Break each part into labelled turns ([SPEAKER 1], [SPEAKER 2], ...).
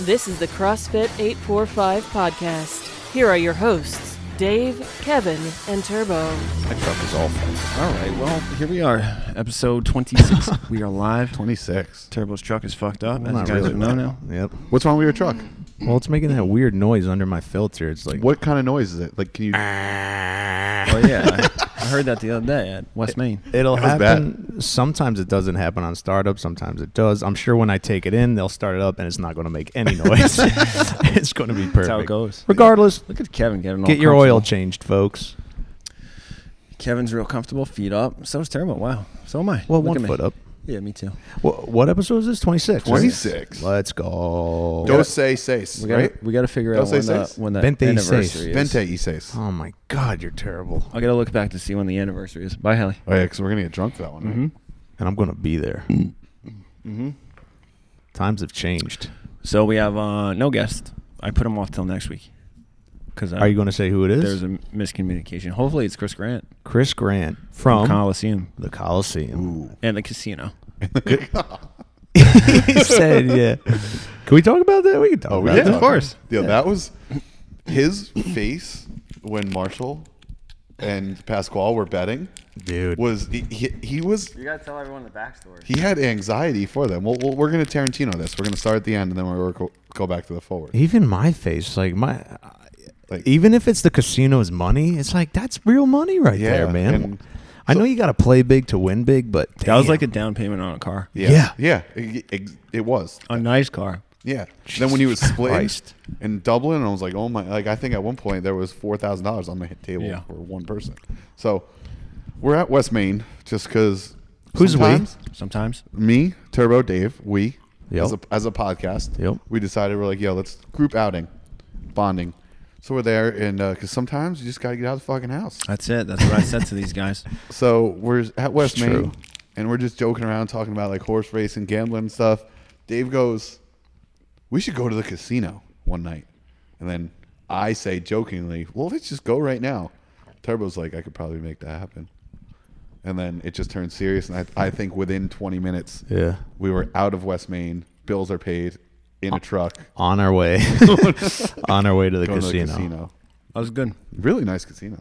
[SPEAKER 1] This is the CrossFit 845 podcast. Here are your hosts, Dave, Kevin, and Turbo.
[SPEAKER 2] My truck is awful.
[SPEAKER 3] All right, well, here we are, episode 26. we are live.
[SPEAKER 2] 26.
[SPEAKER 3] Turbo's truck is fucked up,
[SPEAKER 2] Well,
[SPEAKER 3] as you
[SPEAKER 2] not
[SPEAKER 3] guys
[SPEAKER 2] really.
[SPEAKER 3] would know now.
[SPEAKER 2] Yep. What's wrong with your truck?
[SPEAKER 4] Well, it's making that weird noise under my filter. It's like
[SPEAKER 2] What kind of noise is it? Like, can you?
[SPEAKER 3] Well, yeah, I, I heard that the other day at West Main.
[SPEAKER 4] it'll
[SPEAKER 2] That was
[SPEAKER 4] happen. Sometimes it doesn't happen on startup. Sometimes it does. I'm sure when I take it in, they'll start it up and it's not going to make any noise. it's going to be perfect.
[SPEAKER 3] That's how it goes.
[SPEAKER 4] Regardless,
[SPEAKER 3] Look at Kevin getting all
[SPEAKER 4] get your oil
[SPEAKER 3] comfortable.
[SPEAKER 4] changed, folks.
[SPEAKER 3] Kevin's real comfortable, feet up. So is Turbo. Wow. So am I.
[SPEAKER 4] Well,
[SPEAKER 3] Look
[SPEAKER 4] one
[SPEAKER 3] at me.
[SPEAKER 4] foot up.
[SPEAKER 3] Yeah, me too.
[SPEAKER 4] Wha- what episode is this? 26. right?
[SPEAKER 2] 26.
[SPEAKER 4] Let's go.
[SPEAKER 2] Dos seis,
[SPEAKER 3] We got
[SPEAKER 2] right?
[SPEAKER 3] we got to figure
[SPEAKER 2] Don't
[SPEAKER 3] out
[SPEAKER 2] say
[SPEAKER 3] when the,
[SPEAKER 2] seis.
[SPEAKER 3] when the
[SPEAKER 4] Vente
[SPEAKER 3] anniversary
[SPEAKER 4] seis.
[SPEAKER 3] is.
[SPEAKER 2] Vente y seis. Oh
[SPEAKER 4] Oh my God, you're terrible.
[SPEAKER 3] I got to look back to see when the anniversary is. Bye, Hallie.
[SPEAKER 2] Oh, yeah, because we're gonna get drunk for that one. right?
[SPEAKER 4] And I'm going to be there.
[SPEAKER 3] Mm-hmm.
[SPEAKER 4] Times have changed.
[SPEAKER 3] So we have uh, no guest. I put him off till next week. Cause I,
[SPEAKER 4] Are you going to say who it is?
[SPEAKER 3] Uh, There's a miscommunication. Hopefully, it's Chris Grant
[SPEAKER 4] Chris Grant
[SPEAKER 3] from
[SPEAKER 4] from
[SPEAKER 3] Coliseum
[SPEAKER 4] the Coliseum.
[SPEAKER 3] and the casino.
[SPEAKER 4] he said, "Yeah." Can we talk about that? We can talk about
[SPEAKER 2] yeah,
[SPEAKER 4] that.
[SPEAKER 2] of course. Yeah, that was his face when Marshall and Pasquale were betting.
[SPEAKER 4] Dude.
[SPEAKER 2] was he, he, he was
[SPEAKER 3] You gotta tell everyone the backstory.
[SPEAKER 2] he had anxiety for them. Well, well, we're gonna Tarantino this. We're gonna start at the end and then we're go, go back to the forward.
[SPEAKER 4] Even my face, like my,
[SPEAKER 2] Like-
[SPEAKER 4] even if it's the casino's money, it's like that's real money right
[SPEAKER 2] Yeah,
[SPEAKER 4] there, man.
[SPEAKER 2] and
[SPEAKER 4] I know you got to play big to win big, but
[SPEAKER 3] That was
[SPEAKER 4] damn.
[SPEAKER 3] like a down payment on a car,
[SPEAKER 2] yeah, yeah, it, it, it was.
[SPEAKER 3] a nice car.
[SPEAKER 2] Yeah. then when he was splitting
[SPEAKER 4] Christ.
[SPEAKER 2] in Dublin, I was like, oh my! Like I think at one point there was four thousand dollars on the hit table
[SPEAKER 3] Yeah.
[SPEAKER 2] for one person. So we're at West Main just because.
[SPEAKER 4] Who's we?
[SPEAKER 3] Sometimes
[SPEAKER 2] Me, Turbo, Dave, we
[SPEAKER 4] Yep.
[SPEAKER 2] as, a, as a podcast.
[SPEAKER 4] Yep.
[SPEAKER 2] We decided we're like, yo, let's group outing, bonding. So we're there, and because sometimes you just gotta get out of the fucking house.
[SPEAKER 3] that's it. That's what I said to these guys.
[SPEAKER 2] So we're at West
[SPEAKER 4] It's
[SPEAKER 2] Main,
[SPEAKER 4] true.
[SPEAKER 2] and we're just joking around, talking about like horse racing, gambling, and stuff. Dave goes, "We should go to the casino one night," and then I say jokingly, "Well, let's just go right now." Turbo's like, "I could probably make that happen," and then it just turned serious. And I, I think within 20 minutes,
[SPEAKER 4] Yeah.
[SPEAKER 2] we were out of West Main. Bills are paid in a truck.
[SPEAKER 4] on our way, on our way to the,
[SPEAKER 2] Going
[SPEAKER 4] casino.
[SPEAKER 2] to the casino.
[SPEAKER 3] I was good.
[SPEAKER 2] Really nice casino.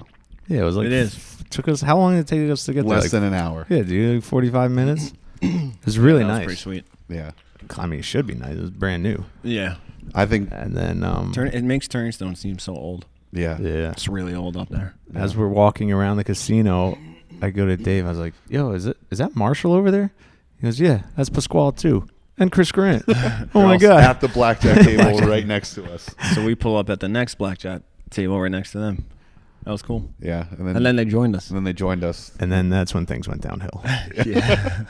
[SPEAKER 4] Yeah, it was like
[SPEAKER 3] It is.
[SPEAKER 4] Took us how long did it take us to get
[SPEAKER 2] Less
[SPEAKER 4] there?
[SPEAKER 2] than an hour.
[SPEAKER 4] yeah, dude, like forty-five minutes. It was really
[SPEAKER 3] That was
[SPEAKER 4] nice.
[SPEAKER 3] pretty sweet.
[SPEAKER 2] Yeah.
[SPEAKER 4] I mean, it should be nice. It was brand new,
[SPEAKER 3] Yeah,
[SPEAKER 2] I think.
[SPEAKER 4] and then um,
[SPEAKER 3] Turn, it makes Turning Stone seem so old.
[SPEAKER 2] Yeah.
[SPEAKER 4] yeah,
[SPEAKER 3] It's really old up there.
[SPEAKER 4] As we're walking around the casino, I go to Dave. I was like, "Yo, is it is that Marshall over there?" He goes, "Yeah, that's Pasquale too, and Chris Grant." oh
[SPEAKER 2] They're
[SPEAKER 4] my
[SPEAKER 2] all
[SPEAKER 4] god!
[SPEAKER 2] At the blackjack table right next to us.
[SPEAKER 3] So we pull up at the next blackjack table right next to them. That was cool.
[SPEAKER 2] Yeah, and then
[SPEAKER 3] And then they joined us.
[SPEAKER 2] and then they joined us
[SPEAKER 4] and then that's when things went downhill.
[SPEAKER 3] Yeah,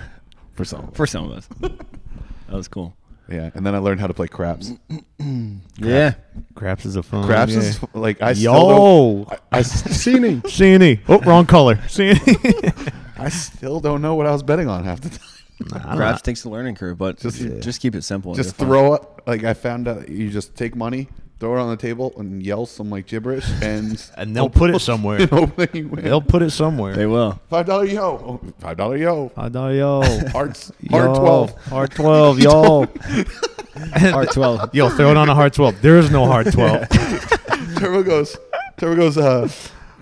[SPEAKER 2] for some.
[SPEAKER 3] for some of us, that was cool.
[SPEAKER 2] yeah, and then I learned how to play craps.
[SPEAKER 3] Yeah,
[SPEAKER 4] Craps is a fun.
[SPEAKER 2] Craps
[SPEAKER 4] Mm-hmm. yeah.
[SPEAKER 2] is like I still
[SPEAKER 4] yo.
[SPEAKER 2] don't. I, I s-
[SPEAKER 4] CNE. Oh, wrong color. E. CNE.
[SPEAKER 2] I still don't know what I was betting on half the time.
[SPEAKER 4] nah, I'm
[SPEAKER 3] Perhaps
[SPEAKER 4] not-
[SPEAKER 3] takes a learning curve, but just
[SPEAKER 2] Just- Yeah.
[SPEAKER 3] just keep it simple. and
[SPEAKER 2] Just
[SPEAKER 3] you're fine.
[SPEAKER 2] throw it. Like I found out you just take money, throw it on the table, and yell some like gibberish, and
[SPEAKER 4] and they'll put it somewhere.
[SPEAKER 2] and hope that you win.
[SPEAKER 4] they'll put it somewhere.
[SPEAKER 3] They will.
[SPEAKER 2] Five dollar yo, Oh, five dollar yo,
[SPEAKER 4] I know, yo.
[SPEAKER 2] hearts,
[SPEAKER 4] Yo.
[SPEAKER 2] heart twelve.
[SPEAKER 4] Hard twelve, yo.
[SPEAKER 3] Part twelve.
[SPEAKER 4] yo, throw it on a hard twelve. There is no hard twelve.
[SPEAKER 2] Turbo goes, Turbo goes, uh,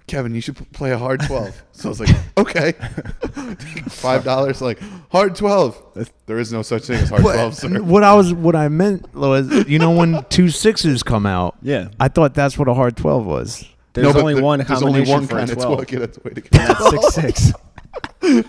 [SPEAKER 2] Kevin, you should p- play a hard 12. So I was like, okay. $5, like, hard 12. There is no such thing as hard 12, sir.
[SPEAKER 4] What I was, what I meant was, you know, when two sixes come out,
[SPEAKER 3] Yeah.
[SPEAKER 4] I thought that's what a hard twelve was.
[SPEAKER 3] There's
[SPEAKER 2] but
[SPEAKER 3] only
[SPEAKER 2] there-
[SPEAKER 3] one
[SPEAKER 2] There's only
[SPEAKER 3] combination
[SPEAKER 2] one
[SPEAKER 3] for a
[SPEAKER 2] kind of
[SPEAKER 3] 12.
[SPEAKER 2] 12. Yeah, that's the way to go.
[SPEAKER 4] That's six six.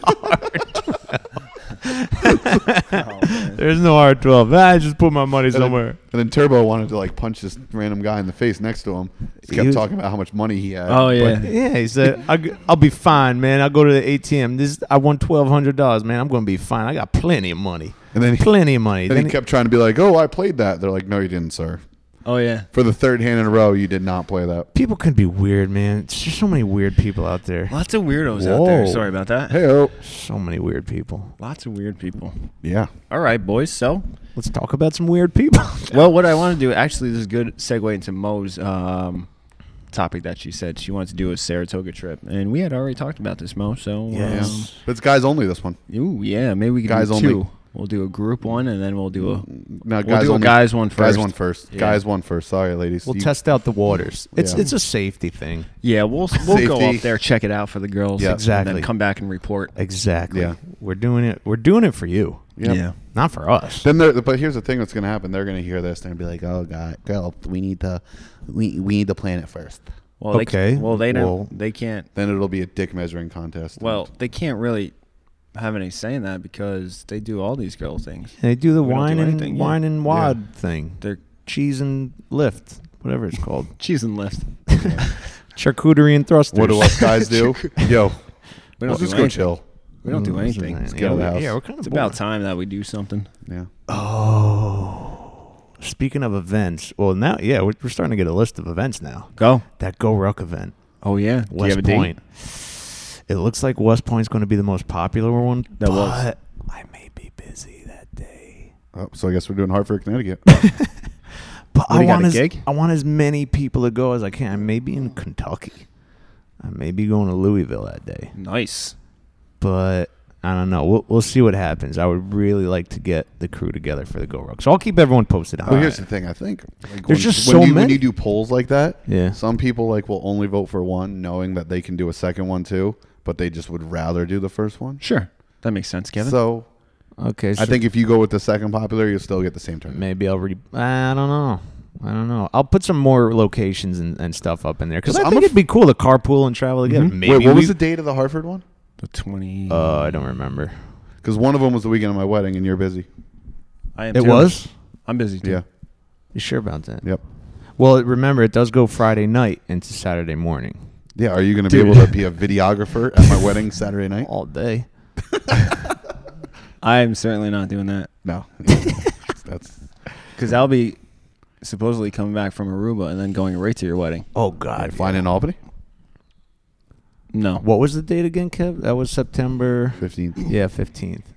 [SPEAKER 4] There's no hard twelve. I just put my money
[SPEAKER 2] And then-
[SPEAKER 4] somewhere.
[SPEAKER 2] And then Turbo wanted to, like, punch this random guy in the face next to him. He
[SPEAKER 4] He
[SPEAKER 2] kept
[SPEAKER 4] was-
[SPEAKER 2] talking about how much money he had.
[SPEAKER 3] Oh, yeah.
[SPEAKER 2] But
[SPEAKER 4] Yeah, he said, I, will be fine, man. I'll go to the ATM. This I won twelve hundred dollars, man. I'm gonna be fine. I got plenty of money.
[SPEAKER 2] And then he-
[SPEAKER 4] plenty of money.
[SPEAKER 2] and he kept trying to be like, oh, I played that. They're like, no, you didn't, sir.
[SPEAKER 3] Oh yeah.
[SPEAKER 2] For the third hand in a row, you did not play that.
[SPEAKER 4] people can be weird, man. There's just so many weird people out there.
[SPEAKER 3] Lots of weirdos out there.
[SPEAKER 4] Whoa.
[SPEAKER 3] Sorry about that.
[SPEAKER 2] Hey, oh.
[SPEAKER 4] So many weird people.
[SPEAKER 3] Lots of weird people.
[SPEAKER 2] Yeah.
[SPEAKER 3] All right, boys. So,
[SPEAKER 4] Let's talk about some weird people.
[SPEAKER 3] well, what I want to do actually this is a good segue into Mo's um, topic that she said she wanted to do a Saratoga trip, and we had already talked about this, Mo. So,
[SPEAKER 2] Yeah.
[SPEAKER 4] Yes.
[SPEAKER 3] um,
[SPEAKER 2] But it's guys only, this one.
[SPEAKER 3] ooh, yeah, maybe we can
[SPEAKER 2] Guys
[SPEAKER 3] do
[SPEAKER 2] only. Mm.
[SPEAKER 3] two. We'll do a group one, and then we'll do a.
[SPEAKER 2] No,
[SPEAKER 3] We'll do a guys one
[SPEAKER 2] Guys
[SPEAKER 3] first.
[SPEAKER 2] one first.
[SPEAKER 3] Yeah.
[SPEAKER 2] Guys one first. Sorry, ladies.
[SPEAKER 4] We'll
[SPEAKER 2] You-
[SPEAKER 4] test out the waters. It's
[SPEAKER 2] Yeah.
[SPEAKER 4] it's a safety thing.
[SPEAKER 3] Yeah, we'll we'll go
[SPEAKER 2] Safety.
[SPEAKER 3] up there, check it out for the girls,
[SPEAKER 2] Yeah.
[SPEAKER 3] And
[SPEAKER 4] Exactly.
[SPEAKER 3] then come back and report.
[SPEAKER 4] Exactly.
[SPEAKER 2] Yeah.
[SPEAKER 4] We're doing it. We're doing it for you,
[SPEAKER 2] Yeah.
[SPEAKER 4] not for us.
[SPEAKER 2] Then they're, but here's the thing that's gonna happen. They're gonna hear this and be like, "Oh God, girl, we need to, we we need to plan it first.
[SPEAKER 3] Well, they
[SPEAKER 4] Okay,
[SPEAKER 3] They, well, they don't.
[SPEAKER 4] well-
[SPEAKER 3] they can't.
[SPEAKER 2] Then it'll be a dick measuring contest.
[SPEAKER 3] Well, they can't really have any say in that because they do all these girl things.
[SPEAKER 4] They do the
[SPEAKER 3] We don't do
[SPEAKER 4] wine and
[SPEAKER 3] anything, yeah.
[SPEAKER 4] wine and wad thing,
[SPEAKER 3] They're
[SPEAKER 4] cheese and lift, whatever it's called,
[SPEAKER 3] cheese and lift.
[SPEAKER 4] charcuterie and thrusters.
[SPEAKER 2] what do us guys do? Yo,
[SPEAKER 3] We
[SPEAKER 2] we'll
[SPEAKER 3] don't
[SPEAKER 2] just
[SPEAKER 3] do
[SPEAKER 2] go
[SPEAKER 3] anything.
[SPEAKER 2] chill.
[SPEAKER 3] We don't do
[SPEAKER 4] Mm, this is
[SPEAKER 3] anything.
[SPEAKER 4] nice.
[SPEAKER 3] It's,
[SPEAKER 2] get out of the
[SPEAKER 4] Yeah, we-
[SPEAKER 2] house.
[SPEAKER 4] Yeah, we're kind of
[SPEAKER 3] about time that we do something.
[SPEAKER 2] Yeah.
[SPEAKER 4] Oh, speaking of events, well now, yeah, we're, we're starting to get a list of events now.
[SPEAKER 3] Go.
[SPEAKER 4] That Go Ruck event,
[SPEAKER 3] Oh yeah. do you
[SPEAKER 4] West
[SPEAKER 3] have a date?
[SPEAKER 4] Point. It looks like West Point's going to be the most popular one.
[SPEAKER 3] That was.
[SPEAKER 4] but I may be busy that day.
[SPEAKER 2] Oh, so I guess we're doing Hartford, Connecticut.
[SPEAKER 4] But
[SPEAKER 3] What,
[SPEAKER 4] I
[SPEAKER 3] you got
[SPEAKER 4] want
[SPEAKER 3] a
[SPEAKER 4] as
[SPEAKER 3] gig?
[SPEAKER 4] I want as many people to go as I can. I may be in Kentucky. I may be going to Louisville that day.
[SPEAKER 3] Nice.
[SPEAKER 4] but I don't know. We'll, we'll see what happens. I would really like to get the crew together for the Go Rogue. So I'll keep everyone posted on
[SPEAKER 2] Well, here's
[SPEAKER 4] it.
[SPEAKER 2] the thing. I think like, when,
[SPEAKER 4] There's just
[SPEAKER 2] when
[SPEAKER 4] so
[SPEAKER 2] you, When
[SPEAKER 4] many.
[SPEAKER 2] you do polls like that,
[SPEAKER 4] Yeah.
[SPEAKER 2] some people like will only vote for one, knowing that they can do a second one too, but they just would rather do the first one.
[SPEAKER 3] Sure. That makes sense, Kevin.
[SPEAKER 2] So
[SPEAKER 4] Okay, so
[SPEAKER 2] I think if you go with the second popular, you'll still get the same tournament.
[SPEAKER 4] maybe I'll re. I don't know. I don't know. I'll put some more locations and, and stuff up in there because I
[SPEAKER 2] I'm
[SPEAKER 4] think
[SPEAKER 2] a
[SPEAKER 4] it'd be cool to carpool and travel together. Maybe
[SPEAKER 2] Wait, what was
[SPEAKER 4] we-
[SPEAKER 2] the date of the Hartford one?
[SPEAKER 3] the twenty.
[SPEAKER 4] Uh, I don't remember.
[SPEAKER 2] Because one of them was the weekend of my wedding, and you're busy.
[SPEAKER 3] I am
[SPEAKER 4] It
[SPEAKER 3] too.
[SPEAKER 4] was.
[SPEAKER 3] I'm busy too.
[SPEAKER 2] Yeah.
[SPEAKER 4] You sure about that?
[SPEAKER 2] Yep.
[SPEAKER 4] Well, remember it does go Friday night into Saturday morning
[SPEAKER 2] Yeah. Are you going to be
[SPEAKER 4] Dude.
[SPEAKER 2] able to be a videographer at my wedding Saturday night?
[SPEAKER 4] all day.
[SPEAKER 3] I am certainly not doing that
[SPEAKER 2] No. That's
[SPEAKER 3] because I'll be supposedly coming back from Aruba and then going right to your wedding.
[SPEAKER 4] Oh God!
[SPEAKER 2] flying in Albany,
[SPEAKER 3] No.
[SPEAKER 4] What was the date again, Kev? That was September
[SPEAKER 2] 15th.
[SPEAKER 4] Yeah, fifteenth.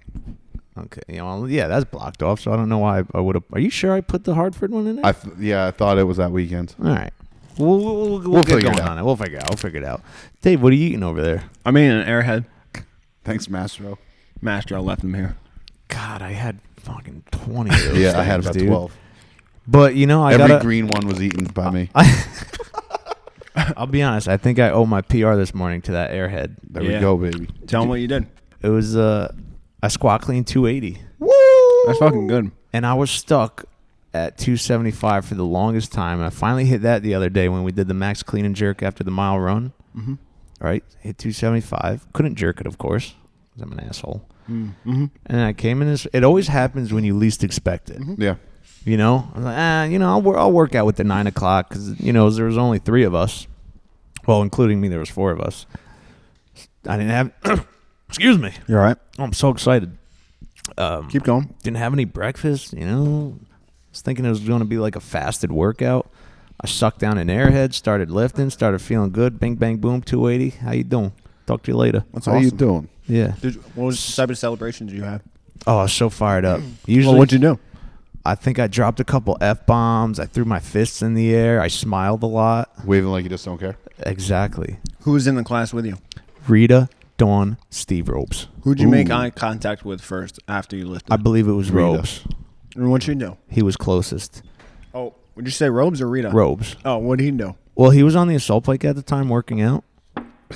[SPEAKER 4] Okay, you know, yeah, that's blocked off. So I don't know why I, I would have. Are you sure I put the Hartford one in there?
[SPEAKER 2] I th- yeah, I thought it was that weekend.
[SPEAKER 4] All right, we'll we'll, we'll, we'll,
[SPEAKER 2] We'll
[SPEAKER 4] get
[SPEAKER 2] figure it
[SPEAKER 4] going
[SPEAKER 2] out.
[SPEAKER 4] on it. We'll figure it out. We'll figure it out. Dave, what are you eating over there?
[SPEAKER 3] I'm eating an airhead.
[SPEAKER 2] Thanks, Mastro.
[SPEAKER 3] Master, I left him here.
[SPEAKER 4] God, I had fucking twenty. Of those
[SPEAKER 2] Yeah, I had
[SPEAKER 4] things,
[SPEAKER 2] about
[SPEAKER 4] dude.
[SPEAKER 2] 12.
[SPEAKER 4] But you know, I
[SPEAKER 2] Every
[SPEAKER 4] gotta.
[SPEAKER 2] green one was eaten by me.
[SPEAKER 4] I'll be honest. I think I owe my PR this morning to that airhead.
[SPEAKER 2] there we
[SPEAKER 3] Yeah.
[SPEAKER 2] go, baby.
[SPEAKER 3] Tell him what you did.
[SPEAKER 4] It was uh, a squat clean two eighty.
[SPEAKER 3] That's fucking good.
[SPEAKER 4] and I was stuck at 275 for the longest time. And I finally hit that the other day when we did the max clean and jerk after the mile run.
[SPEAKER 3] Mhm.
[SPEAKER 4] Right, hit 275. Couldn't jerk it, of course, 'cause I'm an asshole.
[SPEAKER 3] Mm-hmm.
[SPEAKER 4] And I came in this. It always happens when you least expect
[SPEAKER 3] Mm-hmm.
[SPEAKER 4] it.
[SPEAKER 2] Yeah.
[SPEAKER 4] You know, I'm like, ah, you know, I'll, wor- I'll work out with the nine o'clock because you know there was only three of us. Well, including me, there was four of us. I didn't have. excuse me.
[SPEAKER 3] You're all right.
[SPEAKER 4] Oh, I'm so excited. Um,
[SPEAKER 3] Keep going.
[SPEAKER 4] didn't have any breakfast, you know. I was thinking it was going to be like a fasted workout. I sucked down an airhead, started lifting, started feeling good. Bing, bang, boom, 280. How you doing? Talk to you later.
[SPEAKER 3] That's
[SPEAKER 2] How you doing?
[SPEAKER 4] Yeah.
[SPEAKER 3] Did, what was the type of celebration did you have?
[SPEAKER 4] Oh, I was so fired up. Usually,
[SPEAKER 3] you do?
[SPEAKER 4] I think I dropped a couple F bombs. I threw my fists in the air. I smiled a lot.
[SPEAKER 2] Waving like you just don't care.
[SPEAKER 4] Exactly.
[SPEAKER 3] Who was in the class with you?
[SPEAKER 4] Rita, Dawn, Steve Ropes.
[SPEAKER 3] Who'd you make
[SPEAKER 2] Ooh.
[SPEAKER 3] eye contact with first after you lifted?
[SPEAKER 4] I believe it was
[SPEAKER 2] Rita.
[SPEAKER 4] Robes.
[SPEAKER 3] and what'd you do?
[SPEAKER 4] He was closest.
[SPEAKER 3] Oh, would you say Robes or Rita?
[SPEAKER 4] Robes.
[SPEAKER 3] Oh, what'd he do?
[SPEAKER 4] Well, he was on the assault bike at the time working out,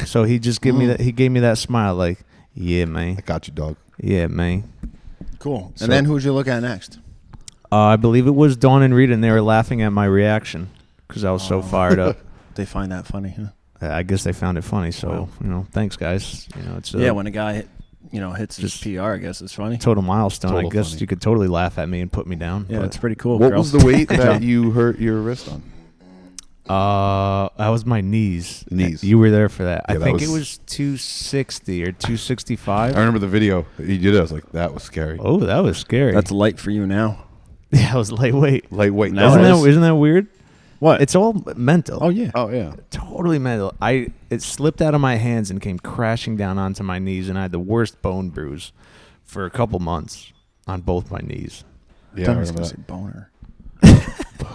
[SPEAKER 4] so he just
[SPEAKER 2] Hmm.
[SPEAKER 4] gave me that. He gave me that smile, like, "Yeah,
[SPEAKER 2] I
[SPEAKER 4] man,
[SPEAKER 2] got you, dog.
[SPEAKER 4] yeah, man."
[SPEAKER 3] Cool. And
[SPEAKER 2] So-
[SPEAKER 3] then who'd you look at next?
[SPEAKER 4] Uh, I believe it was Dawn and Rita, and they were laughing at my reaction because I was
[SPEAKER 2] Oh.
[SPEAKER 4] so fired up.
[SPEAKER 3] They find that funny, huh?
[SPEAKER 4] Uh, I guess they found it funny, so
[SPEAKER 3] Wow.
[SPEAKER 4] you know, thanks guys. You know, it's a
[SPEAKER 3] yeah, when a guy, hit, you know, hits his
[SPEAKER 4] Just-
[SPEAKER 3] PR, I guess it's funny.
[SPEAKER 4] total milestone.
[SPEAKER 2] Total
[SPEAKER 4] I guess
[SPEAKER 2] funny.
[SPEAKER 4] you could totally laugh at me and put me down.
[SPEAKER 3] Yeah,
[SPEAKER 4] but-
[SPEAKER 3] it's pretty cool.
[SPEAKER 2] what
[SPEAKER 3] girl.
[SPEAKER 2] was the weight that
[SPEAKER 3] job.
[SPEAKER 2] you hurt your wrist on?
[SPEAKER 4] Uh, that was my knees.
[SPEAKER 2] Knees.
[SPEAKER 4] You were there for that.
[SPEAKER 2] Yeah,
[SPEAKER 4] I
[SPEAKER 2] that
[SPEAKER 4] think
[SPEAKER 2] was-
[SPEAKER 4] it was two sixty or two sixty
[SPEAKER 2] I
[SPEAKER 4] five.
[SPEAKER 2] remember the video that you did. it. I was like, that was scary.
[SPEAKER 4] Oh, that was scary.
[SPEAKER 3] That's light for you now.
[SPEAKER 4] yeah, I was lightweight.
[SPEAKER 2] Lightweight.
[SPEAKER 3] Now
[SPEAKER 4] isn't
[SPEAKER 3] it
[SPEAKER 4] that
[SPEAKER 3] is.
[SPEAKER 4] isn't that weird?
[SPEAKER 3] What?
[SPEAKER 4] It's all mental.
[SPEAKER 3] Uh, oh yeah.
[SPEAKER 2] Oh yeah.
[SPEAKER 4] totally mental. I it slipped out of my hands and came crashing down onto my knees, and I had the worst bone bruise for a couple months on both my knees.
[SPEAKER 2] Yeah. I
[SPEAKER 3] I was
[SPEAKER 2] remember
[SPEAKER 3] gonna say
[SPEAKER 2] that.
[SPEAKER 3] boner.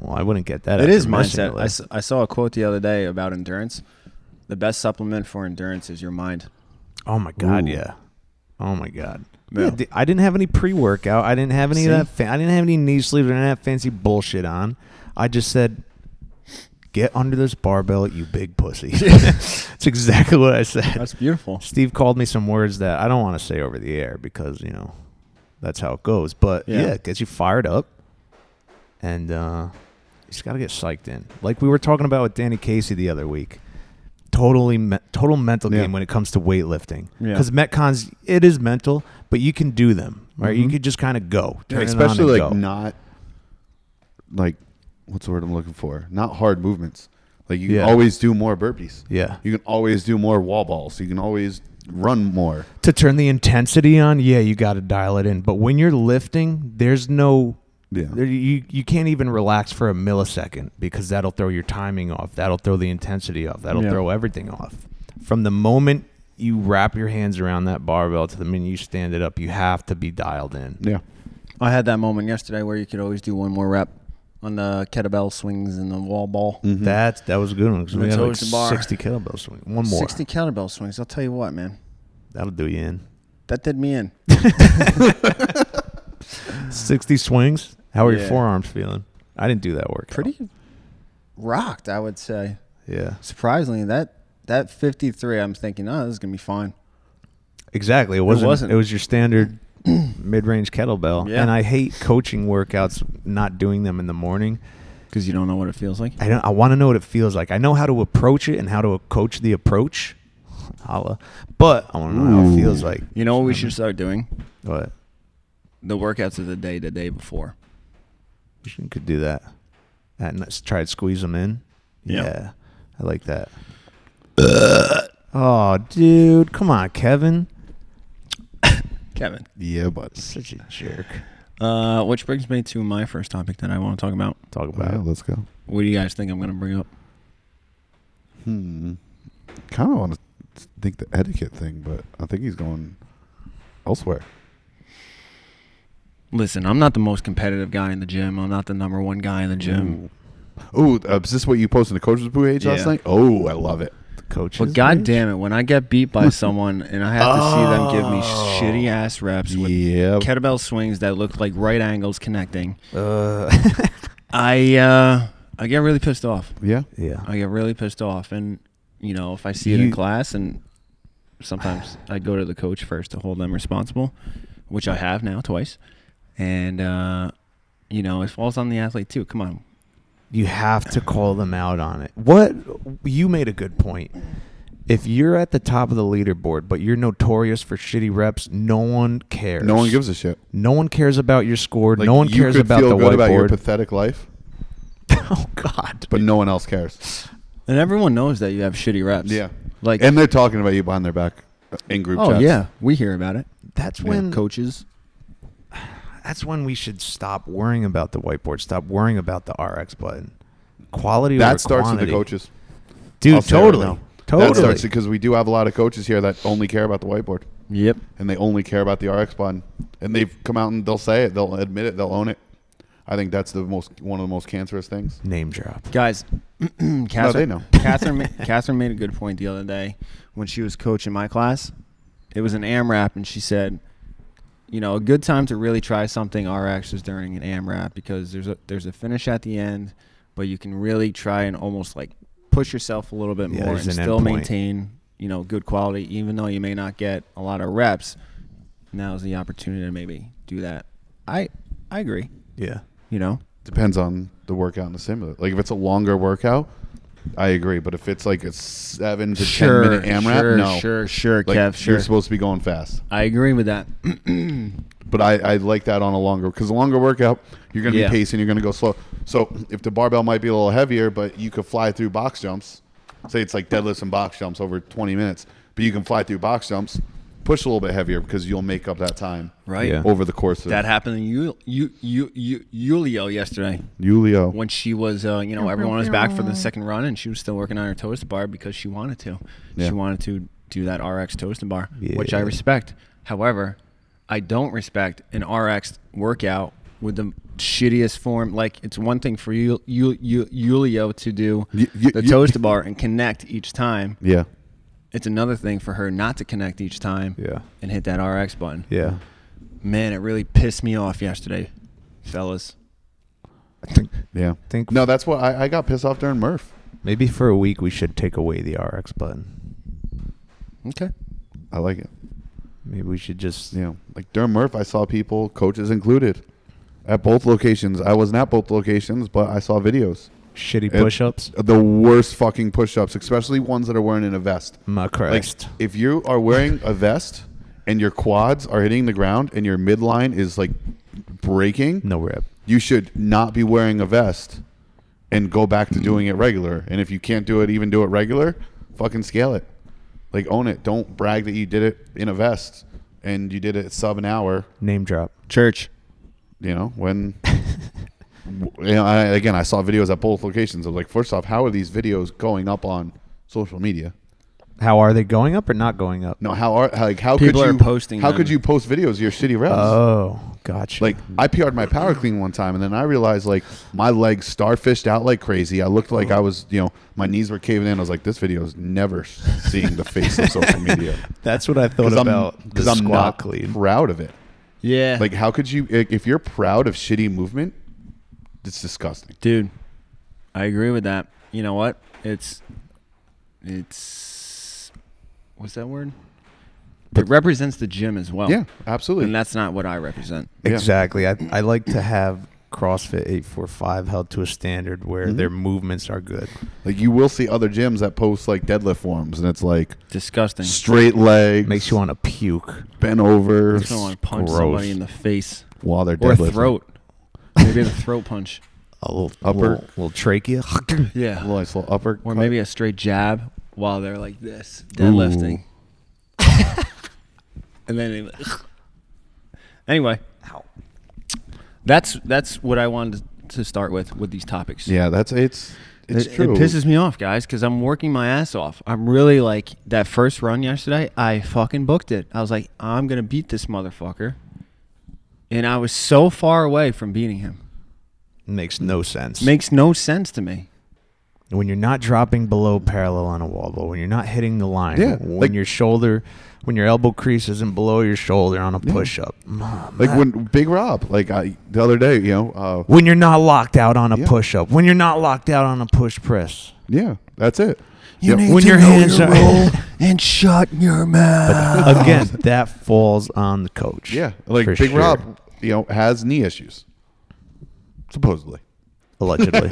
[SPEAKER 4] Well, I wouldn't get that.
[SPEAKER 3] It
[SPEAKER 4] after
[SPEAKER 3] is
[SPEAKER 4] missing
[SPEAKER 3] mindset.
[SPEAKER 4] it.
[SPEAKER 3] I, s- I saw a quote the other day about endurance. The best supplement for endurance is your mind.
[SPEAKER 4] oh my god,
[SPEAKER 2] Ooh.
[SPEAKER 4] yeah. Oh my god.
[SPEAKER 3] No.
[SPEAKER 4] Yeah, d- I didn't have any pre-workout. I didn't have any of
[SPEAKER 3] See?
[SPEAKER 4] that. Fa- I didn't have any knee sleeves. I didn't have fancy bullshit on. I just said, "Get under this barbell, you big pussy." That's exactly what I said.
[SPEAKER 3] That's beautiful.
[SPEAKER 4] Steve called me some words that I don't want to say over the air because you know that's how it goes. But
[SPEAKER 3] Yeah.
[SPEAKER 4] yeah, it gets you fired up, and uh, you just got to get psyched in. Like we were talking about with Danny Casey the other week. Totally, me- total mental
[SPEAKER 2] Yeah.
[SPEAKER 4] game when it comes to weightlifting.
[SPEAKER 3] Yeah.
[SPEAKER 4] Because metcons, it is mental, but you can do them. Right, you
[SPEAKER 3] Mhm.
[SPEAKER 4] could just kind of
[SPEAKER 2] Mm-hmm.
[SPEAKER 4] go,
[SPEAKER 2] Yeah,
[SPEAKER 4] turn it on
[SPEAKER 2] especially
[SPEAKER 4] and
[SPEAKER 2] like
[SPEAKER 4] go.
[SPEAKER 2] not like what's the word I'm looking for? Not hard movements. Like you
[SPEAKER 4] Yeah.
[SPEAKER 2] can always do more burpees.
[SPEAKER 4] Yeah.
[SPEAKER 2] You can always do more wall balls. You can always run more.
[SPEAKER 4] to turn the intensity on, yeah, you got to dial it in. But when you're lifting, there's no,
[SPEAKER 2] Yeah.
[SPEAKER 4] there, you you can't even relax for a millisecond because that'll throw your timing off. That'll throw the intensity off. That'll
[SPEAKER 3] Yeah.
[SPEAKER 4] throw everything off. From the moment you wrap your hands around that barbell to the minute you stand it up, you have to be dialed in.
[SPEAKER 2] Yeah.
[SPEAKER 3] I had that moment yesterday where you could always do one more rep on the kettlebell swings and the wall ball.
[SPEAKER 4] That's that was a good one because we
[SPEAKER 3] It's
[SPEAKER 4] had like
[SPEAKER 3] always the bar.
[SPEAKER 4] sixty kettlebell swing. One more,
[SPEAKER 3] 60 kettlebell swings. I'll tell you what, man.
[SPEAKER 4] that'll do you in.
[SPEAKER 3] That did me in.
[SPEAKER 4] Sixty swings. How are your
[SPEAKER 3] Yeah.
[SPEAKER 4] forearms feeling? I didn't do that work.
[SPEAKER 3] Pretty rocked, I would say.
[SPEAKER 4] Yeah.
[SPEAKER 3] Surprisingly, that that 53, I'm thinking, oh, this is going to be fine.
[SPEAKER 4] Exactly. It wasn't. It,
[SPEAKER 3] wasn't.
[SPEAKER 4] was your standard mid-range kettlebell.
[SPEAKER 3] Yeah.
[SPEAKER 4] And I hate coaching workouts. Not doing them in the morning.
[SPEAKER 3] Because you don't know what it feels like.
[SPEAKER 4] I don't. I want to know what it feels like. I know how to approach it and how to coach the approach. Holla. But I want to know how it feels like.
[SPEAKER 3] You know what we should start doing?
[SPEAKER 4] But
[SPEAKER 3] The workouts of the day the day before.
[SPEAKER 4] we should- could do that. And let's try to squeeze them in.
[SPEAKER 3] Yeah.
[SPEAKER 4] I like that. oh, dude! Come on, Kevin.
[SPEAKER 3] Kevin.
[SPEAKER 2] Yeah, but
[SPEAKER 4] Such a jerk.
[SPEAKER 3] Uh, which brings me to my first topic that I want to talk about.
[SPEAKER 4] Talk
[SPEAKER 2] Oh,
[SPEAKER 4] about
[SPEAKER 2] yeah,
[SPEAKER 4] it.
[SPEAKER 2] let's go.
[SPEAKER 3] What do you guys think I'm going to bring up?
[SPEAKER 2] Hmm. Kind of want to think the etiquette thing, but I think he's going elsewhere.
[SPEAKER 3] Listen, I'm not the most competitive guy in the gym. I'm not the number one guy in the gym.
[SPEAKER 2] Oh, uh, is this what you posted in the coach's page last
[SPEAKER 3] Yeah.
[SPEAKER 2] night? Oh, I love it.
[SPEAKER 4] The coaches.
[SPEAKER 3] But god damn it, when I get beat by someone and I have to see them give me
[SPEAKER 4] Oh.
[SPEAKER 3] shitty ass reps with
[SPEAKER 2] Yeah.
[SPEAKER 3] kettlebell swings that look like right angles connecting,
[SPEAKER 4] Uh,
[SPEAKER 3] I uh, I get really pissed off.
[SPEAKER 2] Yeah.
[SPEAKER 4] yeah.
[SPEAKER 3] I get really pissed off, and you know if I see it in
[SPEAKER 4] You-
[SPEAKER 3] class, and sometimes I go to the coach first to hold them responsible, which I have now twice, and uh, you know it falls on the athlete too. Come on,
[SPEAKER 4] you have to call them out on it. What you made a good point. If you're at the top of the leaderboard, but you're notorious for shitty reps, no one cares.
[SPEAKER 2] No one gives a shit.
[SPEAKER 4] No one cares about your score.
[SPEAKER 2] Like,
[SPEAKER 4] no one
[SPEAKER 2] you
[SPEAKER 4] cares
[SPEAKER 2] could
[SPEAKER 4] about
[SPEAKER 2] feel
[SPEAKER 4] the
[SPEAKER 2] good about your
[SPEAKER 4] whiteboard.
[SPEAKER 2] pathetic life,
[SPEAKER 4] oh God!
[SPEAKER 2] but no one else cares.
[SPEAKER 3] and everyone knows that you have shitty reps.
[SPEAKER 2] Yeah.
[SPEAKER 3] like
[SPEAKER 2] and they're talking about you behind their back uh, in group
[SPEAKER 3] oh
[SPEAKER 2] chats.
[SPEAKER 3] yeah, we hear about it.
[SPEAKER 4] that's
[SPEAKER 3] Yeah,
[SPEAKER 4] when
[SPEAKER 3] coaches,
[SPEAKER 4] that's when we should stop worrying about the whiteboard. Stop worrying about the RX button. Quality over
[SPEAKER 2] That starts with
[SPEAKER 4] quantity.
[SPEAKER 2] the coaches.
[SPEAKER 4] dude.
[SPEAKER 2] I'll say it right
[SPEAKER 4] totally,
[SPEAKER 2] now. That
[SPEAKER 4] totally.
[SPEAKER 2] starts because we do have a lot of coaches here that only care about the whiteboard
[SPEAKER 3] yep,
[SPEAKER 2] and they only care about the RX button, and they've come out and they'll say it, they'll admit it, they'll own it. I think that's the most one of the most cancerous things.
[SPEAKER 4] Name drop.
[SPEAKER 3] guys. Catherine,
[SPEAKER 2] they know.
[SPEAKER 3] Catherine, ma- Catherine made a good point the other day when she was coaching my class. It was an AMRAP, and she said, "You know, a good time to really try something RX is during an AMRAP because there's a there's a finish at the end, but you can really try and almost like push yourself a little bit
[SPEAKER 4] Yeah,
[SPEAKER 3] more
[SPEAKER 4] there's
[SPEAKER 3] and
[SPEAKER 4] an end
[SPEAKER 3] still
[SPEAKER 4] point.
[SPEAKER 3] maintain you know good quality, even though you may not get a lot of reps. Now is the opportunity to maybe do that. I I agree.
[SPEAKER 4] Yeah.
[SPEAKER 3] You know,
[SPEAKER 2] Depends on the workout and the stimulus. Like if it's a longer workout, I agree. But if it's like a seven to ten minute AMRAP,
[SPEAKER 3] sure,
[SPEAKER 2] no,
[SPEAKER 3] sure, sure,
[SPEAKER 2] like,
[SPEAKER 3] Kev, sure.
[SPEAKER 2] you're supposed to be going fast.
[SPEAKER 3] I agree with that.
[SPEAKER 2] But I, I like that on a longer because a longer workout you're going to
[SPEAKER 3] Yeah.
[SPEAKER 2] be pacing, you're going to go slow. So if the barbell might be a little heavier, but you could fly through box jumps. Say it's like deadlifts and box jumps over 20 minutes, but you can fly through box jumps. Push a little bit heavier because you'll make up that time
[SPEAKER 3] Right.
[SPEAKER 4] Yeah.
[SPEAKER 2] over the course of
[SPEAKER 3] That happened in you, you, you, you, Julio yesterday
[SPEAKER 2] Julio.
[SPEAKER 3] when she was, uh, you know, everyone was back for the second run and she was still working on her toast bar because she wanted to.
[SPEAKER 2] Yeah.
[SPEAKER 3] She wanted to do that RX toast bar, which I
[SPEAKER 4] Yeah.
[SPEAKER 3] respect. However, I don't respect an RX workout with the shittiest form. Like it's one thing for you, you, you Julio to do
[SPEAKER 2] You- you-
[SPEAKER 3] the
[SPEAKER 2] you-
[SPEAKER 3] toast bar and connect each time.
[SPEAKER 2] Yeah.
[SPEAKER 3] it's another thing for her not to connect each time
[SPEAKER 4] Yeah.
[SPEAKER 3] and hit that RX button.
[SPEAKER 4] Yeah.
[SPEAKER 3] Man, it really pissed me off yesterday, fellas.
[SPEAKER 4] I think
[SPEAKER 2] Yeah.
[SPEAKER 4] Think-
[SPEAKER 2] no, that's what I, I got pissed off during Murph.
[SPEAKER 4] maybe for a week we should take away the RX button.
[SPEAKER 3] Okay.
[SPEAKER 2] I like it.
[SPEAKER 4] Maybe we should just
[SPEAKER 2] You know, like during Murph, I saw people, coaches included, at both locations. I wasn't at both locations, but I saw videos.
[SPEAKER 4] shitty
[SPEAKER 2] It-
[SPEAKER 4] push-ups.
[SPEAKER 2] The worst fucking push-ups, especially ones that are wearing in a vest.
[SPEAKER 4] My
[SPEAKER 2] Like
[SPEAKER 4] Christ.
[SPEAKER 2] if you are wearing a vest and your quads are hitting the ground and your midline is like breaking,
[SPEAKER 4] no rip.
[SPEAKER 2] you should not be wearing a vest and go back to doing it regular. And if you can't do it, even do it regular, fucking scale it. Like own it. Don't brag that you did it in a vest and you did it sub an hour.
[SPEAKER 4] Name drop.
[SPEAKER 3] Church.
[SPEAKER 2] You know when. w- you know, I, again, I saw videos at both locations. I was like, first off, how are these videos going up on social media?
[SPEAKER 4] How are they going up or not going up?
[SPEAKER 2] No, how are like how
[SPEAKER 3] People
[SPEAKER 2] could
[SPEAKER 3] are
[SPEAKER 2] you
[SPEAKER 3] posting
[SPEAKER 2] How
[SPEAKER 3] them.
[SPEAKER 2] could you post videos of your shitty reps?
[SPEAKER 4] Oh, gotcha.
[SPEAKER 2] Like I PR'd my power clean one time, and then I realized like my legs starfished out like crazy. I looked like I was, you know, my knees were caving in. I was like, this video is never seeing the face of social media
[SPEAKER 4] that's what I thought
[SPEAKER 2] I'm
[SPEAKER 4] about.
[SPEAKER 2] because
[SPEAKER 4] the
[SPEAKER 2] I'm
[SPEAKER 4] squat
[SPEAKER 2] not
[SPEAKER 4] clean.
[SPEAKER 2] proud of it.
[SPEAKER 3] Yeah.
[SPEAKER 2] Like, how could you? Like, if you're proud of shitty movement, it's disgusting.
[SPEAKER 3] Dude, I agree with that. You know what? It's it's what's that word? It represents the gym as
[SPEAKER 4] Oh.
[SPEAKER 3] well.
[SPEAKER 2] Yeah, absolutely.
[SPEAKER 3] And that's not what I represent.
[SPEAKER 2] Yeah.
[SPEAKER 4] Exactly. I, I like to have CrossFit 845 held to a standard where
[SPEAKER 2] Mm-hmm.
[SPEAKER 4] their movements are good.
[SPEAKER 2] Like, you will see other gyms that post like deadlift forms, and it's like
[SPEAKER 3] Disgusting.
[SPEAKER 2] straight legs,
[SPEAKER 4] Makes you want to puke.
[SPEAKER 2] bent over
[SPEAKER 3] I want to punch
[SPEAKER 4] gross.
[SPEAKER 3] somebody in the face
[SPEAKER 2] while they're
[SPEAKER 3] or
[SPEAKER 2] deadlifting.
[SPEAKER 3] throat. Maybe a throat punch.
[SPEAKER 4] A little,
[SPEAKER 2] Upper-
[SPEAKER 4] little, little trachea.
[SPEAKER 2] A
[SPEAKER 3] Yeah.
[SPEAKER 2] little, nice little upper,
[SPEAKER 3] Or
[SPEAKER 2] cut.
[SPEAKER 3] maybe a straight jab while they're like this deadlifting. and then they- anyway, that's that's what I wanted to start with with these topics.
[SPEAKER 2] Yeah, that's it's it's
[SPEAKER 3] it,
[SPEAKER 2] true.
[SPEAKER 3] it pisses me off, guys, because I'm working my ass off. I'm really like that first run yesterday. I fucking booked it. I was like, I'm gonna beat this motherfucker, and I was so far away from beating him.
[SPEAKER 4] Makes no sense.
[SPEAKER 3] Makes no sense to me.
[SPEAKER 4] when you're not dropping below parallel on a wobble, when you're not hitting the line,
[SPEAKER 2] Yeah,
[SPEAKER 4] when
[SPEAKER 2] like-
[SPEAKER 4] your shoulder, when your elbow crease isn't below your shoulder on a push up,
[SPEAKER 2] like when Big Rob, like I, the other day, you know, uh,
[SPEAKER 4] when you're not locked out on a
[SPEAKER 2] Yeah.
[SPEAKER 4] push up, when you're not locked out on a push press.
[SPEAKER 2] yeah, that's it. Yeah.
[SPEAKER 4] When your hands are-
[SPEAKER 3] and shut your mouth.
[SPEAKER 4] Again, that falls on the coach.
[SPEAKER 2] yeah, like
[SPEAKER 4] for
[SPEAKER 2] Big
[SPEAKER 4] sure.
[SPEAKER 2] Rob, you know, has knee issues, supposedly.
[SPEAKER 4] allegedly.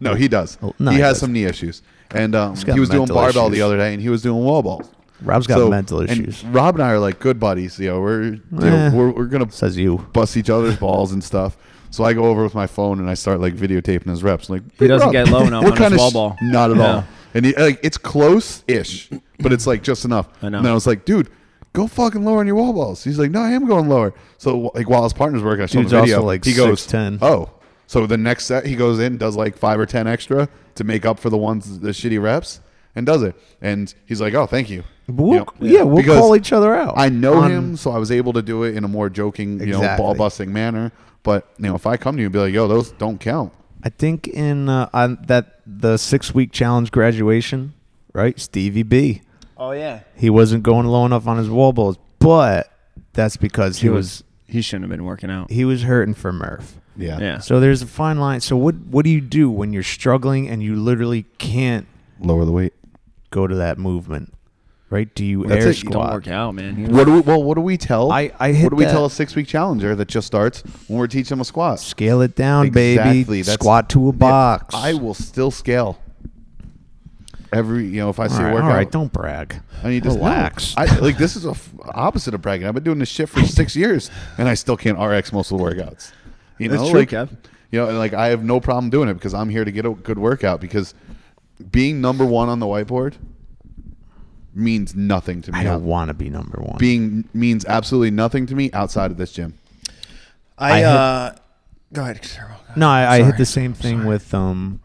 [SPEAKER 2] No, he does.
[SPEAKER 4] Oh, no,
[SPEAKER 2] he,
[SPEAKER 4] he
[SPEAKER 2] has
[SPEAKER 4] does.
[SPEAKER 2] some knee issues, and um,
[SPEAKER 4] got
[SPEAKER 2] he was doing
[SPEAKER 4] mental
[SPEAKER 2] barbell
[SPEAKER 4] issues.
[SPEAKER 2] the other day, and he was doing wall balls.
[SPEAKER 4] Rob's got mental issues.
[SPEAKER 2] And Rob and I are like good buddies. You know, we're you know,
[SPEAKER 4] Eh.
[SPEAKER 2] we're, we're gonna
[SPEAKER 4] Says you.
[SPEAKER 2] bust each other's balls and stuff. So I go over with my phone and I start like videotaping his reps. I'm like
[SPEAKER 3] He doesn't
[SPEAKER 2] "Rob,
[SPEAKER 3] get low enough
[SPEAKER 2] what
[SPEAKER 3] on
[SPEAKER 2] kind
[SPEAKER 3] his
[SPEAKER 2] of
[SPEAKER 3] wall
[SPEAKER 2] sh-
[SPEAKER 3] ball."
[SPEAKER 2] Not at
[SPEAKER 3] No.
[SPEAKER 2] all. And he, like it's close ish, but it's like just enough.
[SPEAKER 3] I know.
[SPEAKER 2] And I was like, dude, go fucking lower on your wall balls. He's like, no, I am going lower. So like while his partner's working, I showed him
[SPEAKER 4] Dude's
[SPEAKER 2] the video.
[SPEAKER 4] also, like,
[SPEAKER 2] he goes
[SPEAKER 4] 6'10".
[SPEAKER 2] Oh, so the next set he goes in, does like five or ten extra to make up for the ones the shitty reps, and does it. And he's like, oh, thank you.
[SPEAKER 4] We'll,
[SPEAKER 2] You know,
[SPEAKER 4] yeah, we'll
[SPEAKER 2] because-
[SPEAKER 4] call each other out.
[SPEAKER 2] I know
[SPEAKER 4] on-
[SPEAKER 2] him, so I was able to do it in a more joking, you know,
[SPEAKER 4] Exactly.
[SPEAKER 2] ball busting manner. But you know, if I come to you and be like, "Yo, those don't count,"
[SPEAKER 4] I think in uh, on that the six week challenge graduation, right? Stevie B.
[SPEAKER 3] oh yeah.
[SPEAKER 4] He wasn't going low enough on his wall balls, but that's because
[SPEAKER 3] He
[SPEAKER 4] he, was
[SPEAKER 3] was. He uh, shouldn't have been working out.
[SPEAKER 4] he was hurting for Murph.
[SPEAKER 2] yeah,
[SPEAKER 3] Yeah.
[SPEAKER 4] So there's a fine line. So what what do you do when you're struggling and you literally can't
[SPEAKER 2] lower the weight.
[SPEAKER 4] go to that movement? Right? Do you
[SPEAKER 2] That's
[SPEAKER 4] air
[SPEAKER 2] it. You
[SPEAKER 4] squat?
[SPEAKER 2] don't
[SPEAKER 3] Don't work out, man. He was-
[SPEAKER 2] What do we? Well, what do we tell?
[SPEAKER 4] I- I hit
[SPEAKER 2] What do we
[SPEAKER 4] that.
[SPEAKER 2] tell a six-week challenger that just starts when we're teaching them a squat?
[SPEAKER 4] Scale it down, baby.
[SPEAKER 2] that's-
[SPEAKER 4] Squat to a
[SPEAKER 2] Yeah,
[SPEAKER 4] box.
[SPEAKER 2] I will still scale. Every you know, if I see
[SPEAKER 4] all right,
[SPEAKER 2] a
[SPEAKER 4] all
[SPEAKER 2] workout,
[SPEAKER 4] right, don't brag.
[SPEAKER 2] I need to
[SPEAKER 4] relax.
[SPEAKER 2] No, Oh, I, like this is a f- opposite of bragging. I've been doing this shit for six years, and I still can't RX most of the workouts. You know,
[SPEAKER 3] That's true,
[SPEAKER 2] like
[SPEAKER 3] Kev.
[SPEAKER 2] you know, and like I have no problem doing it because I'm here to get a good workout. Because being number one on the whiteboard means nothing to me.
[SPEAKER 4] I don't want to be number one.
[SPEAKER 2] being means absolutely nothing to me outside of this gym.
[SPEAKER 4] I hit-
[SPEAKER 3] uh, go ahead, Cesaro.
[SPEAKER 4] No, I, I hit
[SPEAKER 3] Sorry.
[SPEAKER 4] the same thing with um.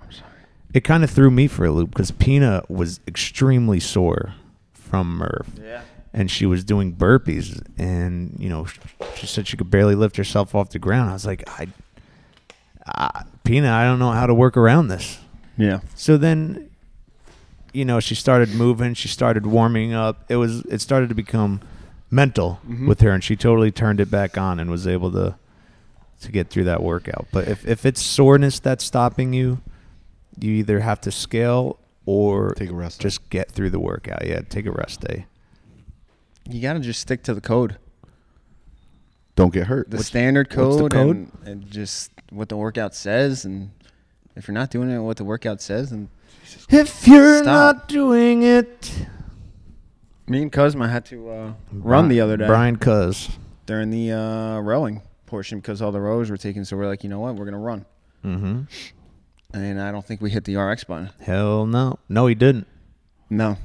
[SPEAKER 4] It kind of threw me for a loop because Pina was extremely sore from Murph.
[SPEAKER 3] Yeah.
[SPEAKER 4] And she was doing burpees, and you know, sh- she said she could barely lift herself off the ground. I was like, I, I Pina, I don't know how to work around this.
[SPEAKER 3] Yeah.
[SPEAKER 4] So then, you know, she started moving, she started warming up. It was it started to become mental
[SPEAKER 3] Mm-hmm.
[SPEAKER 4] with her and she totally turned it back on and was able to to get through that workout. But if if it's soreness that's stopping you, you either have to scale or
[SPEAKER 2] Take a rest day.
[SPEAKER 4] Just get through the workout. Yeah, take a rest day.
[SPEAKER 3] You gotta just stick to the code,
[SPEAKER 2] Don't get hurt.
[SPEAKER 3] the standard code,
[SPEAKER 4] what's the code?
[SPEAKER 3] And, and just what the workout says. And if you're not doing it, what the workout says, then
[SPEAKER 4] If you're
[SPEAKER 3] Stop.
[SPEAKER 4] not doing it,
[SPEAKER 3] me and Cosma had to uh, run the other day
[SPEAKER 4] Brian Cuz.
[SPEAKER 3] during the uh, rowing portion because all the rows were taken. So we're like, you know what, we're gonna run.
[SPEAKER 4] Mm-hmm.
[SPEAKER 3] And I don't think we hit the RX button.
[SPEAKER 4] Hell no. No, he didn't.
[SPEAKER 3] No,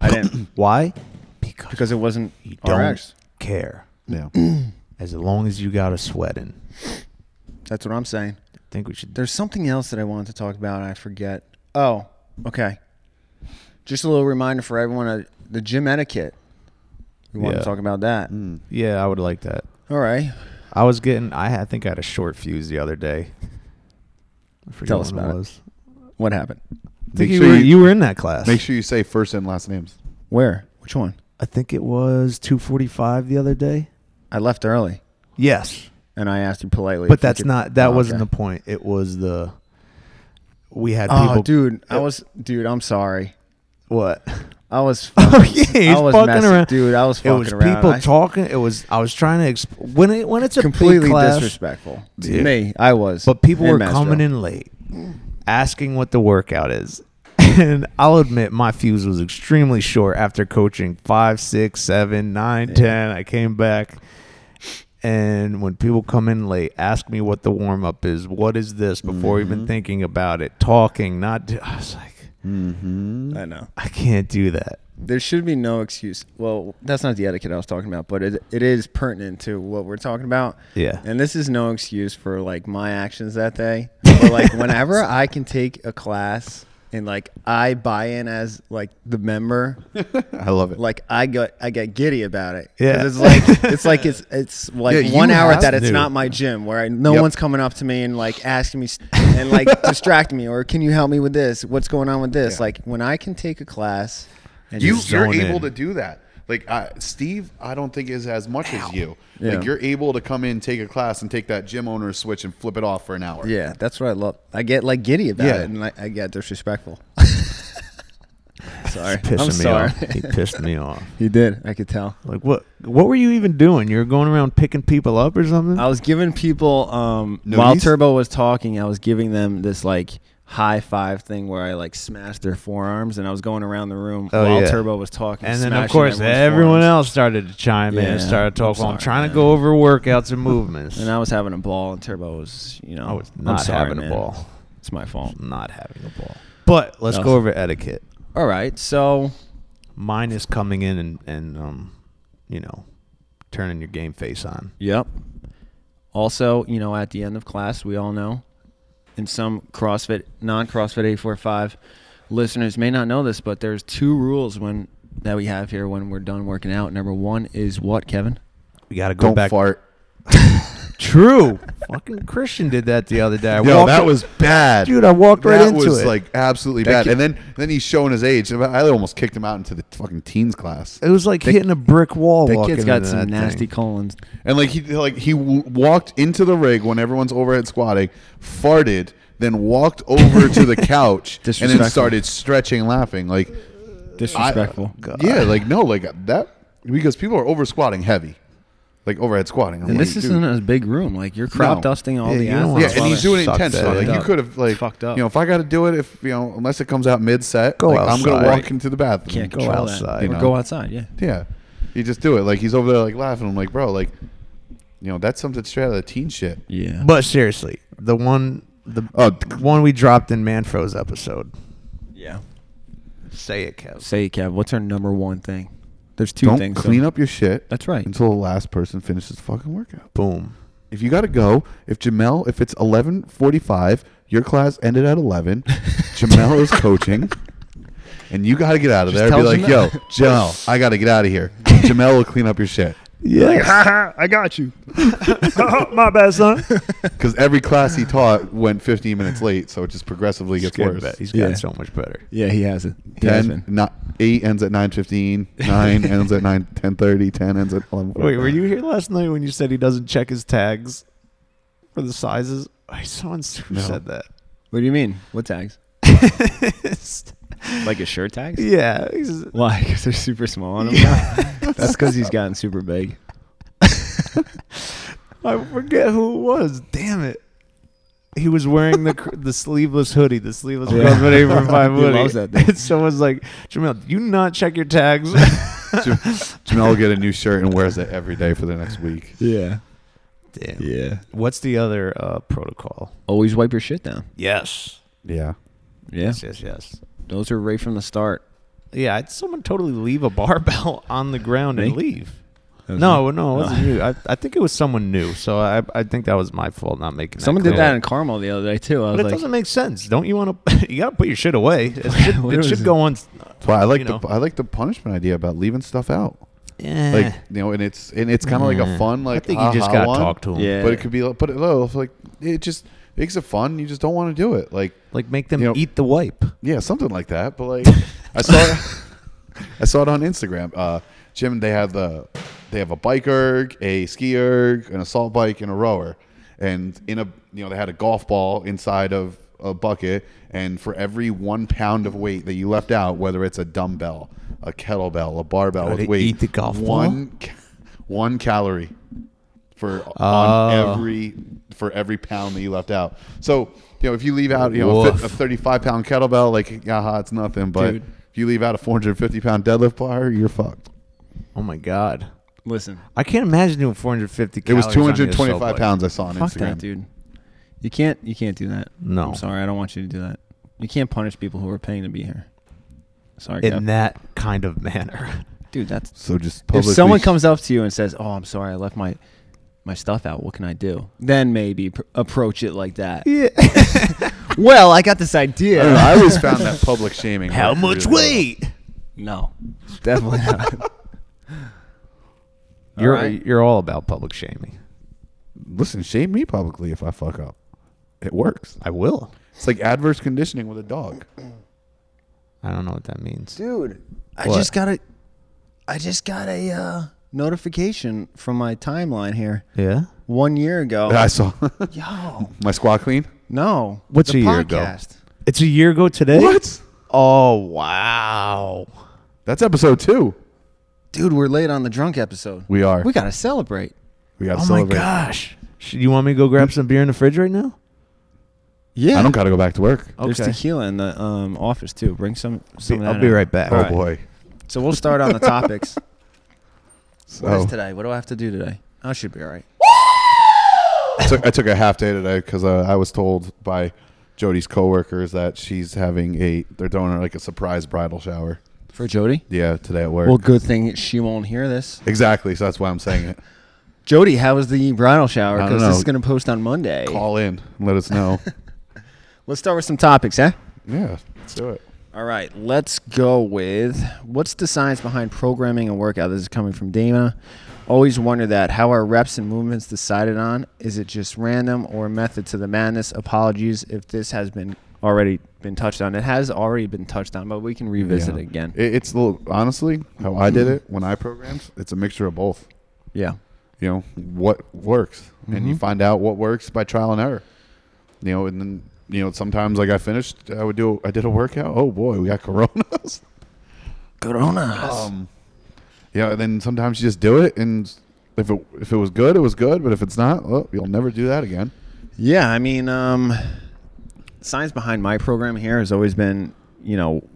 [SPEAKER 3] I didn't
[SPEAKER 4] Why? Because,
[SPEAKER 3] because it wasn't
[SPEAKER 4] you don't
[SPEAKER 3] RX.
[SPEAKER 4] care.
[SPEAKER 2] yeah.
[SPEAKER 4] As long as you got a sweat in.
[SPEAKER 3] That's what I'm saying.
[SPEAKER 4] I think we should.
[SPEAKER 3] There's something else that I wanted to talk about. And I forget. Oh, okay. Just a little reminder for everyone: uh, the gym etiquette. We want
[SPEAKER 4] Yeah. Mm.
[SPEAKER 3] to talk about that.
[SPEAKER 4] Yeah, I would like that.
[SPEAKER 3] All right.
[SPEAKER 4] I was getting. I, had- I think I had a short fuse the other day. I forget
[SPEAKER 3] Tell us
[SPEAKER 4] when
[SPEAKER 3] about it.
[SPEAKER 4] was.
[SPEAKER 3] What happened?
[SPEAKER 4] I think
[SPEAKER 2] Make
[SPEAKER 4] you,
[SPEAKER 2] sure
[SPEAKER 4] were,
[SPEAKER 2] you-
[SPEAKER 4] you were in that class.
[SPEAKER 2] Make sure you say first and last names.
[SPEAKER 3] Where? Which one?
[SPEAKER 4] I think it was two forty-five the other day.
[SPEAKER 3] I left early,
[SPEAKER 4] Yes,
[SPEAKER 3] and I asked you politely.
[SPEAKER 4] but
[SPEAKER 3] if you
[SPEAKER 4] that's
[SPEAKER 3] could-
[SPEAKER 4] not. That
[SPEAKER 3] Oh,
[SPEAKER 4] wasn't
[SPEAKER 3] okay.
[SPEAKER 4] the point. It was the. We had
[SPEAKER 3] Oh,
[SPEAKER 4] people.
[SPEAKER 3] dude, I was. Dude, I'm sorry.
[SPEAKER 4] What?
[SPEAKER 3] I was.
[SPEAKER 4] Oh yeah, he's
[SPEAKER 3] I was
[SPEAKER 4] fucking
[SPEAKER 3] messing-
[SPEAKER 4] around,
[SPEAKER 3] dude, I was
[SPEAKER 4] it was
[SPEAKER 3] fucking around.
[SPEAKER 4] people
[SPEAKER 3] I-
[SPEAKER 4] talking. It was. I was trying to exp- when it when it's a big
[SPEAKER 3] completely
[SPEAKER 4] class,
[SPEAKER 3] disrespectful to
[SPEAKER 4] Dude.
[SPEAKER 3] me. I was.
[SPEAKER 4] But people
[SPEAKER 3] and
[SPEAKER 4] were
[SPEAKER 3] Mastrow.
[SPEAKER 4] coming in late, asking what the workout is. And I'll admit my fuse was extremely short after coaching five, six, seven, nine, ten. I came back. And when people come in late, ask me what the warm up is, what is this before
[SPEAKER 3] Mm-hmm.
[SPEAKER 4] even thinking about it, talking, not do- I was like,
[SPEAKER 3] I know.
[SPEAKER 4] I can't do that.
[SPEAKER 3] There should be no excuse. Well, that's not the etiquette I was talking about, but it, it is pertinent to what we're talking about.
[SPEAKER 4] Yeah.
[SPEAKER 3] And this is no excuse for like my actions that day. But like whenever I can take a class and like I buy in as like the member,
[SPEAKER 2] I love it.
[SPEAKER 3] like I got I get giddy about it. 'Cause
[SPEAKER 4] Yeah.
[SPEAKER 3] It's like it's like it's it's like
[SPEAKER 2] Yeah, you
[SPEAKER 3] one hour that
[SPEAKER 2] have
[SPEAKER 3] it's
[SPEAKER 4] to.
[SPEAKER 3] not my gym where I, no
[SPEAKER 2] Yep.
[SPEAKER 3] one's coming up to me and like asking me s- and like distracting me or can you help me with this? What's going on with this?
[SPEAKER 2] Yeah.
[SPEAKER 3] Like when I can take a class and
[SPEAKER 2] you
[SPEAKER 3] just-
[SPEAKER 2] you're
[SPEAKER 4] zone
[SPEAKER 2] able
[SPEAKER 4] in.
[SPEAKER 2] to do that. Like uh, Steve, I don't think is as much as you.
[SPEAKER 3] Yeah.
[SPEAKER 2] Like you're able to come in, take a class, and take that gym owner's switch and flip it off for an hour.
[SPEAKER 3] Yeah, that's what I love. I get like giddy about
[SPEAKER 2] Yeah.
[SPEAKER 3] it, and I, I get disrespectful. sorry,
[SPEAKER 4] Pissing
[SPEAKER 3] I'm
[SPEAKER 4] me
[SPEAKER 3] sorry.
[SPEAKER 4] off. He pissed me off.
[SPEAKER 3] he did. I could tell.
[SPEAKER 4] Like what what were you even doing? You were going around picking people up or something?
[SPEAKER 3] I was giving people um,
[SPEAKER 2] No
[SPEAKER 3] while
[SPEAKER 2] knees?
[SPEAKER 3] Turbo was talking. I was giving them this like high five thing where I like smashed their forearms, and I was going around the room
[SPEAKER 4] Oh,
[SPEAKER 3] while
[SPEAKER 4] yeah.
[SPEAKER 3] Turbo was talking.
[SPEAKER 4] And then, of
[SPEAKER 3] smashing
[SPEAKER 4] course,
[SPEAKER 3] everyone's
[SPEAKER 4] everyone
[SPEAKER 3] forearms.
[SPEAKER 4] else started to chime in
[SPEAKER 3] Yeah,
[SPEAKER 4] and started
[SPEAKER 3] I'm
[SPEAKER 4] talking. I'm,
[SPEAKER 3] sorry,
[SPEAKER 4] trying
[SPEAKER 3] man.
[SPEAKER 4] to go over workouts and movements.
[SPEAKER 3] And I was having a ball, and Turbo was, you know,
[SPEAKER 4] I was
[SPEAKER 3] I'm
[SPEAKER 4] not
[SPEAKER 3] sorry,
[SPEAKER 4] having a
[SPEAKER 3] man.
[SPEAKER 4] ball.
[SPEAKER 3] It's my fault.
[SPEAKER 4] Not having a ball. But let's
[SPEAKER 3] No.
[SPEAKER 4] go over etiquette.
[SPEAKER 3] All right, so
[SPEAKER 4] Mine is coming in and, and um, you know, turning your game face on.
[SPEAKER 3] Yep. Also, you know, at the end of class, we all know, and some CrossFit, non CrossFit 845 listeners may not know this, but there's two rules when that we have here when we're done working out. Number one is what, Kevin?
[SPEAKER 4] We got to go
[SPEAKER 2] Don't
[SPEAKER 4] back.
[SPEAKER 2] fart.
[SPEAKER 4] True. Fucking Christian did that the other day. I
[SPEAKER 2] Yo,
[SPEAKER 4] walked
[SPEAKER 2] that
[SPEAKER 4] up-
[SPEAKER 2] was bad,
[SPEAKER 4] Dude, I walked right
[SPEAKER 2] that
[SPEAKER 4] into
[SPEAKER 2] was
[SPEAKER 4] it.
[SPEAKER 2] like absolutely
[SPEAKER 3] That
[SPEAKER 2] bad.
[SPEAKER 3] kid-
[SPEAKER 2] and then then he's showing his age. I almost kicked him out into the fucking teens class.
[SPEAKER 4] It was like hitting a brick wall.
[SPEAKER 3] That
[SPEAKER 4] walking
[SPEAKER 3] kid's got
[SPEAKER 4] into
[SPEAKER 3] some
[SPEAKER 4] that
[SPEAKER 3] nasty
[SPEAKER 4] thing.
[SPEAKER 3] colons.
[SPEAKER 2] And like he like he w- walked into the rig when everyone's overhead squatting, farted, then walked over to the couch and then
[SPEAKER 3] Disrespectful.
[SPEAKER 2] started stretching, laughing. Like
[SPEAKER 3] Disrespectful.
[SPEAKER 2] yeah, like no, like that because people are over squatting heavy, like overhead squatting. I'm
[SPEAKER 3] and
[SPEAKER 2] like,
[SPEAKER 3] this
[SPEAKER 2] dude.
[SPEAKER 3] isn't a big room. Like, you're crop
[SPEAKER 2] No.
[SPEAKER 3] dusting all
[SPEAKER 4] Yeah,
[SPEAKER 3] the
[SPEAKER 4] you don't wanna
[SPEAKER 2] yeah,
[SPEAKER 3] athletes.
[SPEAKER 2] and
[SPEAKER 4] Well,
[SPEAKER 2] he's
[SPEAKER 4] that
[SPEAKER 2] doing it
[SPEAKER 4] sucks that
[SPEAKER 2] intentionally.
[SPEAKER 4] it
[SPEAKER 2] Like you
[SPEAKER 4] up.
[SPEAKER 2] could have like
[SPEAKER 3] fucked up.
[SPEAKER 2] You know, if I got to do it, if you know, unless it comes out mid set,
[SPEAKER 4] Go
[SPEAKER 2] like, I'm gonna
[SPEAKER 4] outside.
[SPEAKER 2] walk into the bath.
[SPEAKER 3] Can't
[SPEAKER 4] Go
[SPEAKER 3] control that.
[SPEAKER 4] outside,
[SPEAKER 2] you
[SPEAKER 3] Or
[SPEAKER 2] know.
[SPEAKER 3] go outside, yeah.
[SPEAKER 2] Yeah, you just do it. Like he's over there like laughing. I'm like, bro, like, you know, that's something straight out of the teen shit.
[SPEAKER 3] Yeah.
[SPEAKER 4] But seriously, the one the
[SPEAKER 2] Oh,
[SPEAKER 4] one we dropped in Manfro's episode.
[SPEAKER 3] yeah.
[SPEAKER 4] Say it, Kev.
[SPEAKER 3] Say, Kev, what's our number one thing? There's 2
[SPEAKER 2] don't
[SPEAKER 3] things.
[SPEAKER 2] clean up your shit.
[SPEAKER 3] That's right.
[SPEAKER 2] Until the last person finishes the fucking workout.
[SPEAKER 4] Boom.
[SPEAKER 2] If you got to go, if Jamel, if it's 11:45, your class ended at 11. Jamel is coaching. And you got to get out of
[SPEAKER 3] Just
[SPEAKER 2] there.
[SPEAKER 3] tell
[SPEAKER 2] Be like, yo,
[SPEAKER 3] Jamel.
[SPEAKER 2] Jamel, I got to get out of here. Jamel will clean up your shit.
[SPEAKER 4] Yes.
[SPEAKER 5] I got you.
[SPEAKER 4] Uh-huh,
[SPEAKER 5] My bad, son.
[SPEAKER 2] Because every class he taught went 15 minutes late, so it just progressively gets
[SPEAKER 4] Good
[SPEAKER 2] worse.
[SPEAKER 4] bet. He's gotten
[SPEAKER 3] Yeah.
[SPEAKER 4] so much better.
[SPEAKER 3] Yeah, he has it. He has
[SPEAKER 2] 10,
[SPEAKER 3] been.
[SPEAKER 2] not, 8 ends at 9.15, 9 ends at 9, 10.30, 10 ends at 11.
[SPEAKER 4] Wait, were you here last night when you said he doesn't check his tags for the sizes? I someone who
[SPEAKER 2] No.
[SPEAKER 4] said that.
[SPEAKER 3] What do you mean? What tags? Like his shirt tags?
[SPEAKER 4] yeah, he's-
[SPEAKER 3] Why? Because they're super small on him. That's because he's gotten super big.
[SPEAKER 4] I forget who it was. Damn it. He was wearing the cr- the sleeveless hoodie, the sleeveless
[SPEAKER 3] Oh, Yeah.
[SPEAKER 4] Girls hoodie from Five
[SPEAKER 3] He
[SPEAKER 4] Woody.
[SPEAKER 3] loves that thing.
[SPEAKER 4] And someone's like, Jamil, do you not check your tags?
[SPEAKER 2] Jam- Jamel will get a new shirt and wears it every day for the next week.
[SPEAKER 3] Yeah.
[SPEAKER 4] Damn.
[SPEAKER 3] Yeah.
[SPEAKER 4] What's the other uh, protocol?
[SPEAKER 3] Always wipe your shit down.
[SPEAKER 4] Yes.
[SPEAKER 2] Yeah.
[SPEAKER 3] Yeah.
[SPEAKER 4] Yes, yes, yes.
[SPEAKER 3] Those are right from the start.
[SPEAKER 4] Yeah, I'd someone totally leave a barbell on the ground and
[SPEAKER 3] Me?
[SPEAKER 4] leave.
[SPEAKER 3] That was
[SPEAKER 4] No,
[SPEAKER 3] me.
[SPEAKER 4] no, it wasn't you. I, I think it was someone new. So I, I think that was my fault not making. That
[SPEAKER 3] Someone did
[SPEAKER 4] clear.
[SPEAKER 3] that in Carmel the other day too. I was
[SPEAKER 4] but it
[SPEAKER 3] like,
[SPEAKER 4] doesn't make sense. Don't you want to? You gotta put your shit away. It should,
[SPEAKER 3] What
[SPEAKER 4] it
[SPEAKER 3] is
[SPEAKER 4] should
[SPEAKER 3] it?
[SPEAKER 4] go on. s-
[SPEAKER 2] That's why I like,
[SPEAKER 4] You
[SPEAKER 2] the,
[SPEAKER 4] know.
[SPEAKER 2] I like the punishment idea about leaving stuff out.
[SPEAKER 4] Yeah.
[SPEAKER 2] Like, you know, and it's and it's kind of like a fun, like,
[SPEAKER 4] Eh. Mm. I think you just
[SPEAKER 2] ha-ha
[SPEAKER 4] gotta
[SPEAKER 2] one,
[SPEAKER 4] talk to them.
[SPEAKER 3] Yeah.
[SPEAKER 2] But it could be, like- but it, oh, it's like, it just makes it fun. You just don't want to do it. Like,
[SPEAKER 4] Like make them
[SPEAKER 2] You know-
[SPEAKER 4] eat the wipe.
[SPEAKER 2] Yeah, something like that. But like, I saw, I saw it on Instagram. Uh, Jim, they have the, they have a bike erg, a ski erg, an assault bike, and a rower. And in a, you know, they had a golf ball inside of a bucket. And for every one pound of weight that you left out, whether it's a dumbbell, a kettlebell, a barbell
[SPEAKER 4] they
[SPEAKER 2] with weight,
[SPEAKER 4] eat the golf ball?
[SPEAKER 2] one, ca- one calorie for on
[SPEAKER 4] Oh.
[SPEAKER 2] every for every pound that you left out. So you know if you leave out you know a,
[SPEAKER 4] Woof.
[SPEAKER 2] fi- a 35 pound kettlebell, like yaha, it's nothing. But
[SPEAKER 3] Dude.
[SPEAKER 2] if you leave out a 450 pound deadlift bar, you're fucked.
[SPEAKER 4] Oh my god.
[SPEAKER 3] listen,
[SPEAKER 4] I can't imagine doing 450.
[SPEAKER 2] It was
[SPEAKER 4] calories on the assault
[SPEAKER 2] 225
[SPEAKER 4] bike.
[SPEAKER 2] pounds I saw on
[SPEAKER 3] fuck
[SPEAKER 2] Instagram.
[SPEAKER 3] that, dude. You can't. You can't do that.
[SPEAKER 4] No.
[SPEAKER 3] I'm sorry. I don't want you to do that. You can't punish people who are paying to be here. Sorry, Kev.
[SPEAKER 4] In that kind of manner.
[SPEAKER 3] dude. That's
[SPEAKER 2] So just
[SPEAKER 3] if
[SPEAKER 2] publicly,
[SPEAKER 3] someone comes up to you and says, "Oh, I'm sorry, I left my my stuff out. What can I do?" Then maybe pr- approach it like that.
[SPEAKER 4] Yeah.
[SPEAKER 3] well, I got this
[SPEAKER 2] I, don't know,
[SPEAKER 3] idea.
[SPEAKER 2] I always found that public shaming.
[SPEAKER 4] How
[SPEAKER 2] worked
[SPEAKER 4] much
[SPEAKER 2] really well.
[SPEAKER 4] weight?
[SPEAKER 3] no, definitely not.
[SPEAKER 4] You're
[SPEAKER 3] right.
[SPEAKER 4] you're all about public shaming.
[SPEAKER 2] Listen, shame me publicly if I fuck up. It works.
[SPEAKER 4] I Oh. will.
[SPEAKER 2] It's like adverse conditioning with a dog.
[SPEAKER 4] I don't know what that means.
[SPEAKER 3] dude. I
[SPEAKER 4] What?
[SPEAKER 3] just got a, I just got a uh, notification from my timeline here
[SPEAKER 4] Yeah.
[SPEAKER 3] one year ago.
[SPEAKER 2] I saw
[SPEAKER 3] Yo,
[SPEAKER 2] my squat clean.
[SPEAKER 3] no,
[SPEAKER 4] What's
[SPEAKER 3] the
[SPEAKER 4] a year ago?
[SPEAKER 3] podcast.
[SPEAKER 4] It's a year ago today.
[SPEAKER 2] What?
[SPEAKER 4] Oh wow.
[SPEAKER 2] That's episode two.
[SPEAKER 3] Dude, we're late on the drunk episode.
[SPEAKER 2] We are.
[SPEAKER 3] We gotta celebrate.
[SPEAKER 2] We got to
[SPEAKER 4] Oh
[SPEAKER 2] celebrate.
[SPEAKER 4] my gosh. Should, you want me to go grab some beer in the fridge right now?
[SPEAKER 3] Yeah,
[SPEAKER 2] I don't got to go back to work.
[SPEAKER 3] There's
[SPEAKER 4] Okay.
[SPEAKER 3] tequila in the um, office too. Bring some. some of
[SPEAKER 4] I'll
[SPEAKER 3] that
[SPEAKER 4] be
[SPEAKER 3] out.
[SPEAKER 4] right back.
[SPEAKER 2] Oh
[SPEAKER 3] Alright.
[SPEAKER 2] boy.
[SPEAKER 3] So we'll start on the topics.
[SPEAKER 2] So
[SPEAKER 3] What is today? What do I have to do today? I should be all right.
[SPEAKER 2] I took, I took a half day today because uh, I was told by Jody's coworkers that she's having a they're doing like a surprise bridal shower.
[SPEAKER 3] For Jody.
[SPEAKER 2] Yeah, today at work.
[SPEAKER 3] Well, good thing she won't hear this.
[SPEAKER 2] exactly. So that's why I'm saying it.
[SPEAKER 3] Jody, how was the bridal shower?
[SPEAKER 2] I don't
[SPEAKER 3] Because this
[SPEAKER 2] know.
[SPEAKER 3] is gonna post on Monday.
[SPEAKER 2] Call in, and let us know.
[SPEAKER 3] Let's start with some topics, huh?
[SPEAKER 2] yeah, let's do it.
[SPEAKER 3] All right, let's go with what's the science behind programming and workout? This is coming from Dana. Always wonder that how are reps and movements decided on? Is it just random or method to the madness? Apologies if this has been already been touched on. It has already been touched on, but we can revisit
[SPEAKER 2] Yeah.
[SPEAKER 3] it again.
[SPEAKER 2] It, it's a little honestly how I did it when I programmed. It's a mixture of both.
[SPEAKER 3] yeah,
[SPEAKER 2] You know what works, and you find out what works by trial and error. You know, and then you know sometimes like I finished, I would do I did a workout. Oh boy, we got coronas.
[SPEAKER 3] Corona.
[SPEAKER 2] Um, yeah, and then sometimes you just do it, and if it if it was good, it was good. But if it's not, well, you'll never do that again.
[SPEAKER 3] Yeah, I mean, um, science behind my program here has always been, you know,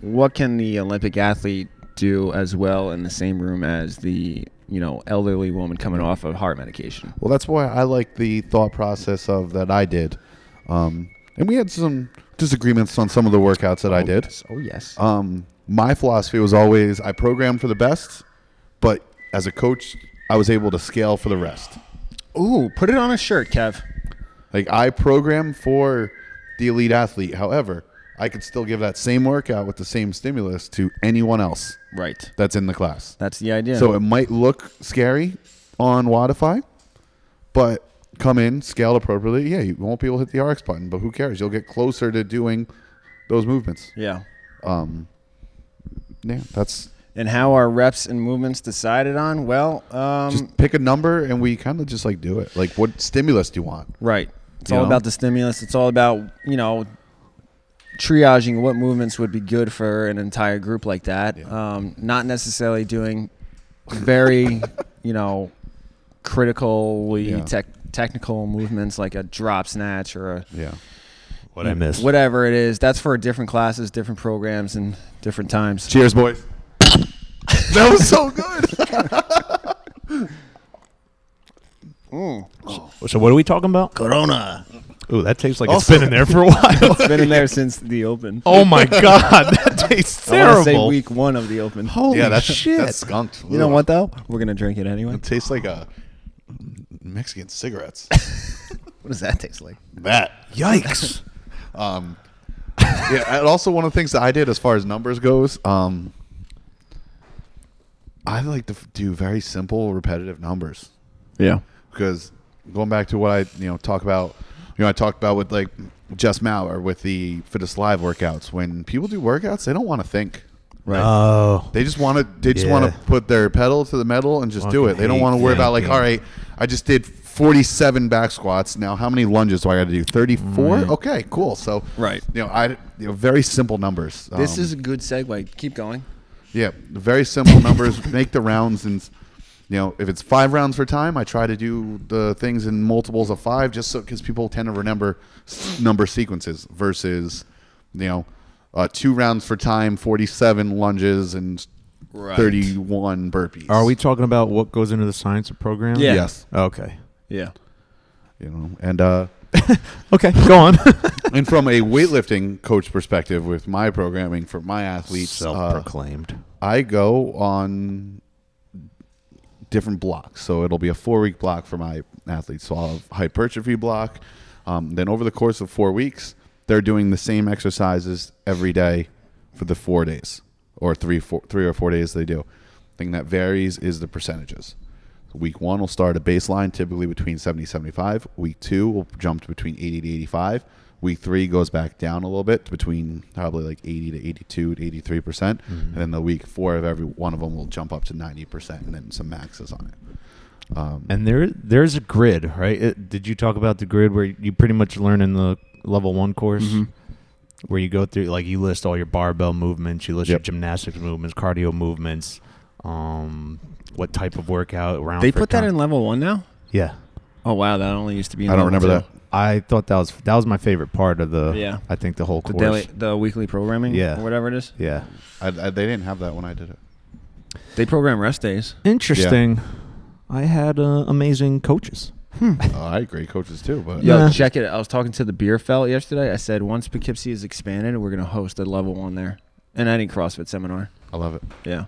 [SPEAKER 3] what can the Olympic athlete do as well in the same room as the, you know, elderly woman coming off of heart medication?
[SPEAKER 2] Well, that's why I like the thought process of that I did, um, and we had some disagreements on some of the workouts that I did.
[SPEAKER 3] Oh yes.
[SPEAKER 2] Um, my philosophy was always I programmed for the best, but as a coach, I was able to scale for the rest.
[SPEAKER 3] Ooh, put it on a shirt, Kev.
[SPEAKER 2] Like I program for the elite athlete. However, I could still give that same workout with the same stimulus to anyone else
[SPEAKER 3] Right.
[SPEAKER 2] that's in the class.
[SPEAKER 3] That's the idea.
[SPEAKER 2] So it might look scary on Wattify, but come in, scaled appropriately. Yeah, you won't be able to hit the RX button, but who cares? You'll get closer to doing those movements.
[SPEAKER 3] yeah.
[SPEAKER 2] Um, yeah, that's
[SPEAKER 3] And how are reps and movements decided on? Well, um,
[SPEAKER 2] just pick a number and we kind of just like do it. Like, what stimulus do you want?
[SPEAKER 3] right. It's
[SPEAKER 2] You
[SPEAKER 3] all
[SPEAKER 2] know?
[SPEAKER 3] about the stimulus. It's all about you know triaging what movements would be good for an entire group like that. Um, not necessarily doing very you know critically
[SPEAKER 2] Yeah.
[SPEAKER 3] tech technical movements like a drop snatch or a
[SPEAKER 2] Yeah.
[SPEAKER 4] What I missed.
[SPEAKER 3] whatever it is. That's for different classes, different programs, and different times.
[SPEAKER 2] Cheers, boys. that was so good.
[SPEAKER 4] So what are we talking about? Corona. Ooh, that tastes like it's been in there for a while.
[SPEAKER 3] It's been in there since the open.
[SPEAKER 4] oh my god, that tastes
[SPEAKER 3] I wanna
[SPEAKER 4] terrible.
[SPEAKER 3] say week one of the open.
[SPEAKER 4] Holy
[SPEAKER 2] yeah, that's
[SPEAKER 4] shit.
[SPEAKER 2] That's skunked.
[SPEAKER 3] You know what though? We're gonna drink it anyway.
[SPEAKER 2] It tastes like a Mexican cigarettes.
[SPEAKER 3] What does that taste like?
[SPEAKER 2] that.
[SPEAKER 4] Yikes.
[SPEAKER 2] Um, yeah, and also one of the things that I did as far as numbers goes, um, I like to f- do very simple, repetitive numbers
[SPEAKER 3] Yeah.
[SPEAKER 2] because going back to what I you know talk about, you know I talked about with like Jess Mauer with the Fittest Live workouts. When people do workouts, they don't want to think.
[SPEAKER 3] Right.
[SPEAKER 4] Oh.
[SPEAKER 2] They just want to. They just want
[SPEAKER 4] Yeah.
[SPEAKER 2] to put their pedal to the metal and just do
[SPEAKER 4] Fucking
[SPEAKER 2] it. They don't
[SPEAKER 4] hate
[SPEAKER 2] want to worry about like,
[SPEAKER 4] thinking.
[SPEAKER 2] all right, I just did forty-seven back squats. Now, how many lunges do I got to do? Thirty-four. Okay, cool. So,
[SPEAKER 3] Right.
[SPEAKER 2] You know, I you know, very simple numbers.
[SPEAKER 3] this
[SPEAKER 2] Um,
[SPEAKER 3] is a good segue. Keep going.
[SPEAKER 2] yeah, very simple numbers. Make the rounds and. You know, if it's five rounds for time, I try to do the things in multiples of five, just so because people tend to remember s- number sequences versus, you know, uh, two rounds for time, forty-seven lunges and
[SPEAKER 3] Right.
[SPEAKER 2] thirty-one burpees.
[SPEAKER 4] Are we talking about what goes into the science of program?
[SPEAKER 3] Yeah.
[SPEAKER 2] Yes.
[SPEAKER 4] Okay.
[SPEAKER 3] Yeah.
[SPEAKER 2] You know, and uh,
[SPEAKER 4] Okay, go on.
[SPEAKER 2] and from a weightlifting coach perspective, with my programming for my athletes, uh,
[SPEAKER 4] Self-proclaimed.
[SPEAKER 2] I go on different blocks. So it'll be a four week block for my athletes. So I'll have hypertrophy block. Um, then over the course of four weeks, they're doing the same exercises every day for the four days or three, four, three or four days they do. Thing that varies is the percentages. Week one will start a baseline typically between 70 75. Week two will jump to between 80 to 85. Week three goes back down a little bit to between probably like 80 to 82 to 83 percent. And then the week four of every one of them will jump up to 90 percent and then some maxes on it.
[SPEAKER 4] And there, there's a grid, right? It, did you talk about the grid where you pretty much learn in the level one course,
[SPEAKER 3] Mm-hmm.
[SPEAKER 4] where you go through, like you list all your barbell movements, you list
[SPEAKER 2] Yep.
[SPEAKER 4] your gymnastics movements, cardio movements, um, what type of workout round?
[SPEAKER 3] They
[SPEAKER 4] for
[SPEAKER 3] put that
[SPEAKER 4] time.
[SPEAKER 3] in level one now.
[SPEAKER 4] Yeah,
[SPEAKER 3] Oh wow, that only used to be. In
[SPEAKER 2] I don't
[SPEAKER 3] level
[SPEAKER 2] remember that.
[SPEAKER 3] two.
[SPEAKER 4] I thought that was that was my favorite part of the.
[SPEAKER 3] Yeah.
[SPEAKER 4] I think the whole
[SPEAKER 3] The
[SPEAKER 4] course.
[SPEAKER 3] daily, the weekly programming.
[SPEAKER 4] Yeah.
[SPEAKER 3] Or whatever it is.
[SPEAKER 4] Yeah,
[SPEAKER 2] I, I- they didn't have that when I did it.
[SPEAKER 3] They program rest days.
[SPEAKER 4] interesting. I had uh, amazing coaches.
[SPEAKER 2] Oh, I agree, coaches too, but
[SPEAKER 3] Yo,
[SPEAKER 4] Yeah.
[SPEAKER 3] check it. I was talking to the beer felt yesterday. I said once Poughkeepsie is expanded, we're gonna host a level one there, and any CrossFit seminar.
[SPEAKER 2] I love it.
[SPEAKER 3] Yeah.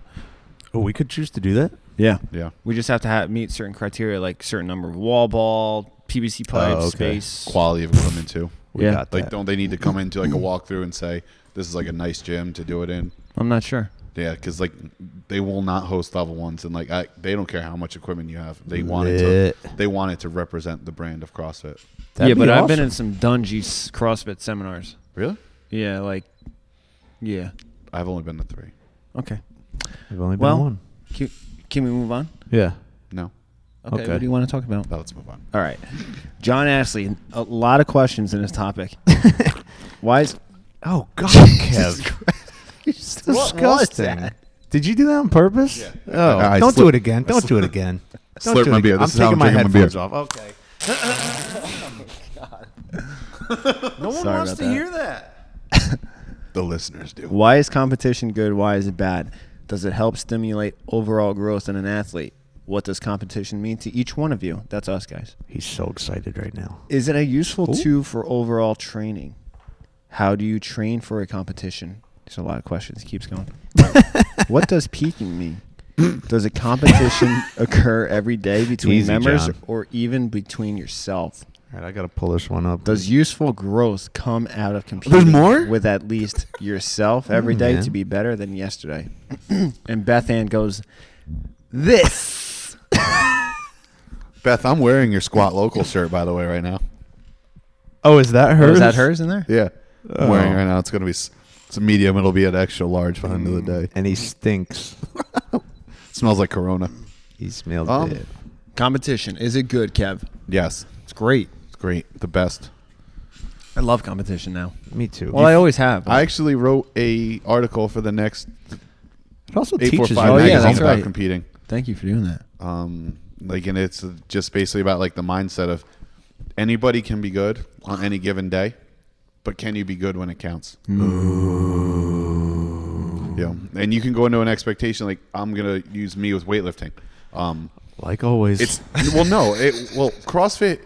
[SPEAKER 4] Oh, we could choose to do that.
[SPEAKER 3] Yeah.
[SPEAKER 2] Yeah,
[SPEAKER 3] We just have to have, meet certain criteria, like certain number of wall ball, PVC pipe,
[SPEAKER 4] Oh, okay.
[SPEAKER 3] space.
[SPEAKER 2] quality of equipment too.
[SPEAKER 4] We
[SPEAKER 3] Yeah.
[SPEAKER 4] got
[SPEAKER 2] Like,
[SPEAKER 4] that.
[SPEAKER 2] don't they need to come into like a walkthrough and say this is like a nice gym to do it in?
[SPEAKER 3] I'm not sure.
[SPEAKER 2] Yeah, because like they will not host level ones, and like I, they don't care how much equipment you have. They want it to.
[SPEAKER 4] Lit.
[SPEAKER 2] They want it to represent the brand of CrossFit.
[SPEAKER 4] That'd
[SPEAKER 3] yeah, but
[SPEAKER 4] be
[SPEAKER 3] I've been
[SPEAKER 4] awesome.
[SPEAKER 3] in some dungy s- CrossFit seminars.
[SPEAKER 2] Really?
[SPEAKER 3] Yeah, like, yeah.
[SPEAKER 2] I've only been to three.
[SPEAKER 3] Okay.
[SPEAKER 4] I've only been
[SPEAKER 3] Well-
[SPEAKER 4] one.
[SPEAKER 3] Can, can we move on?
[SPEAKER 4] Yeah.
[SPEAKER 2] No.
[SPEAKER 3] Okay,
[SPEAKER 4] Okay.
[SPEAKER 3] What do you want to talk about?
[SPEAKER 2] No, let's move on.
[SPEAKER 3] All right. John Ashley, a lot of questions in his topic. Why is
[SPEAKER 4] Oh God, Kev. It's
[SPEAKER 3] was
[SPEAKER 4] disgusting.
[SPEAKER 3] that?
[SPEAKER 4] Did you do that on purpose?
[SPEAKER 2] Yeah.
[SPEAKER 4] Oh,
[SPEAKER 2] I
[SPEAKER 4] don't do
[SPEAKER 2] slurped-
[SPEAKER 4] it again. Don't do it again. Don't
[SPEAKER 2] slurped
[SPEAKER 4] do it
[SPEAKER 2] my
[SPEAKER 4] again.
[SPEAKER 2] beer.
[SPEAKER 4] I'm
[SPEAKER 2] This is how
[SPEAKER 4] taking
[SPEAKER 2] I'm
[SPEAKER 4] my
[SPEAKER 2] drinking my beer.
[SPEAKER 4] headphones off. Oh, Okay. no one
[SPEAKER 3] Sorry
[SPEAKER 4] wants
[SPEAKER 3] about
[SPEAKER 4] to
[SPEAKER 3] that.
[SPEAKER 4] hear that.
[SPEAKER 2] The listeners do.
[SPEAKER 3] why is competition good? Why is it bad? Does it help stimulate overall growth in an athlete? What does competition mean to each one of you? That's us guys.
[SPEAKER 4] He's so excited right now.
[SPEAKER 3] Is it a useful
[SPEAKER 4] Ooh.
[SPEAKER 3] tool for overall training? How do you train for a competition? There's a lot of questions. It keeps going. what does peaking mean? Does a competition occur every day between
[SPEAKER 4] Easy,
[SPEAKER 3] members
[SPEAKER 4] John.
[SPEAKER 3] or even between yourself?
[SPEAKER 4] All right, I gotta pull this one up.
[SPEAKER 3] Does useful growth come out of computing?
[SPEAKER 4] more?
[SPEAKER 3] With at least yourself every
[SPEAKER 4] Mm,
[SPEAKER 3] day
[SPEAKER 4] man.
[SPEAKER 3] to be better than yesterday. and Beth Ann goes, This.
[SPEAKER 2] Beth, I'm wearing your squat local shirt by the way right now.
[SPEAKER 4] oh, is that
[SPEAKER 3] Oh,
[SPEAKER 4] hers?
[SPEAKER 3] is that hers in there?
[SPEAKER 2] Yeah, I'm
[SPEAKER 4] Oh.
[SPEAKER 2] wearing it right now. It's gonna be s- it's a medium. It'll be an extra large by the end of the day.
[SPEAKER 4] And he stinks.
[SPEAKER 2] smells like Corona.
[SPEAKER 4] He smelled
[SPEAKER 2] Um,
[SPEAKER 4] it.
[SPEAKER 3] Competition. Is it good, Kev?
[SPEAKER 2] Yes,
[SPEAKER 3] It's great.
[SPEAKER 2] it's great. The best.
[SPEAKER 3] I love competition now.
[SPEAKER 4] Me too.
[SPEAKER 3] Well, I always have.
[SPEAKER 2] I actually wrote a article for the next
[SPEAKER 4] it also
[SPEAKER 2] eight four
[SPEAKER 4] teaches you.
[SPEAKER 2] five
[SPEAKER 3] Oh, yeah,
[SPEAKER 2] magazine
[SPEAKER 3] that's
[SPEAKER 2] about
[SPEAKER 3] right.
[SPEAKER 2] competing.
[SPEAKER 3] Thank you for doing that.
[SPEAKER 2] um, like and it's just basically about like the mindset of anybody can be good on any given day but can you be good when it counts yeah and you can go into an expectation like i'm gonna use me with weightlifting um,
[SPEAKER 4] like always.
[SPEAKER 2] it's well no it well crossfit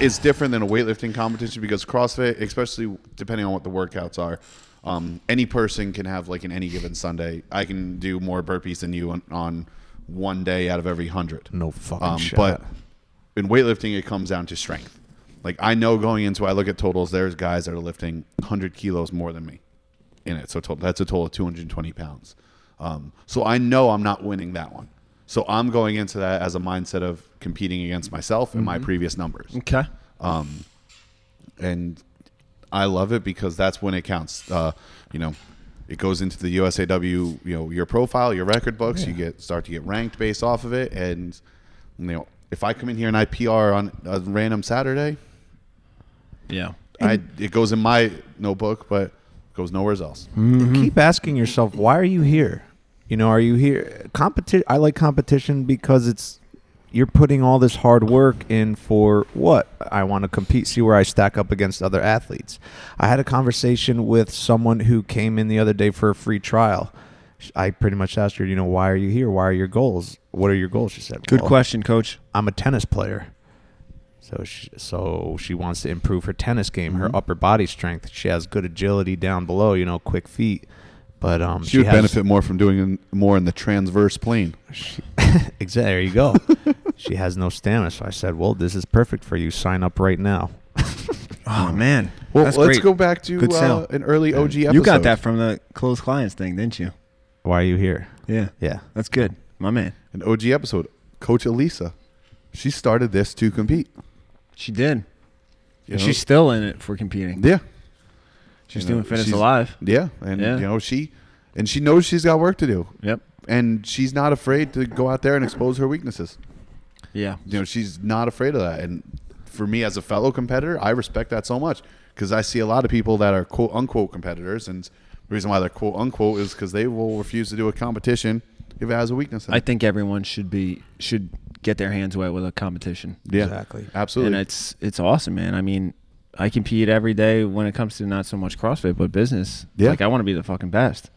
[SPEAKER 2] is different than a weightlifting competition because crossfit especially depending on what the workouts are um, any person can have like in any given sunday i can do more burpees than you on, on one day out of every hundred
[SPEAKER 4] no fucking
[SPEAKER 2] um,
[SPEAKER 4] shit.
[SPEAKER 2] but in weightlifting, it comes down to strength. Like I know going into, I look at totals. There's guys that are lifting 100 kilos more than me in it. So to- that's a total of 220 pounds. Um, so I know I'm not winning that one. So I'm going into that as a mindset of competing against myself and my previous numbers
[SPEAKER 3] Okay.
[SPEAKER 2] and I love it because that's when it counts. Uh, you know, it goes into the USAW. You know, your profile, your record books. You get start to get ranked based off of it, and you know, if I come in here and I PR on a random Saturday,
[SPEAKER 3] Yeah.
[SPEAKER 2] I it goes in my notebook, but goes nowhere else.
[SPEAKER 4] keep asking yourself why are you here you know are you here competition i like competition because it's you're putting all this hard work in for what i want to compete see where i stack up against other athletes i had a conversation with someone who came in the other day for a free trial Sh- i pretty much asked her you know why are you here why are your goals what are your goals she said
[SPEAKER 3] Good
[SPEAKER 4] "Well,
[SPEAKER 3] question, coach.
[SPEAKER 4] i'm a tennis player so she, so she wants to improve her tennis game,
[SPEAKER 2] Mm-hmm.
[SPEAKER 4] her upper body strength. She has good agility down below, you know, quick feet. But um,
[SPEAKER 2] She would
[SPEAKER 4] has-
[SPEAKER 2] benefit more from doing in, more in the transverse plane.
[SPEAKER 4] She, exactly. There you go. she has no stamina. So I said, "Well, this is perfect for you. Sign up right now."
[SPEAKER 3] Oh, man.
[SPEAKER 2] Well,
[SPEAKER 3] That's
[SPEAKER 2] let's
[SPEAKER 3] great.
[SPEAKER 2] go back to
[SPEAKER 3] Good
[SPEAKER 2] uh,
[SPEAKER 3] sell.
[SPEAKER 2] an early OG episode.
[SPEAKER 3] You got that from the close clients thing, didn't you?
[SPEAKER 4] Why are you here?
[SPEAKER 3] Yeah.
[SPEAKER 4] Yeah.
[SPEAKER 3] That's good. My man.
[SPEAKER 2] an OG episode. Coach Elisa, she started this to compete.
[SPEAKER 3] She did.
[SPEAKER 2] you know?
[SPEAKER 3] She's still in it for competing.
[SPEAKER 2] yeah.
[SPEAKER 3] She's
[SPEAKER 2] You know,
[SPEAKER 3] doing fitness
[SPEAKER 2] she's-
[SPEAKER 3] alive.
[SPEAKER 2] Yeah, and
[SPEAKER 3] Yeah.
[SPEAKER 2] you know she, and she knows she's got work to do,
[SPEAKER 3] Yep.
[SPEAKER 2] and she's not afraid to go out there and expose her weaknesses.
[SPEAKER 3] Yeah.
[SPEAKER 2] You know, she's not afraid of that. And for me, as a fellow competitor, I respect that so much because I see a lot of people that are quote unquote competitors, and the reason why they're quote unquote is because they will refuse to do a competition if it has a weakness. In
[SPEAKER 3] I
[SPEAKER 2] it.
[SPEAKER 3] think everyone should be should get their hands wet with a competition.
[SPEAKER 2] yeah,
[SPEAKER 4] Exactly.
[SPEAKER 2] absolutely.
[SPEAKER 3] And it's it's awesome, man. I mean, I compete every day when it comes to not so much CrossFit but business.
[SPEAKER 2] Yeah.
[SPEAKER 3] Like I want to be the fucking best.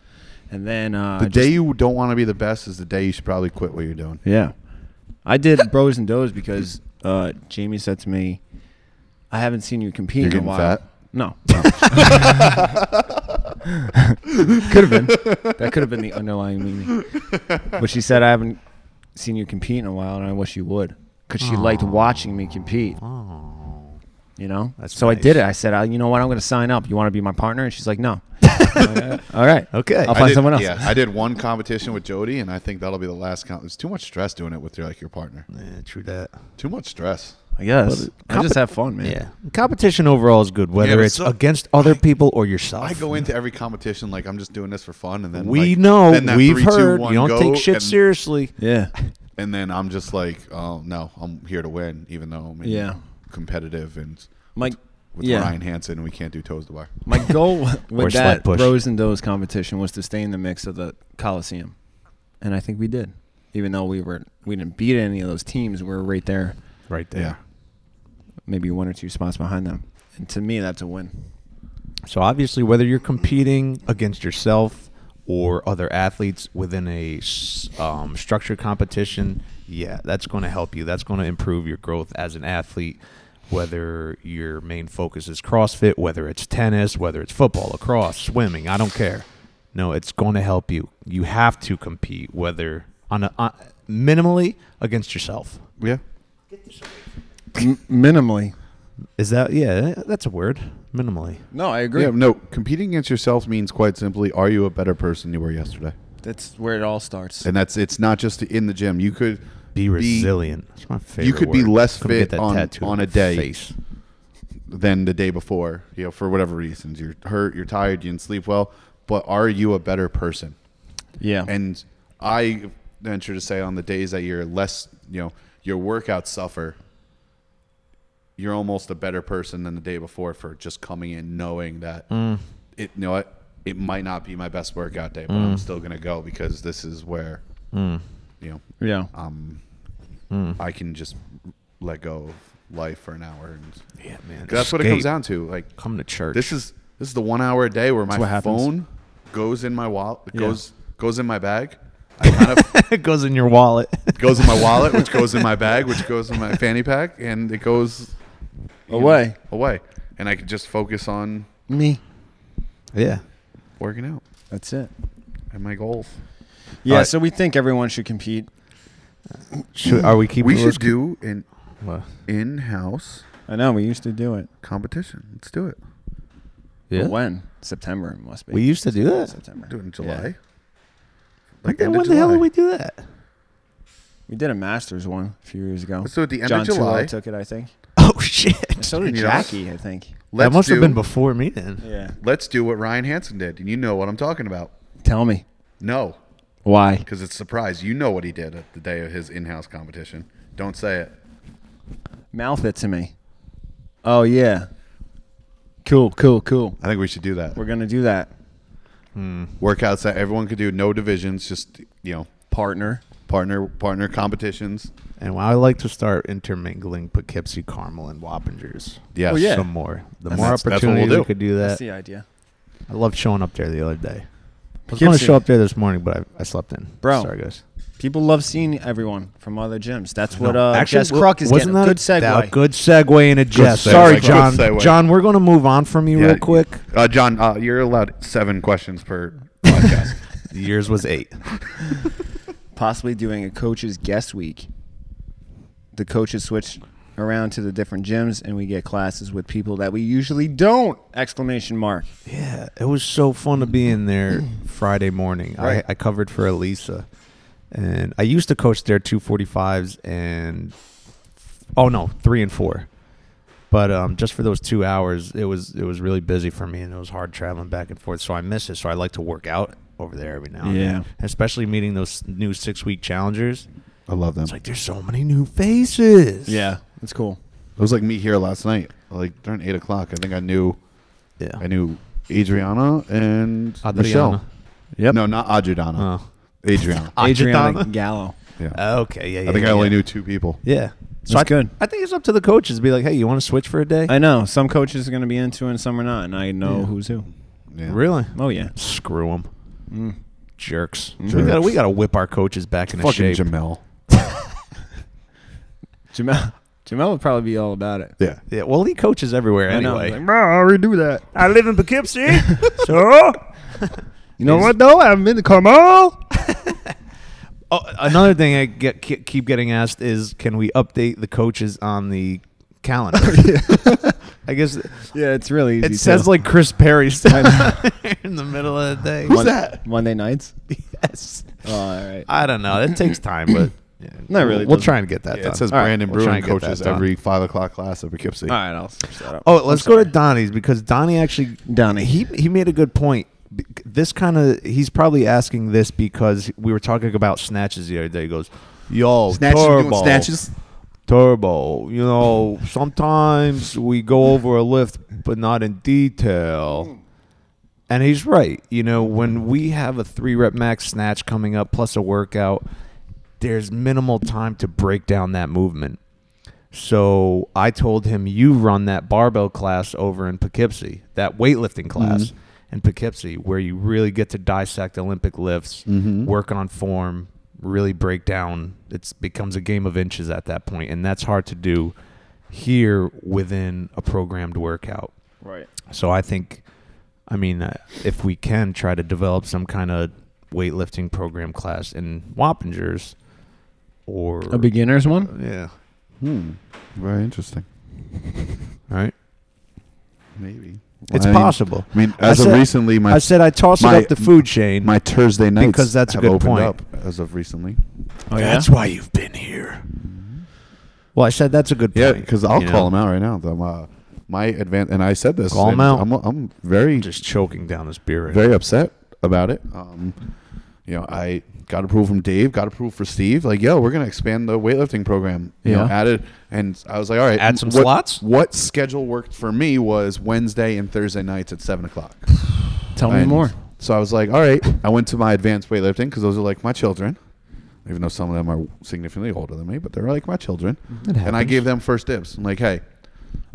[SPEAKER 3] And then uh
[SPEAKER 2] the
[SPEAKER 3] just-
[SPEAKER 2] day you don't want to be the best is the day you should probably quit what you're doing.
[SPEAKER 3] Yeah. I did bros and does because uh Jamie said to me, I haven't seen you compete
[SPEAKER 2] You're
[SPEAKER 3] in a
[SPEAKER 2] getting
[SPEAKER 3] while.
[SPEAKER 2] fat?
[SPEAKER 3] No. could have been. That could have been the underlying meaning. But she said I haven't seen you compete in a while and I wish you would. Because she liked watching me compete.
[SPEAKER 4] Oh.
[SPEAKER 3] You know?
[SPEAKER 4] That's
[SPEAKER 3] so I
[SPEAKER 4] nice.
[SPEAKER 3] did it. I said, I, you know what, I'm gonna sign up. You wanna be my partner? And she's like, No. All right.
[SPEAKER 4] Okay.
[SPEAKER 3] I'll
[SPEAKER 4] I
[SPEAKER 2] I
[SPEAKER 3] find
[SPEAKER 2] did-
[SPEAKER 3] someone else.
[SPEAKER 2] Yeah, I did one competition with Jody, and I think that'll be the last. Com- it's too much stress doing it with your like your partner.
[SPEAKER 4] Yeah, true that.
[SPEAKER 2] Too much stress.
[SPEAKER 3] I guess.
[SPEAKER 4] But
[SPEAKER 3] I
[SPEAKER 4] compet-
[SPEAKER 3] just have fun, man.
[SPEAKER 4] Yeah. Competition overall is good, whether
[SPEAKER 2] but
[SPEAKER 4] it's
[SPEAKER 2] so-
[SPEAKER 4] against other people or yourself.
[SPEAKER 2] I go into every competition like I'm just doing this for fun, and then
[SPEAKER 4] we
[SPEAKER 2] like,
[SPEAKER 4] know.
[SPEAKER 2] then that
[SPEAKER 4] We've
[SPEAKER 2] three, two,
[SPEAKER 4] heard.
[SPEAKER 2] one
[SPEAKER 4] you don't
[SPEAKER 2] go,
[SPEAKER 4] take shit
[SPEAKER 2] and,
[SPEAKER 4] seriously.
[SPEAKER 3] Yeah.
[SPEAKER 2] And then I'm just like, oh no, I'm here to win, even though I'm in
[SPEAKER 3] Yeah.
[SPEAKER 2] competitive and
[SPEAKER 3] Mike
[SPEAKER 2] with
[SPEAKER 3] yeah.
[SPEAKER 2] Ryan Hansen, we can't do toes to bar.
[SPEAKER 3] My goal
[SPEAKER 4] Or
[SPEAKER 3] with
[SPEAKER 4] sled
[SPEAKER 3] that
[SPEAKER 4] push.
[SPEAKER 3] Bros and Does competition was to stay in the mix of the Coliseum, and I think we did. Even though we were we didn't beat any of those teams, we were right there,
[SPEAKER 4] Right
[SPEAKER 2] Yeah,
[SPEAKER 3] maybe one or two spots behind them. And to me, that's a win.
[SPEAKER 4] So obviously, whether you're competing against yourself or other athletes within a s- um, structured competition, yeah, that's going to help you. That's going to improve your growth as an athlete. Whether your main focus is CrossFit, whether it's tennis, whether it's football, lacrosse, swimming, I don't care. No, it's going to help you. You have to compete, whether on a on, minimally against yourself.
[SPEAKER 2] yeah.
[SPEAKER 3] M- minimally,
[SPEAKER 4] Is that yeah? That's a word. Minimally.
[SPEAKER 3] No, I agree.
[SPEAKER 2] Yeah, no, competing against yourself means quite simply, are you a better person you were yesterday?
[SPEAKER 3] That's where it all starts.
[SPEAKER 2] And that's it's not just in the gym. You could
[SPEAKER 4] Be resilient. That's my favorite.
[SPEAKER 2] you could be
[SPEAKER 4] word.
[SPEAKER 2] less
[SPEAKER 4] Come get
[SPEAKER 2] fit
[SPEAKER 4] that
[SPEAKER 2] on-
[SPEAKER 4] tattoo
[SPEAKER 2] on a
[SPEAKER 4] my
[SPEAKER 2] day.
[SPEAKER 4] Face.
[SPEAKER 2] than the day before, you know, for whatever reasons. You're hurt, you're tired, you didn't sleep well, but are you a better person?
[SPEAKER 3] yeah.
[SPEAKER 2] And I venture to say on the days that you're less, you know, your workouts suffer, you're almost a better person than the day before for just coming in knowing that it you know what it might not be my best workout day, but I'm still gonna go because this is where you know
[SPEAKER 3] yeah.
[SPEAKER 2] um I can just let go of life for an hour and
[SPEAKER 4] Yeah, man.
[SPEAKER 2] 'Cause that's what it comes
[SPEAKER 4] Escape.
[SPEAKER 2] down to. Like
[SPEAKER 4] Come to church.
[SPEAKER 2] this is this is the one hour a day where
[SPEAKER 3] what
[SPEAKER 2] my
[SPEAKER 3] happens.
[SPEAKER 2] phone goes in my wallet
[SPEAKER 3] Yeah.
[SPEAKER 2] goes goes in my bag. I kind of
[SPEAKER 4] it goes in your wallet.
[SPEAKER 2] goes in my wallet, which goes in my bag, which goes in my fanny pack, and it goes you know,
[SPEAKER 3] Away.
[SPEAKER 2] away. And I can just focus on
[SPEAKER 3] Me.
[SPEAKER 4] yeah.
[SPEAKER 2] working out
[SPEAKER 3] That's it.
[SPEAKER 2] and my goals.
[SPEAKER 3] Yeah.
[SPEAKER 4] All right.
[SPEAKER 3] So we think everyone should compete.
[SPEAKER 4] Should, are we keeping?
[SPEAKER 2] we
[SPEAKER 4] those
[SPEAKER 2] should do an
[SPEAKER 4] Well,
[SPEAKER 2] in-house
[SPEAKER 3] I know we used to do it.
[SPEAKER 2] competition. Let's do it.
[SPEAKER 4] yeah.
[SPEAKER 3] But when? September it must be.
[SPEAKER 4] We used to do that.
[SPEAKER 3] September.
[SPEAKER 2] Do it in
[SPEAKER 3] Yeah.
[SPEAKER 2] July.
[SPEAKER 4] Like,
[SPEAKER 2] Like end
[SPEAKER 4] when
[SPEAKER 2] of
[SPEAKER 4] the hell
[SPEAKER 2] July.
[SPEAKER 4] did we do that?
[SPEAKER 3] We did a Masters one a few years ago.
[SPEAKER 2] Let's do it at the end
[SPEAKER 3] John
[SPEAKER 2] of July.
[SPEAKER 3] Tulo took it, I think.
[SPEAKER 4] Oh shit.
[SPEAKER 3] And so did
[SPEAKER 2] Yes.
[SPEAKER 3] Jackie, I think.
[SPEAKER 2] Let's
[SPEAKER 4] that must have
[SPEAKER 2] do-
[SPEAKER 4] been before me then.
[SPEAKER 3] Yeah.
[SPEAKER 2] Let's do what Ryan Hansen did, and you know what I'm talking about.
[SPEAKER 3] Tell me
[SPEAKER 2] No,
[SPEAKER 3] why.
[SPEAKER 2] because it's a surprise. You know what he did at the day of his in-house competition. Don't say it.
[SPEAKER 3] Mouth it to me. Oh yeah. Cool. Cool. Cool.
[SPEAKER 2] I think we should do that.
[SPEAKER 3] We're gonna do that.
[SPEAKER 2] Workouts that everyone could do, no divisions, just you know,
[SPEAKER 3] Partner.
[SPEAKER 2] partner partner competitions.
[SPEAKER 4] And I like to start intermingling Poughkeepsie Carmel and Wappingers.
[SPEAKER 2] Yes.
[SPEAKER 3] Well, yeah.
[SPEAKER 4] Some more. The
[SPEAKER 2] And
[SPEAKER 4] more
[SPEAKER 2] Oh, that's- that's what we'll
[SPEAKER 4] opportunities
[SPEAKER 2] do.
[SPEAKER 4] we could do
[SPEAKER 3] That's
[SPEAKER 4] that.
[SPEAKER 3] the idea,
[SPEAKER 4] I loved showing up there the other day. I was going to
[SPEAKER 3] Poughkeepsie.
[SPEAKER 4] show up there this morning, but I, I slept in.
[SPEAKER 3] Bro.
[SPEAKER 4] Sorry, guys.
[SPEAKER 3] People love seeing everyone from other gyms. That's what
[SPEAKER 4] No.
[SPEAKER 3] uh, Jess
[SPEAKER 4] wa-
[SPEAKER 3] Kruk is
[SPEAKER 4] wasn't
[SPEAKER 3] getting.
[SPEAKER 4] that
[SPEAKER 3] Good
[SPEAKER 4] a-
[SPEAKER 3] segue.
[SPEAKER 4] a good segue into Jess.
[SPEAKER 2] segue,
[SPEAKER 4] Sorry,
[SPEAKER 2] good
[SPEAKER 4] John.
[SPEAKER 2] segue.
[SPEAKER 4] John, we're going to move on from you
[SPEAKER 2] Yeah.
[SPEAKER 4] real quick.
[SPEAKER 2] Uh, John, uh, you're allowed seven questions per podcast.
[SPEAKER 4] Yours was eight.
[SPEAKER 3] Possibly doing a coach's guest week. The coaches switch around to the different gyms, and we get classes with people that we usually don't! Exclamation mark.
[SPEAKER 4] Yeah, it was so fun to be in there Friday morning.
[SPEAKER 3] Right.
[SPEAKER 4] I, I covered for Elisa, and I used to coach their two forty fives and oh no, three and four. But um, just for those two hours, it was it was really busy for me, and it was hard traveling back and forth. So I miss it. So I like to work out over there every now. and
[SPEAKER 3] Yeah.
[SPEAKER 4] then. especially meeting those new six week challengers.
[SPEAKER 2] I love them.
[SPEAKER 4] It's like there's so many new faces.
[SPEAKER 3] that's cool.
[SPEAKER 2] It was like me here last night, like during eight o'clock. I think I knew
[SPEAKER 4] yeah.
[SPEAKER 2] I knew Adriana and Michelle.
[SPEAKER 3] Yep.
[SPEAKER 2] No, not Adriana.
[SPEAKER 4] Oh.
[SPEAKER 2] Adriana.
[SPEAKER 3] Adriana
[SPEAKER 4] Adriana?
[SPEAKER 3] Gallo.
[SPEAKER 2] Yeah.
[SPEAKER 4] Okay. Yeah.
[SPEAKER 2] I think
[SPEAKER 4] yeah,
[SPEAKER 2] I only
[SPEAKER 4] yeah.
[SPEAKER 2] knew two people.
[SPEAKER 4] Yeah.
[SPEAKER 3] So that's good.
[SPEAKER 4] I think it's up to the coaches to be like, hey, you want to switch for a day?
[SPEAKER 3] I know some coaches are going to be into it, and some are not, and I know
[SPEAKER 4] Yeah.
[SPEAKER 3] who's who.
[SPEAKER 2] Yeah.
[SPEAKER 4] Really?
[SPEAKER 3] Oh yeah.
[SPEAKER 4] Screw them. Jerks. We
[SPEAKER 2] Mm. Jerks.
[SPEAKER 4] gotta we gotta whip our coaches back into
[SPEAKER 2] Fucking
[SPEAKER 4] shape.
[SPEAKER 2] Jamel.
[SPEAKER 3] Jamel. Jamel would probably be all about it.
[SPEAKER 2] Yeah.
[SPEAKER 4] yeah, well, he coaches everywhere
[SPEAKER 3] I know,
[SPEAKER 4] anyway.
[SPEAKER 3] like,
[SPEAKER 5] I already do that. I live in Poughkeepsie, so
[SPEAKER 3] You
[SPEAKER 5] you know what though? I haven't been to Carmel.
[SPEAKER 4] oh, another thing I get ke- keep getting asked is, can we update the coaches on the calendar? I guess it
[SPEAKER 3] Yeah, it's really. Easy
[SPEAKER 4] says
[SPEAKER 3] too.
[SPEAKER 4] like Chris Perry
[SPEAKER 3] know.
[SPEAKER 4] in the middle of the day.
[SPEAKER 3] Mon- Monday nights.
[SPEAKER 4] Yes.
[SPEAKER 3] Oh, all right.
[SPEAKER 4] I don't know. It takes time, but yeah,
[SPEAKER 3] No, it really
[SPEAKER 4] We'll
[SPEAKER 3] doesn't.
[SPEAKER 4] try and get that done.
[SPEAKER 2] it says
[SPEAKER 4] All right,
[SPEAKER 2] Brandon
[SPEAKER 4] we'll
[SPEAKER 2] Bruin
[SPEAKER 4] try and get
[SPEAKER 2] coaches
[SPEAKER 4] that done.
[SPEAKER 2] every five o'clock class at Poughkeepsie.
[SPEAKER 3] all right, I'll switch that up.
[SPEAKER 4] Oh, let's go to Donnie's because Donnie actually
[SPEAKER 3] Donnie.
[SPEAKER 4] He he made a good point. B- This kind of he's probably asking this because we were talking about snatches the other day. He goes, "Yo,
[SPEAKER 3] Snatches, you doing
[SPEAKER 4] turbo,
[SPEAKER 3] snatches?
[SPEAKER 4] turbo. You know, sometimes we go over a lift, but not in detail." And he's right. You know, when we have a three rep max snatch coming up plus a workout, there's minimal time to break down that movement. So I told him, you run that barbell class over in Poughkeepsie, that weightlifting class in Poughkeepsie, where you really get to dissect Olympic lifts, work on form, really break down. It becomes a game of inches at that point, and that's hard to do here within a programmed workout.
[SPEAKER 3] Right.
[SPEAKER 4] So I think, I mean, uh, if we can try to develop some kind of weightlifting program class in Wappingers, or
[SPEAKER 3] A beginner's one.
[SPEAKER 4] yeah.
[SPEAKER 2] Hmm. Very interesting.
[SPEAKER 4] right?
[SPEAKER 2] Maybe
[SPEAKER 4] It's
[SPEAKER 2] I mean-
[SPEAKER 4] possible.
[SPEAKER 2] I mean,
[SPEAKER 4] I
[SPEAKER 2] as
[SPEAKER 4] said-
[SPEAKER 2] of recently, my
[SPEAKER 4] I said I toss
[SPEAKER 2] my-
[SPEAKER 4] it up the food chain.
[SPEAKER 2] my Thursday nights
[SPEAKER 4] Because that's a
[SPEAKER 2] have
[SPEAKER 4] good
[SPEAKER 2] opened
[SPEAKER 4] point.
[SPEAKER 2] up as of recently.
[SPEAKER 3] Oh,
[SPEAKER 4] That's why you've been here. Well, I said that's a good
[SPEAKER 2] Yeah,
[SPEAKER 4] point.
[SPEAKER 2] because I'll
[SPEAKER 4] you
[SPEAKER 2] call
[SPEAKER 4] know?
[SPEAKER 2] them out right now. The, uh, my advan and I said this.
[SPEAKER 4] Call 'em
[SPEAKER 2] and
[SPEAKER 4] out.
[SPEAKER 2] I'm, I'm very,
[SPEAKER 4] Just choking down this beer. right
[SPEAKER 2] very upset about it. Um, you know, I got approval from Dave. Got approval for Steve. Like, yo, we're gonna expand the weightlifting program. You know,
[SPEAKER 4] Yeah.
[SPEAKER 2] added, and I was like, all right,
[SPEAKER 4] Add some
[SPEAKER 2] what-
[SPEAKER 4] slots?
[SPEAKER 2] What schedule worked for me was Wednesday and Thursday nights at seven o'clock.
[SPEAKER 3] Tell me
[SPEAKER 2] And
[SPEAKER 3] more.
[SPEAKER 2] So I was like, all right. I went to my advanced weightlifting because those are like my children, even though some of them are significantly older than me, but they're like my children.
[SPEAKER 3] Mm-hmm.
[SPEAKER 2] And I
[SPEAKER 4] happens.
[SPEAKER 2] gave them first dibs. I'm like, hey,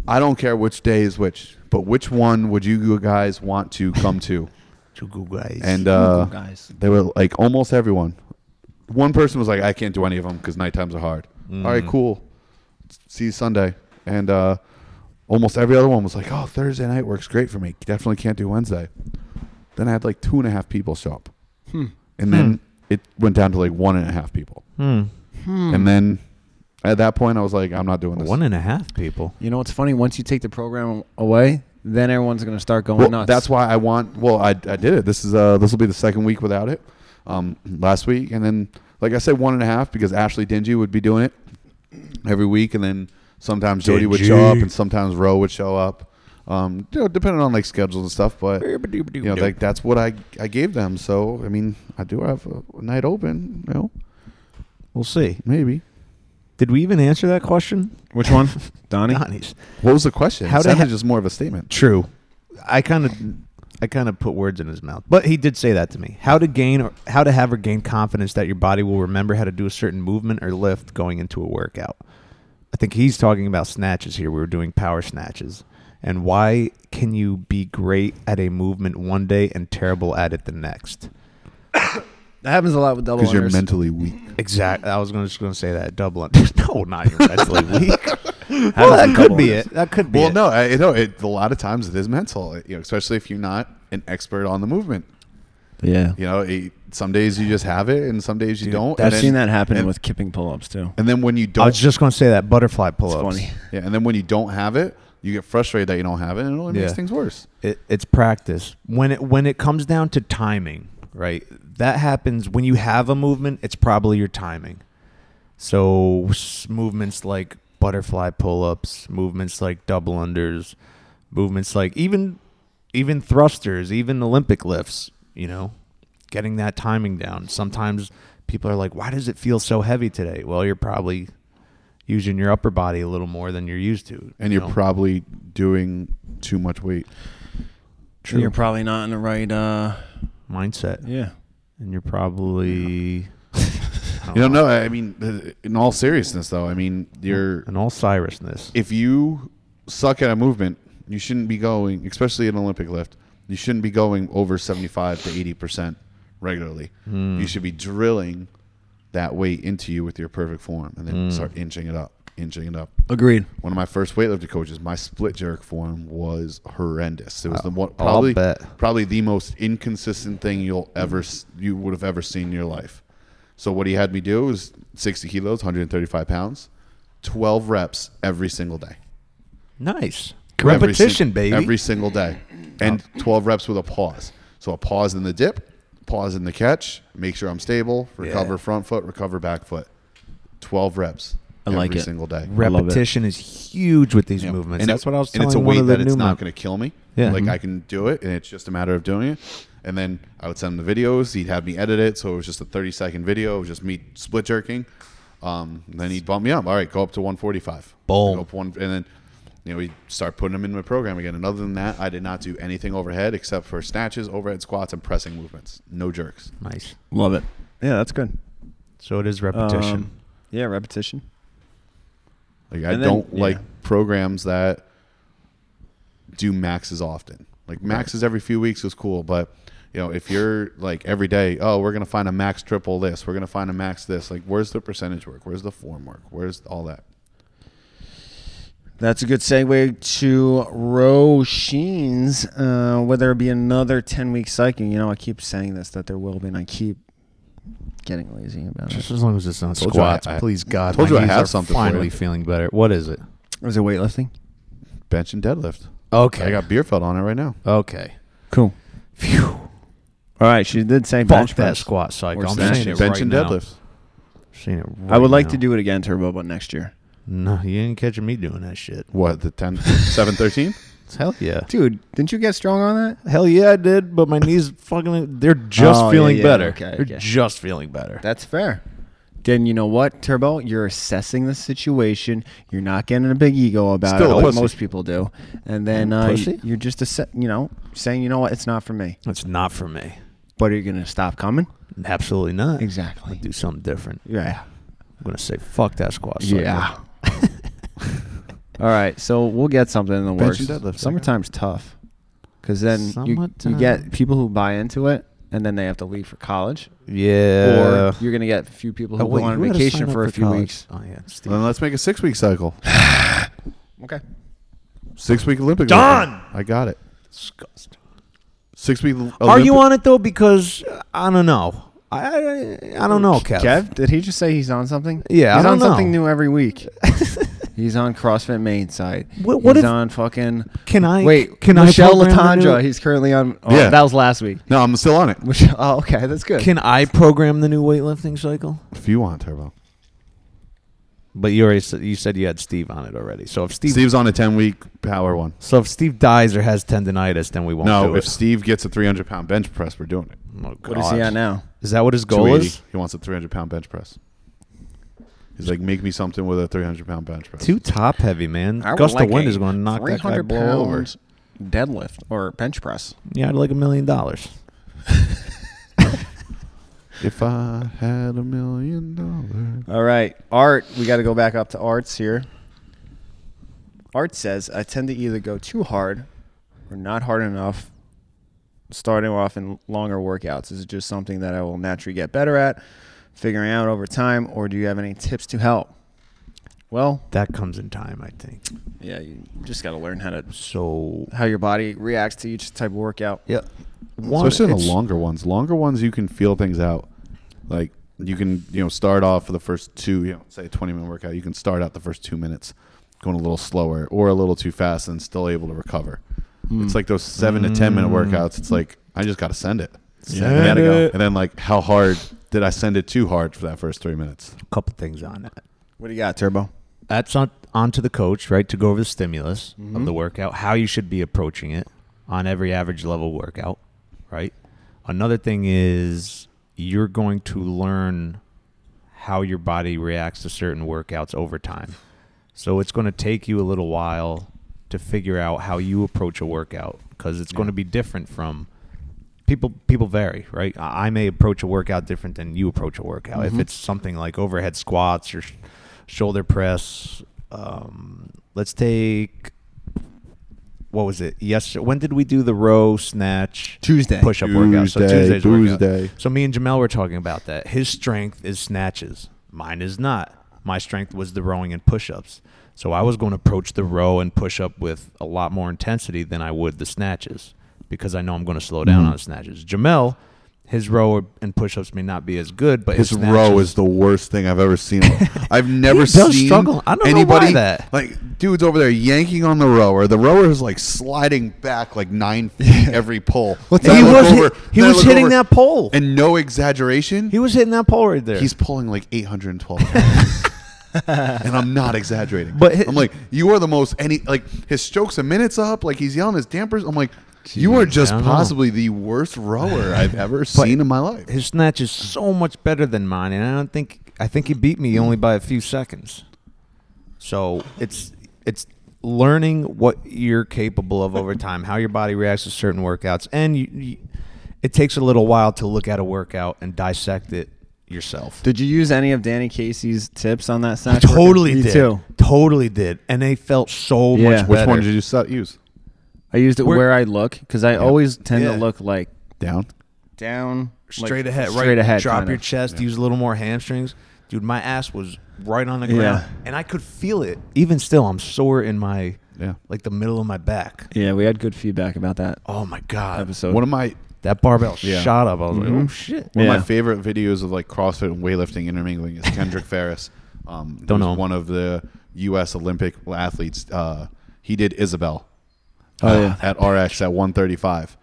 [SPEAKER 2] I don't care which day is which, but which one would you guys want to come to?
[SPEAKER 4] To go guys.
[SPEAKER 2] And uh,
[SPEAKER 3] guys.
[SPEAKER 2] they were like almost everyone. One person was like, I can't do any of them because night times are hard.
[SPEAKER 4] Mm.
[SPEAKER 2] All right, cool. See you Sunday. And uh, almost every other one was like, oh, Thursday night works great for me. Definitely can't do Wednesday. Then I had like two and a half people show up. And then it went down to like one and a half people.
[SPEAKER 4] Hmm.
[SPEAKER 2] And then at that point, I was like, I'm not doing this.
[SPEAKER 4] one and a half people.
[SPEAKER 3] You know what's funny? Once you take the program away, then everyone's going to start going
[SPEAKER 2] Well,
[SPEAKER 3] nuts.
[SPEAKER 2] that's why I want. Well, I, I did it. This is uh this will be the second week without it. Um, last week and then like I said, one and a half because Ashley Dingy would be doing it every week, and then sometimes Jody would show up,
[SPEAKER 4] Dingy.
[SPEAKER 2] and sometimes Roe would show up. Um, you know, depending on like schedules and stuff, but you know, like that's what I I gave them. So I mean, I do have a night open. You know,
[SPEAKER 4] We'll see.
[SPEAKER 2] maybe.
[SPEAKER 4] Did we even answer that question?
[SPEAKER 3] Which one? Donnie?
[SPEAKER 4] Donnie's.
[SPEAKER 2] What was the question?
[SPEAKER 4] How
[SPEAKER 2] How
[SPEAKER 4] to
[SPEAKER 2] did
[SPEAKER 4] ha-
[SPEAKER 2] just more of a statement?
[SPEAKER 4] True. I kind of I kind of put words in his mouth. But he did say that to me. How to gain or how to have or gain confidence that your body will remember how to do a certain movement or lift going into a workout. I think he's talking about snatches here. We were doing power snatches. And why can you be great at a movement one day and terrible at it the next?
[SPEAKER 3] That happens a lot with double
[SPEAKER 2] Because you're
[SPEAKER 3] unders.
[SPEAKER 2] mentally weak.
[SPEAKER 4] Exactly. I was gonna, just going to say that double. under- no, not your mentally weak.
[SPEAKER 3] How does
[SPEAKER 4] well, that
[SPEAKER 3] the
[SPEAKER 4] could
[SPEAKER 3] double
[SPEAKER 4] be
[SPEAKER 3] unders-
[SPEAKER 4] it. That could be
[SPEAKER 2] Well,
[SPEAKER 4] it.
[SPEAKER 2] no, I, you know, it, a lot of times it is mental, you know, especially if you're not an expert on the movement.
[SPEAKER 3] Yeah.
[SPEAKER 2] You know, it, some days you just have it, and some days you don't.
[SPEAKER 3] I've
[SPEAKER 2] and then-
[SPEAKER 3] seen that happen
[SPEAKER 2] and,
[SPEAKER 3] with kipping pull ups, too.
[SPEAKER 2] And then when you don't,
[SPEAKER 4] I was just going to say that butterfly
[SPEAKER 3] It's
[SPEAKER 4] pull-ups.
[SPEAKER 3] funny.
[SPEAKER 2] yeah, and then when you don't have it, you get frustrated that you don't have it, and it only makes
[SPEAKER 4] Yeah.
[SPEAKER 2] things worse.
[SPEAKER 4] It, it's practice. When it when it comes down to timing, right? That happens when you have a movement. It's probably your timing. So s- movements like butterfly pull-ups, movements like double unders, movements like even even thrusters, even Olympic lifts. You know, getting that timing down. Sometimes people are like, "Why does it feel so heavy today?" Well, you're probably using your upper body a little more than you're used to,
[SPEAKER 2] And
[SPEAKER 4] you
[SPEAKER 2] you're
[SPEAKER 4] know?
[SPEAKER 2] probably doing too much weight.
[SPEAKER 3] True. You're probably not in the right. uh
[SPEAKER 4] mindset.
[SPEAKER 3] Yeah.
[SPEAKER 4] and you're probably
[SPEAKER 2] You don't know. I mean, th- in all seriousness, though, I mean, you're
[SPEAKER 4] an all Cyrusness.
[SPEAKER 2] if you suck at a movement, you shouldn't be going, especially an Olympic lift. You shouldn't be going over seventy-five to eighty percent regularly.
[SPEAKER 4] Hmm.
[SPEAKER 2] You should be drilling that weight into you with your perfect form, and
[SPEAKER 4] Hmm.
[SPEAKER 2] then start inching it up, inching it up.
[SPEAKER 3] Agreed.
[SPEAKER 2] One of my first weightlifting coaches, my split jerk form was horrendous. It was the one
[SPEAKER 4] Uh, I'll
[SPEAKER 2] probably
[SPEAKER 4] bet.
[SPEAKER 2] probably the most inconsistent thing you'll ever s- you would have ever seen in your life. So what he had me do was sixty kilos, one hundred and thirty-five pounds, twelve reps every single day.
[SPEAKER 4] Nice
[SPEAKER 2] Every
[SPEAKER 4] repetition,
[SPEAKER 2] sing-
[SPEAKER 4] baby.
[SPEAKER 2] Every single day. And 12 reps with a pause. So a pause in the dip, pause in the catch, make sure I'm stable, recover
[SPEAKER 4] Yeah.
[SPEAKER 2] front foot, recover back foot. 12 reps
[SPEAKER 3] I like
[SPEAKER 2] every
[SPEAKER 3] it.
[SPEAKER 2] single day.
[SPEAKER 3] I love it.
[SPEAKER 4] repetition is huge with these
[SPEAKER 2] Yeah.
[SPEAKER 4] movements.
[SPEAKER 2] And
[SPEAKER 4] That's
[SPEAKER 2] it-
[SPEAKER 4] what I was
[SPEAKER 2] And
[SPEAKER 4] telling
[SPEAKER 2] it's a
[SPEAKER 4] one
[SPEAKER 2] weight
[SPEAKER 4] of the
[SPEAKER 2] that it's
[SPEAKER 4] new
[SPEAKER 2] not
[SPEAKER 4] mem-
[SPEAKER 2] going to kill me.
[SPEAKER 4] Yeah.
[SPEAKER 2] Like
[SPEAKER 4] Mhm.
[SPEAKER 2] I can do it, and it's just a matter of doing it. And then I would send him the videos. He'd have me edit it, so it was just a 30 second video, it was just me split jerking. Um, and then he'd bump me up. All right, go up to 145.
[SPEAKER 4] Boom.
[SPEAKER 2] Go up one, and then you know we start putting him in my program again. And other than that, I did not do anything overhead except for snatches, overhead squats, and pressing movements. No jerks.
[SPEAKER 4] nice.
[SPEAKER 3] Love it. Yeah, that's good.
[SPEAKER 4] So it is repetition.
[SPEAKER 3] Um, yeah, repetition.
[SPEAKER 2] Like I
[SPEAKER 3] And then-
[SPEAKER 2] don't like
[SPEAKER 3] yeah.
[SPEAKER 2] programs that do maxes often. Like maxes every few weeks is cool, but you know, if you're like every day, oh, we're gonna find a max triple this, we're gonna find a max this. Like, where's the percentage work? Where's the form work? Where's all that?
[SPEAKER 3] That's a good segue to Roshins. Uh, whether it be another 10 week cycle, you know, I keep saying this that there will be, and I keep getting lazy about
[SPEAKER 4] just
[SPEAKER 3] it.
[SPEAKER 4] as long as it's not
[SPEAKER 2] Told you I-
[SPEAKER 4] squats,
[SPEAKER 2] I-
[SPEAKER 4] please God.
[SPEAKER 2] told
[SPEAKER 4] my
[SPEAKER 2] you I
[SPEAKER 4] knees
[SPEAKER 2] have
[SPEAKER 4] are
[SPEAKER 2] something for
[SPEAKER 4] Finally
[SPEAKER 2] you.
[SPEAKER 4] feeling better. What is it?
[SPEAKER 3] Is it weightlifting?
[SPEAKER 2] bench and deadlift.
[SPEAKER 4] Okay.
[SPEAKER 2] I got beer felt on it right now.
[SPEAKER 4] okay.
[SPEAKER 3] Cool.
[SPEAKER 4] Phew.
[SPEAKER 3] All right, she did say
[SPEAKER 4] Fuck
[SPEAKER 3] bench
[SPEAKER 4] that
[SPEAKER 3] press.
[SPEAKER 4] squat cycle.
[SPEAKER 3] Or
[SPEAKER 4] I'm
[SPEAKER 3] snatch.
[SPEAKER 4] saying it
[SPEAKER 2] bench
[SPEAKER 4] right
[SPEAKER 2] and
[SPEAKER 4] now.
[SPEAKER 2] deadlift.
[SPEAKER 4] Saying it right
[SPEAKER 3] I would like
[SPEAKER 4] now.
[SPEAKER 3] to do it again, Turbo, but next year.
[SPEAKER 4] No, you ain't catching me doing that shit.
[SPEAKER 2] What the 10, 7, 13?
[SPEAKER 4] Hell yeah.
[SPEAKER 3] Dude, didn't you get strong on that?
[SPEAKER 4] Hell yeah, I did. But my knees fucking, they're just
[SPEAKER 3] Oh, yeah,
[SPEAKER 4] feeling
[SPEAKER 3] yeah,
[SPEAKER 4] better.
[SPEAKER 3] okay,
[SPEAKER 4] they're
[SPEAKER 3] okay.
[SPEAKER 4] just feeling better.
[SPEAKER 3] That's fair. Then you know what, Turbo? You're assessing the situation. You're not getting a big ego about
[SPEAKER 2] Still a
[SPEAKER 3] it, like
[SPEAKER 2] pussy.
[SPEAKER 3] most people do. And then uh,
[SPEAKER 4] Mm, Pussy?
[SPEAKER 3] you're just asse- you know saying, you know what, it's not for me.
[SPEAKER 4] That's not for me.
[SPEAKER 3] But are you gonna stop coming?
[SPEAKER 4] Absolutely not. I'm
[SPEAKER 3] Exactly.
[SPEAKER 4] gonna do something different.
[SPEAKER 3] Yeah.
[SPEAKER 4] I'm gonna say fuck that squat. cycle.
[SPEAKER 3] Yeah. All right, so we'll get something in the
[SPEAKER 2] Bench
[SPEAKER 3] works.
[SPEAKER 2] and deadlift,
[SPEAKER 3] Summertime's tough because then you, you
[SPEAKER 4] Summertime.
[SPEAKER 3] get people who buy into it, and then they have to leave for college,
[SPEAKER 4] yeah.
[SPEAKER 3] or you're gonna get a few people who
[SPEAKER 4] Oh, wait,
[SPEAKER 3] go on
[SPEAKER 4] you gotta sign
[SPEAKER 3] vacation
[SPEAKER 4] up
[SPEAKER 3] for a few
[SPEAKER 4] college.
[SPEAKER 3] weeks.
[SPEAKER 4] Oh yeah, Steve.
[SPEAKER 2] Then let's make a six week cycle.
[SPEAKER 3] Okay.
[SPEAKER 2] Six week Olympic.
[SPEAKER 5] Done!
[SPEAKER 2] weekend. I got it.
[SPEAKER 4] Disgusting.
[SPEAKER 2] Six week.
[SPEAKER 3] Oh,
[SPEAKER 4] Are you on it though? Because uh, I don't know. I I, I don't know, Kev.
[SPEAKER 3] Kev, did he just say he's on something?
[SPEAKER 4] Yeah, I
[SPEAKER 3] he's
[SPEAKER 4] don't
[SPEAKER 3] on something
[SPEAKER 4] know.
[SPEAKER 3] new every week. he's on CrossFit main site.
[SPEAKER 4] What- what
[SPEAKER 3] he's
[SPEAKER 4] if-
[SPEAKER 3] on fucking.
[SPEAKER 4] Can I?
[SPEAKER 3] wait,
[SPEAKER 4] Can
[SPEAKER 3] Michelle
[SPEAKER 4] I? program the
[SPEAKER 3] Latondra.
[SPEAKER 4] new-
[SPEAKER 3] He's currently on. Oh,
[SPEAKER 2] Yeah.
[SPEAKER 3] that was last week.
[SPEAKER 2] No, I'm still on it.
[SPEAKER 3] Michelle, oh, okay, that's good.
[SPEAKER 4] Can I program the new weightlifting cycle?
[SPEAKER 2] If you want turbo,
[SPEAKER 4] But you already said, you said you had Steve on it already. So if Steve,
[SPEAKER 2] Steve's on a ten week power one.
[SPEAKER 4] so if Steve dies or has tendonitis, then we won't
[SPEAKER 2] No,
[SPEAKER 4] do
[SPEAKER 2] if
[SPEAKER 4] it.
[SPEAKER 2] Steve gets a 300 pound bench press, we're doing it.
[SPEAKER 4] Oh,
[SPEAKER 3] what is he
[SPEAKER 4] God.
[SPEAKER 3] on now?
[SPEAKER 4] Is that what his goal
[SPEAKER 2] 280.
[SPEAKER 4] is?
[SPEAKER 2] He wants a 300 pound bench press. He's like, make me something with a 300 pound bench press.
[SPEAKER 4] Too top heavy, man.
[SPEAKER 3] I would
[SPEAKER 4] Gust
[SPEAKER 3] like
[SPEAKER 4] of wind
[SPEAKER 3] a
[SPEAKER 4] is going to knock that guy
[SPEAKER 3] 300
[SPEAKER 4] blow over.
[SPEAKER 3] pound Deadlift or bench press.
[SPEAKER 4] Yeah, I'd like a million dollars.
[SPEAKER 2] If I had a million dollars.
[SPEAKER 3] All right, Art. We got to go back up to Arts here. Art says I tend to either go too hard or not hard enough. Starting off in longer workouts is it just something that I will naturally get better at, figuring out over time, or do you have any tips to help? Well,
[SPEAKER 4] That comes in time, I think.
[SPEAKER 3] yeah, you just got to learn how to
[SPEAKER 4] So
[SPEAKER 3] how your body reacts to each type of workout.
[SPEAKER 4] yeah, one,
[SPEAKER 2] Especially in the
[SPEAKER 4] it's-
[SPEAKER 2] longer ones. Longer ones, you can feel things out. Like, you can, you know, start off for the first two, you know, say a 20 minute workout. You can start out the first two minutes going a little slower or a little too fast and still able to recover. It's like those seven to 10 minute workouts. It's like, I just got to send it.
[SPEAKER 4] Mm. Send
[SPEAKER 2] and, then,
[SPEAKER 4] it.
[SPEAKER 2] and then, like, how hard did I send it too hard for that first three minutes?
[SPEAKER 4] a couple things on that.
[SPEAKER 3] What do you got, Turbo?
[SPEAKER 4] That's on onto the coach, right, to go over the stimulus of
[SPEAKER 3] Mm-hmm.
[SPEAKER 4] the workout, how you should be approaching it on every average level workout, right? Another thing is you're going to learn how your body reacts to certain workouts over time. So it's going to take you a little while to figure out how you approach a workout because it's going to be different from people people vary, right? I I may approach a workout different than you approach a workout.
[SPEAKER 2] Mm-hmm.
[SPEAKER 4] If it's something like overhead squats or sh- shoulder press, um, let's take what was it? Yes. When did we do the row snatch?
[SPEAKER 3] Tuesday.
[SPEAKER 4] push up workout. So
[SPEAKER 2] Tuesday,
[SPEAKER 4] Tuesday's workout.
[SPEAKER 2] Tuesday.
[SPEAKER 4] So me and Jamel were talking about that. His strength is snatches. Mine is not. My strength was the rowing and push ups. So I was going to approach the row and push up with a lot more intensity than I would the snatches because I know I'm going to slow down
[SPEAKER 2] Mm-hmm.
[SPEAKER 4] on snatches. Jamel, his row and push ups may not be as good, but his,
[SPEAKER 2] His row
[SPEAKER 4] snatches-
[SPEAKER 2] is the worst thing I've ever seen. I've never
[SPEAKER 4] He does
[SPEAKER 2] seen
[SPEAKER 4] struggle. I don't know
[SPEAKER 2] anybody
[SPEAKER 4] why that.
[SPEAKER 2] like dudes over there yanking on the rower. The rower is like sliding back like nine feet every pull.
[SPEAKER 3] What's
[SPEAKER 2] Then
[SPEAKER 3] that?
[SPEAKER 2] I
[SPEAKER 3] He
[SPEAKER 2] look
[SPEAKER 4] was hit- he
[SPEAKER 2] then I
[SPEAKER 4] was
[SPEAKER 2] look
[SPEAKER 4] hitting that pole.
[SPEAKER 2] and no exaggeration.
[SPEAKER 4] He was hitting that pole right there.
[SPEAKER 2] he's pulling like 812 pounds. and I'm not exaggerating.
[SPEAKER 4] But hi-
[SPEAKER 2] I'm like, you are the most any like his strokes a minute's up. Like he's yelling his dampers. I'm like, you are
[SPEAKER 4] Jeez,
[SPEAKER 2] just
[SPEAKER 4] I don't know.
[SPEAKER 2] possibly the worst rower I've ever seen in my life.
[SPEAKER 4] his snatch is so much better than mine, and I don't think I think he beat me only by a few seconds. So it's it's learning what you're capable of over time, how your body reacts to certain workouts, and you, you, it takes a little while to look at a workout and dissect it yourself.
[SPEAKER 3] Did you use any of Danny Casey's tips on that snatch? workout?
[SPEAKER 4] Totally
[SPEAKER 3] Me
[SPEAKER 4] did,
[SPEAKER 3] too.
[SPEAKER 4] totally did, and they felt so
[SPEAKER 3] Yeah.
[SPEAKER 4] much.
[SPEAKER 3] Which
[SPEAKER 2] Which one
[SPEAKER 4] better.
[SPEAKER 2] did you su- use?
[SPEAKER 3] I used it
[SPEAKER 4] Where-
[SPEAKER 3] where, I look because I always tend
[SPEAKER 4] Yeah.
[SPEAKER 3] to look like
[SPEAKER 2] Down.
[SPEAKER 3] down, like,
[SPEAKER 4] straight ahead, right?
[SPEAKER 3] straight ahead.
[SPEAKER 4] Drop
[SPEAKER 3] kind
[SPEAKER 4] your
[SPEAKER 3] of.
[SPEAKER 4] chest. Use a little more hamstrings, dude. My ass was right on the
[SPEAKER 3] Yeah.
[SPEAKER 4] ground, and I could feel it. Even still, I'm sore in my
[SPEAKER 2] Yeah.
[SPEAKER 4] like the middle of my back.
[SPEAKER 3] Yeah, we had good feedback about that
[SPEAKER 4] Oh my god,
[SPEAKER 3] episode.
[SPEAKER 2] One of my
[SPEAKER 4] that barbell
[SPEAKER 2] Yeah.
[SPEAKER 4] shot up. I was
[SPEAKER 3] Mm-hmm.
[SPEAKER 4] like, oh shit.
[SPEAKER 2] One of
[SPEAKER 3] Yeah.
[SPEAKER 2] my favorite videos of like CrossFit and weightlifting intermingling is Kendrick Ferris. Um,
[SPEAKER 4] Don't
[SPEAKER 2] who's
[SPEAKER 4] know.
[SPEAKER 2] one of the U.S. Olympic athletes. Uh, He did Isabel uh,
[SPEAKER 3] Oh, yeah.
[SPEAKER 2] at RX at 135,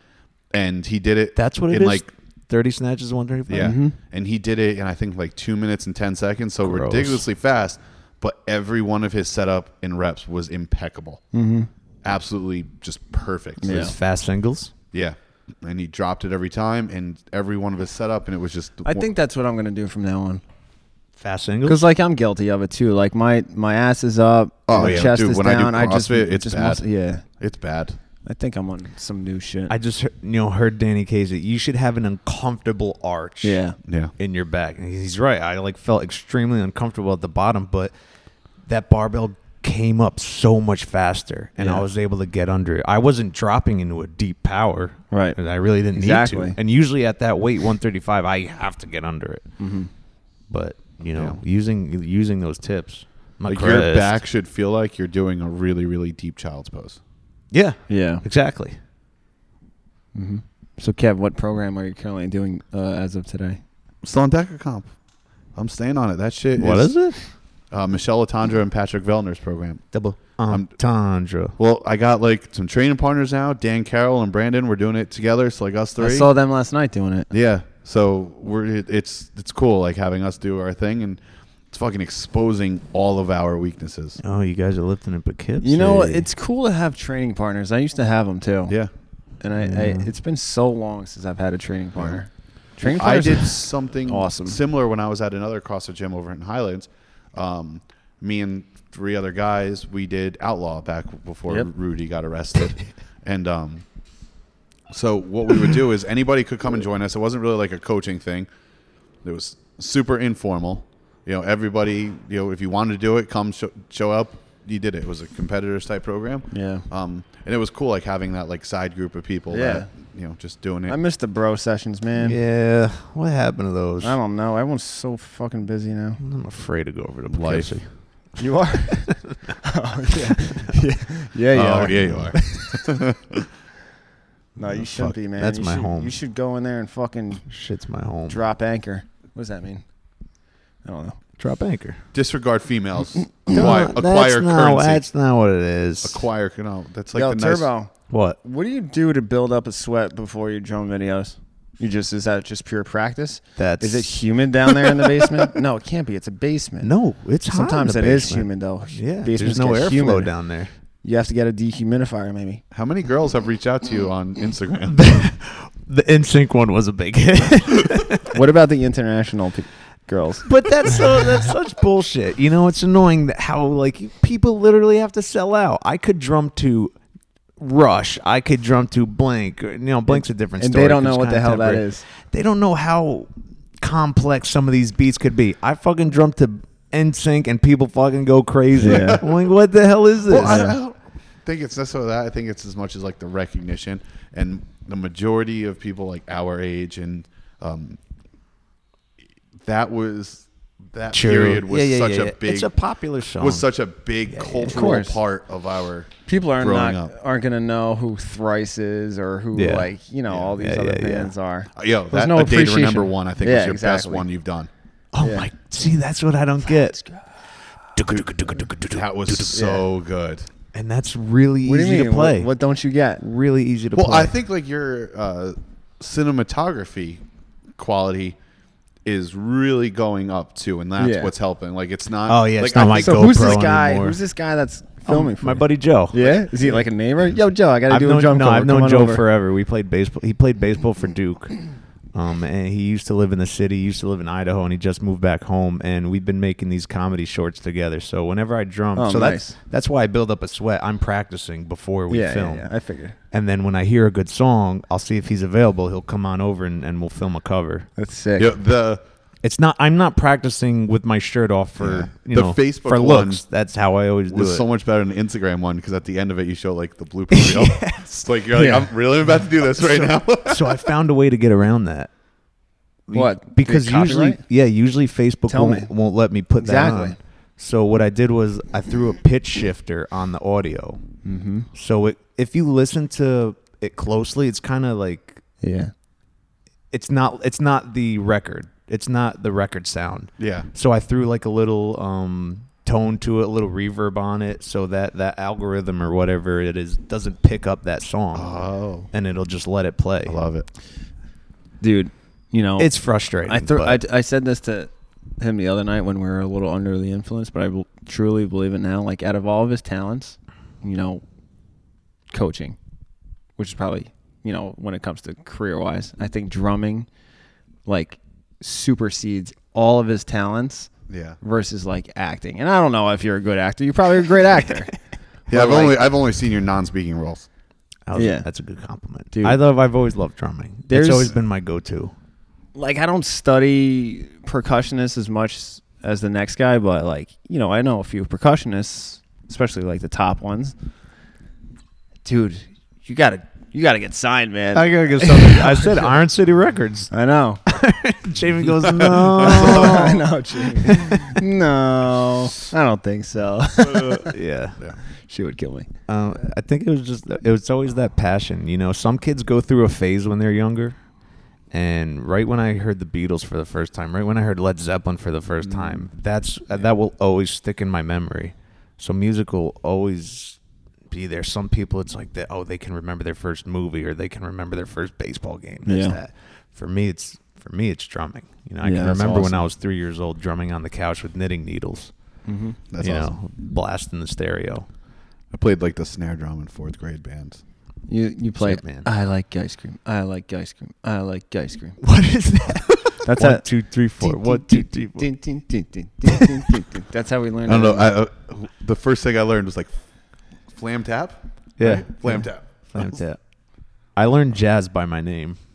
[SPEAKER 2] and he did it.
[SPEAKER 4] That's what
[SPEAKER 2] in
[SPEAKER 4] it is. Mm-hmm.
[SPEAKER 2] Like
[SPEAKER 4] 30 snatches, 135.
[SPEAKER 2] yeah, and he did it in I think like two minutes and ten seconds, so
[SPEAKER 4] Gross.
[SPEAKER 2] ridiculously fast. But every one of his setup and reps was impeccable, mm-hmm. absolutely just perfect.
[SPEAKER 4] It
[SPEAKER 2] Yeah.
[SPEAKER 4] was fast singles.
[SPEAKER 2] yeah, and he dropped it every time, and every one of his setup, and it was just.
[SPEAKER 3] I think that's what I'm gonna do from now on.
[SPEAKER 4] Fast singles.
[SPEAKER 3] Because like I'm guilty of it too. Like my my ass is up,
[SPEAKER 2] Oh,
[SPEAKER 3] my
[SPEAKER 2] yeah,
[SPEAKER 3] chest
[SPEAKER 2] dude,
[SPEAKER 3] is
[SPEAKER 2] when I do
[SPEAKER 3] down. I, just
[SPEAKER 2] CrossFit, it's
[SPEAKER 3] just
[SPEAKER 2] bad.
[SPEAKER 3] must- yeah.
[SPEAKER 2] it's bad.
[SPEAKER 3] I think I'm on some new shit.
[SPEAKER 4] I just heard, you know heard Danny Kaye you should have an uncomfortable arch.
[SPEAKER 3] yeah.
[SPEAKER 2] Yeah,
[SPEAKER 4] in your back. And he's right. I like felt extremely uncomfortable at the bottom, but that barbell came up so much faster and I
[SPEAKER 3] Yeah.
[SPEAKER 4] was able to get under it. I wasn't dropping into a deep power.
[SPEAKER 3] Right.
[SPEAKER 4] And I really didn't need
[SPEAKER 3] Exactly.
[SPEAKER 4] to. And usually at that weight 135 I have to get under it.
[SPEAKER 3] Mm-hmm.
[SPEAKER 4] But, you know, using using those tips. My
[SPEAKER 2] like your
[SPEAKER 4] crest-
[SPEAKER 2] back should feel like you're doing a really, really deep child's pose.
[SPEAKER 4] Yeah.
[SPEAKER 3] Yeah.
[SPEAKER 4] Exactly.
[SPEAKER 3] So Kev, what program are you currently doing uh, as of today?
[SPEAKER 2] Still on Decker Comp. I'm staying on it. That shit.
[SPEAKER 4] What is it?
[SPEAKER 2] Uh, Michelle Atandra and Patrick Vellner's program.
[SPEAKER 4] Double entendre.
[SPEAKER 2] Well, I got like some training partners now. Dan Carroll and Brandon. We're doing it together. So like us three.
[SPEAKER 3] I saw them last night doing it.
[SPEAKER 2] Yeah. So we're it- it's it's cool like having us do our thing and it's fucking exposing all of our weaknesses.
[SPEAKER 4] Oh, you guys are lifting up a kip.
[SPEAKER 3] You know, it's cool to have training partners. I used to have them too.
[SPEAKER 2] Yeah.
[SPEAKER 3] And I, I it's been so long since I've had a training partner. Training
[SPEAKER 2] I
[SPEAKER 3] partners.
[SPEAKER 2] did
[SPEAKER 3] are-
[SPEAKER 2] something
[SPEAKER 3] awesome.
[SPEAKER 2] similar when I was at another CrossFit gym over in Highlands. Um, me and three other guys, we did Outlaw back before
[SPEAKER 3] Yep.
[SPEAKER 2] Rudy got arrested. and um, so what we would do is anybody could come and join us. It wasn't really like a coaching thing. It was super informal. You know, everybody, you know, if you wanted to do it, come show, show up. You did it. It was a competitors type program.
[SPEAKER 3] Yeah.
[SPEAKER 2] Um, and it was cool, like having that like side group of people.
[SPEAKER 3] Yeah.
[SPEAKER 2] That, you know, just doing it.
[SPEAKER 3] I missed the bro sessions, man.
[SPEAKER 4] Yeah. What happened to those?
[SPEAKER 3] I don't know. Everyone's so fucking busy now.
[SPEAKER 4] I'm afraid to go over to
[SPEAKER 2] Life.
[SPEAKER 4] Poughkeepsie.
[SPEAKER 3] You are. oh, yeah. yeah. Yeah, you
[SPEAKER 2] oh
[SPEAKER 3] are.
[SPEAKER 2] yeah, you are.
[SPEAKER 3] No, you shouldn't be, man.
[SPEAKER 4] that's
[SPEAKER 3] You
[SPEAKER 4] my
[SPEAKER 3] should-
[SPEAKER 4] home.
[SPEAKER 3] You should go in there and fucking
[SPEAKER 4] Shit's my home.
[SPEAKER 3] drop anchor. What does that mean? I don't know.
[SPEAKER 4] Drop anchor.
[SPEAKER 2] disregard females. acquire acquire
[SPEAKER 4] that's not,
[SPEAKER 2] currency.
[SPEAKER 4] That's not what it is.
[SPEAKER 2] acquire. No, that's like
[SPEAKER 3] Yo,
[SPEAKER 2] the nice.
[SPEAKER 3] Turbo,
[SPEAKER 4] what?
[SPEAKER 3] what do you do to build up a sweat before your drum videos? You just is that just pure practice?
[SPEAKER 4] That's
[SPEAKER 3] Is it humid down there in the basement? no, it can't be. It's a basement.
[SPEAKER 4] No, it's hot in
[SPEAKER 3] sometimes
[SPEAKER 4] the
[SPEAKER 3] it is
[SPEAKER 4] basement.
[SPEAKER 3] humid though.
[SPEAKER 4] Yeah,
[SPEAKER 3] Basements
[SPEAKER 4] there's no
[SPEAKER 3] get
[SPEAKER 4] airflow
[SPEAKER 3] humid.
[SPEAKER 4] down there.
[SPEAKER 3] You have to get a dehumidifier, maybe.
[SPEAKER 2] How many girls have reached out to you on Instagram?
[SPEAKER 4] The NSYNC one was a big hit,
[SPEAKER 3] what about the international pe- girls?
[SPEAKER 4] but that's so, that's such bullshit. You know, it's annoying that how like you- people literally have to sell out. I could drum to Rush, I could drum to Blank. or- You know, Blank's a different
[SPEAKER 3] And
[SPEAKER 4] story.
[SPEAKER 3] they don't
[SPEAKER 4] 'cause
[SPEAKER 3] know what the hell that
[SPEAKER 4] contemporary.
[SPEAKER 3] is.
[SPEAKER 4] They don't know how complex some of these beats could be. I fucking drummed to NSYNC and people fucking go crazy.
[SPEAKER 3] Yeah.
[SPEAKER 4] I'm like, what the hell is this?
[SPEAKER 2] well, I, I don't think it's necessarily that. I think it's as much as like the recognition and the majority of people like our age and um, that was that
[SPEAKER 4] True.
[SPEAKER 2] period was
[SPEAKER 4] Yeah, yeah,
[SPEAKER 2] such
[SPEAKER 4] yeah, yeah.
[SPEAKER 2] a big
[SPEAKER 4] It's a popular song.
[SPEAKER 2] was such a big cultural
[SPEAKER 3] course.
[SPEAKER 2] part of our
[SPEAKER 3] People are
[SPEAKER 2] growing
[SPEAKER 3] not
[SPEAKER 2] up.
[SPEAKER 3] aren't gonna know who Thrice is or who
[SPEAKER 4] Yeah.
[SPEAKER 3] like you know all these
[SPEAKER 4] Yeah,
[SPEAKER 3] other
[SPEAKER 4] yeah, yeah.
[SPEAKER 3] bands are.
[SPEAKER 2] uh, Yo,
[SPEAKER 3] There's
[SPEAKER 2] that,
[SPEAKER 3] no
[SPEAKER 2] a day to
[SPEAKER 3] appreciation.
[SPEAKER 2] remember one. I think
[SPEAKER 3] Yeah,
[SPEAKER 2] was your best
[SPEAKER 3] exactly.
[SPEAKER 2] one you've done.
[SPEAKER 4] oh
[SPEAKER 3] Yeah.
[SPEAKER 4] my! See, that's what I don't get.
[SPEAKER 2] That was so good.
[SPEAKER 4] And that's really
[SPEAKER 3] What do you
[SPEAKER 4] easy
[SPEAKER 3] mean?
[SPEAKER 4] to play.
[SPEAKER 3] What, what don't you get?
[SPEAKER 4] Really easy to
[SPEAKER 2] Well,
[SPEAKER 4] play.
[SPEAKER 2] I think like your uh, cinematography quality is really going up too, and that's
[SPEAKER 3] Yeah.
[SPEAKER 2] what's helping. Like it's not.
[SPEAKER 4] Oh, yeah,
[SPEAKER 2] like,
[SPEAKER 4] it's not
[SPEAKER 2] I
[SPEAKER 4] like
[SPEAKER 2] think-
[SPEAKER 3] So who's
[SPEAKER 4] GoPro
[SPEAKER 3] this guy?
[SPEAKER 4] anymore.
[SPEAKER 3] Who's this guy that's filming for
[SPEAKER 4] Um, my
[SPEAKER 3] you?
[SPEAKER 4] buddy Joe.
[SPEAKER 3] Yeah, is he like a neighbor? Yo, Joe, I gotta
[SPEAKER 4] I've
[SPEAKER 3] do a
[SPEAKER 4] known,
[SPEAKER 3] drum
[SPEAKER 4] no,
[SPEAKER 3] cover.
[SPEAKER 4] I've
[SPEAKER 3] Come
[SPEAKER 4] known
[SPEAKER 3] on
[SPEAKER 4] Joe
[SPEAKER 3] over.
[SPEAKER 4] forever. We played baseball. He played baseball for Duke. Um, and he used to live in the city. He used to live in Idaho, and he just moved back home. And we've been making these comedy shorts together. So whenever I drum,
[SPEAKER 3] Oh,
[SPEAKER 4] so
[SPEAKER 3] nice.
[SPEAKER 4] that's that's why I build up a sweat. I'm practicing before we
[SPEAKER 3] Yeah, yeah,
[SPEAKER 4] film.
[SPEAKER 3] yeah, I figured.
[SPEAKER 4] And then when I hear a good song, I'll see if he's available. He'll come on over, and, and we'll film a cover.
[SPEAKER 3] That's sick.
[SPEAKER 2] Yeah, the
[SPEAKER 4] It's not. I'm not practicing with my shirt off for
[SPEAKER 2] Yeah.
[SPEAKER 4] you
[SPEAKER 2] The
[SPEAKER 4] know
[SPEAKER 2] Facebook
[SPEAKER 4] for
[SPEAKER 2] one
[SPEAKER 4] looks. That's how I always do it.
[SPEAKER 2] was so much better than the Instagram one because at the end of it you show like the blooper reel. It's like you're like
[SPEAKER 3] Yeah.
[SPEAKER 2] I'm really about to do this right now.
[SPEAKER 4] so I found a way to get around that.
[SPEAKER 3] What?
[SPEAKER 4] Because
[SPEAKER 3] The
[SPEAKER 4] usually,
[SPEAKER 3] copyright?
[SPEAKER 4] yeah, usually Facebook
[SPEAKER 3] Tell
[SPEAKER 4] won't,
[SPEAKER 3] me.
[SPEAKER 4] won't let me put that
[SPEAKER 3] Exactly.
[SPEAKER 4] on. So what I did was I threw a pitch shifter on the audio. Mm-hmm. So it, if you listen to it closely, it's kind of like
[SPEAKER 3] Yeah.
[SPEAKER 4] it's not it's not the record. It's not the record sound.
[SPEAKER 2] yeah,
[SPEAKER 4] So I threw like a little um, tone to it, a little reverb on it, so that that algorithm or whatever it is doesn't pick up that song,
[SPEAKER 3] Uh-huh.
[SPEAKER 2] Oh.
[SPEAKER 4] and it'll just let it play.
[SPEAKER 2] I love it.
[SPEAKER 3] dude. You know,
[SPEAKER 4] It's frustrating.
[SPEAKER 3] I threw. I,
[SPEAKER 4] but
[SPEAKER 3] I said this to him the other night when we were a little under the influence, but I bel- truly believe it now. Like out of all of his talents, you know, coaching, which is probably you know when it comes to career wise, I think drumming, like, supersedes all of his talents
[SPEAKER 2] Yeah.
[SPEAKER 3] versus like acting. And I don't know if you're a good actor. You're probably a great actor.
[SPEAKER 2] Yeah,
[SPEAKER 3] But,
[SPEAKER 2] I've
[SPEAKER 3] like,
[SPEAKER 2] only I've only seen your non-speaking roles.
[SPEAKER 4] I was-
[SPEAKER 3] yeah.
[SPEAKER 4] that's a good compliment.
[SPEAKER 3] Dude.
[SPEAKER 4] I love. I've always loved drumming.
[SPEAKER 3] There's-
[SPEAKER 4] it's always been my go-to.
[SPEAKER 3] like I don't study percussionists as much as the next guy, but like you know, I know a few percussionists, especially like the top ones. Dude, you gotta you gotta get signed, man.
[SPEAKER 4] I gotta give something. I said Iron City Records.
[SPEAKER 3] I know.
[SPEAKER 4] Jamie goes, no.
[SPEAKER 3] I know, Jamie. no, I don't think so.
[SPEAKER 4] yeah.
[SPEAKER 3] she would kill me.
[SPEAKER 4] Um, I think it was just it was always that passion. You know, some kids go through a phase when they're younger. And right when I heard the Beatles for the first time, right when I heard Led Zeppelin for the
[SPEAKER 3] Mm.
[SPEAKER 4] first time, that's uh, that will always stick in my memory. So music will always be there. Some people, it's like that. Oh, they can remember their first movie or they can remember their first baseball game. It's
[SPEAKER 3] Yeah.
[SPEAKER 4] that. For me, it's for me, it's drumming. You know, I
[SPEAKER 3] Yeah,
[SPEAKER 4] can
[SPEAKER 3] that's
[SPEAKER 4] remember when
[SPEAKER 3] awesome.
[SPEAKER 4] I was three years old drumming on the couch with knitting needles.
[SPEAKER 3] Mm-hmm.
[SPEAKER 2] That's
[SPEAKER 4] you
[SPEAKER 2] awesome.
[SPEAKER 4] know, blasting the stereo.
[SPEAKER 2] I played like the snare drum in fourth grade bands.
[SPEAKER 3] You you play.
[SPEAKER 4] Shit, man.
[SPEAKER 3] I like ice cream. I like ice cream. I like ice cream.
[SPEAKER 4] What is that?
[SPEAKER 3] That's
[SPEAKER 4] One,
[SPEAKER 3] a-
[SPEAKER 4] two, three, four. One, two, three, four.
[SPEAKER 3] That's how we
[SPEAKER 2] I
[SPEAKER 3] learn.
[SPEAKER 2] don't know. I, uh, the first thing I learned was like flam tap.
[SPEAKER 4] Yeah.
[SPEAKER 2] right? flam tap.
[SPEAKER 4] Flam tap. I learned jazz by my name.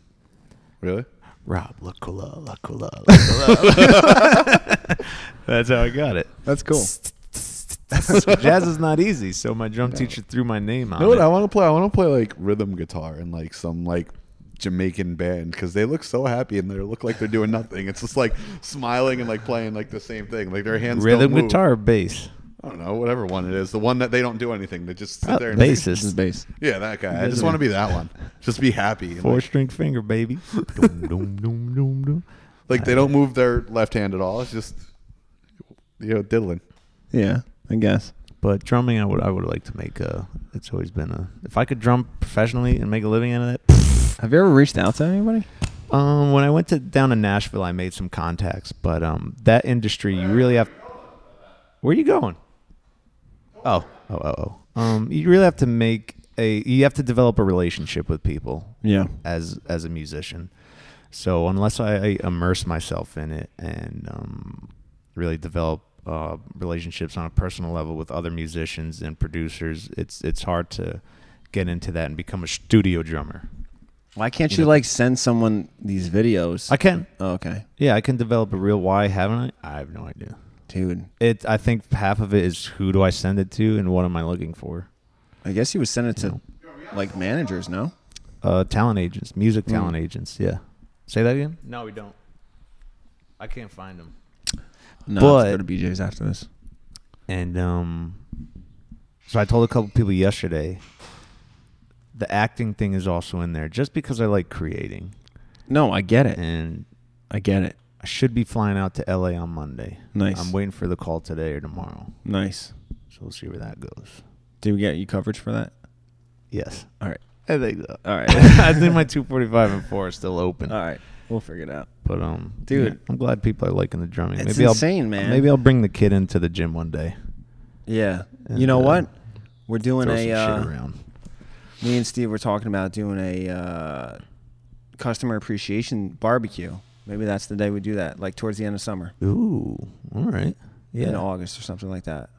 [SPEAKER 2] Really?
[SPEAKER 4] Rob Lacula, Lacula, Lacula. That's how I got it.
[SPEAKER 3] That's cool.
[SPEAKER 4] jazz is not easy, so my drum teacher threw my name on
[SPEAKER 2] No, what
[SPEAKER 4] it.
[SPEAKER 2] I want to play? I want to play like rhythm guitar and like some like Jamaican band because they look so happy and they look like they're doing nothing. It's just like smiling and like playing like the same thing. Like their hands
[SPEAKER 4] Rhythm
[SPEAKER 2] don't move.
[SPEAKER 4] guitar, or bass.
[SPEAKER 2] I don't know whatever one it is. The one that they don't do anything. They just sit
[SPEAKER 4] Oh,
[SPEAKER 2] there. And
[SPEAKER 3] This is
[SPEAKER 4] bassist.
[SPEAKER 3] bass.
[SPEAKER 2] Yeah, that guy. I just want to be that one. Just be happy. and,
[SPEAKER 4] Four
[SPEAKER 2] like,
[SPEAKER 4] string finger, baby. Dum, dum, dum, dum, dum.
[SPEAKER 2] like they don't move their left hand at all. It's just you know diddling.
[SPEAKER 3] Yeah, I guess.
[SPEAKER 4] But drumming, I would, I would like to make a. It's always been a. If I could drum professionally and make a living out of that,
[SPEAKER 3] Have you ever reached out to anybody?
[SPEAKER 4] Um, when I went to down to Nashville, I made some contacts, but um, that industry you really have. Where you going? Oh, oh, oh, oh. Um, you really have to make a. You have to develop a relationship with people
[SPEAKER 3] Yeah.
[SPEAKER 4] as as a musician. So unless I, I immerse myself in it and um, really develop uh, relationships on a personal level with other musicians and producers, it's it's hard to get into that and become a studio drummer.
[SPEAKER 3] Why can't
[SPEAKER 4] You
[SPEAKER 3] you
[SPEAKER 4] know-
[SPEAKER 3] like send someone these videos?
[SPEAKER 4] I can.
[SPEAKER 3] Oh, okay,
[SPEAKER 4] Yeah, I can develop a real why, haven't I? I have no idea.
[SPEAKER 3] dude.
[SPEAKER 4] It. I think half of it is who do I send it to and what am I looking for?
[SPEAKER 3] I guess you would send it to like managers. No.
[SPEAKER 4] Uh, talent agents, music talent agents. Yeah. Say that again. Hmm. No, we don't. I can't find them.
[SPEAKER 3] No.
[SPEAKER 4] But-
[SPEAKER 3] let's go to BJ's after this.
[SPEAKER 4] And um, so I told a couple people yesterday. The acting thing is also in there, just because I like creating,
[SPEAKER 3] No, I get it.
[SPEAKER 4] and
[SPEAKER 3] I get it.
[SPEAKER 4] I should be flying out to LA on Monday.
[SPEAKER 3] Nice.
[SPEAKER 4] I'm waiting for the call today or tomorrow,
[SPEAKER 3] Nice.
[SPEAKER 4] so we'll see where that goes.
[SPEAKER 3] Did we get you coverage for that?
[SPEAKER 4] Yes.
[SPEAKER 3] All right.
[SPEAKER 4] I think so.
[SPEAKER 3] All right.
[SPEAKER 4] I think my 245 and 4 are still open.
[SPEAKER 3] All right. We'll figure it out.
[SPEAKER 4] But um
[SPEAKER 3] Dude.
[SPEAKER 4] yeah, I'm glad people are liking the drumming.
[SPEAKER 3] It's
[SPEAKER 4] maybe
[SPEAKER 3] insane,
[SPEAKER 4] I'll,
[SPEAKER 3] man.
[SPEAKER 4] Maybe I'll bring the kid into the gym one day.
[SPEAKER 3] Yeah. you
[SPEAKER 4] And,
[SPEAKER 3] know
[SPEAKER 4] uh,
[SPEAKER 3] what? We're doing
[SPEAKER 4] Throw
[SPEAKER 3] a.
[SPEAKER 4] some
[SPEAKER 3] uh,
[SPEAKER 4] shit around.
[SPEAKER 3] me and Steve were talking about doing a uh, customer appreciation barbecue. Maybe that's the day we do that, like towards the end of summer,
[SPEAKER 4] Ooh. All right. Yeah.
[SPEAKER 3] in August or something like that.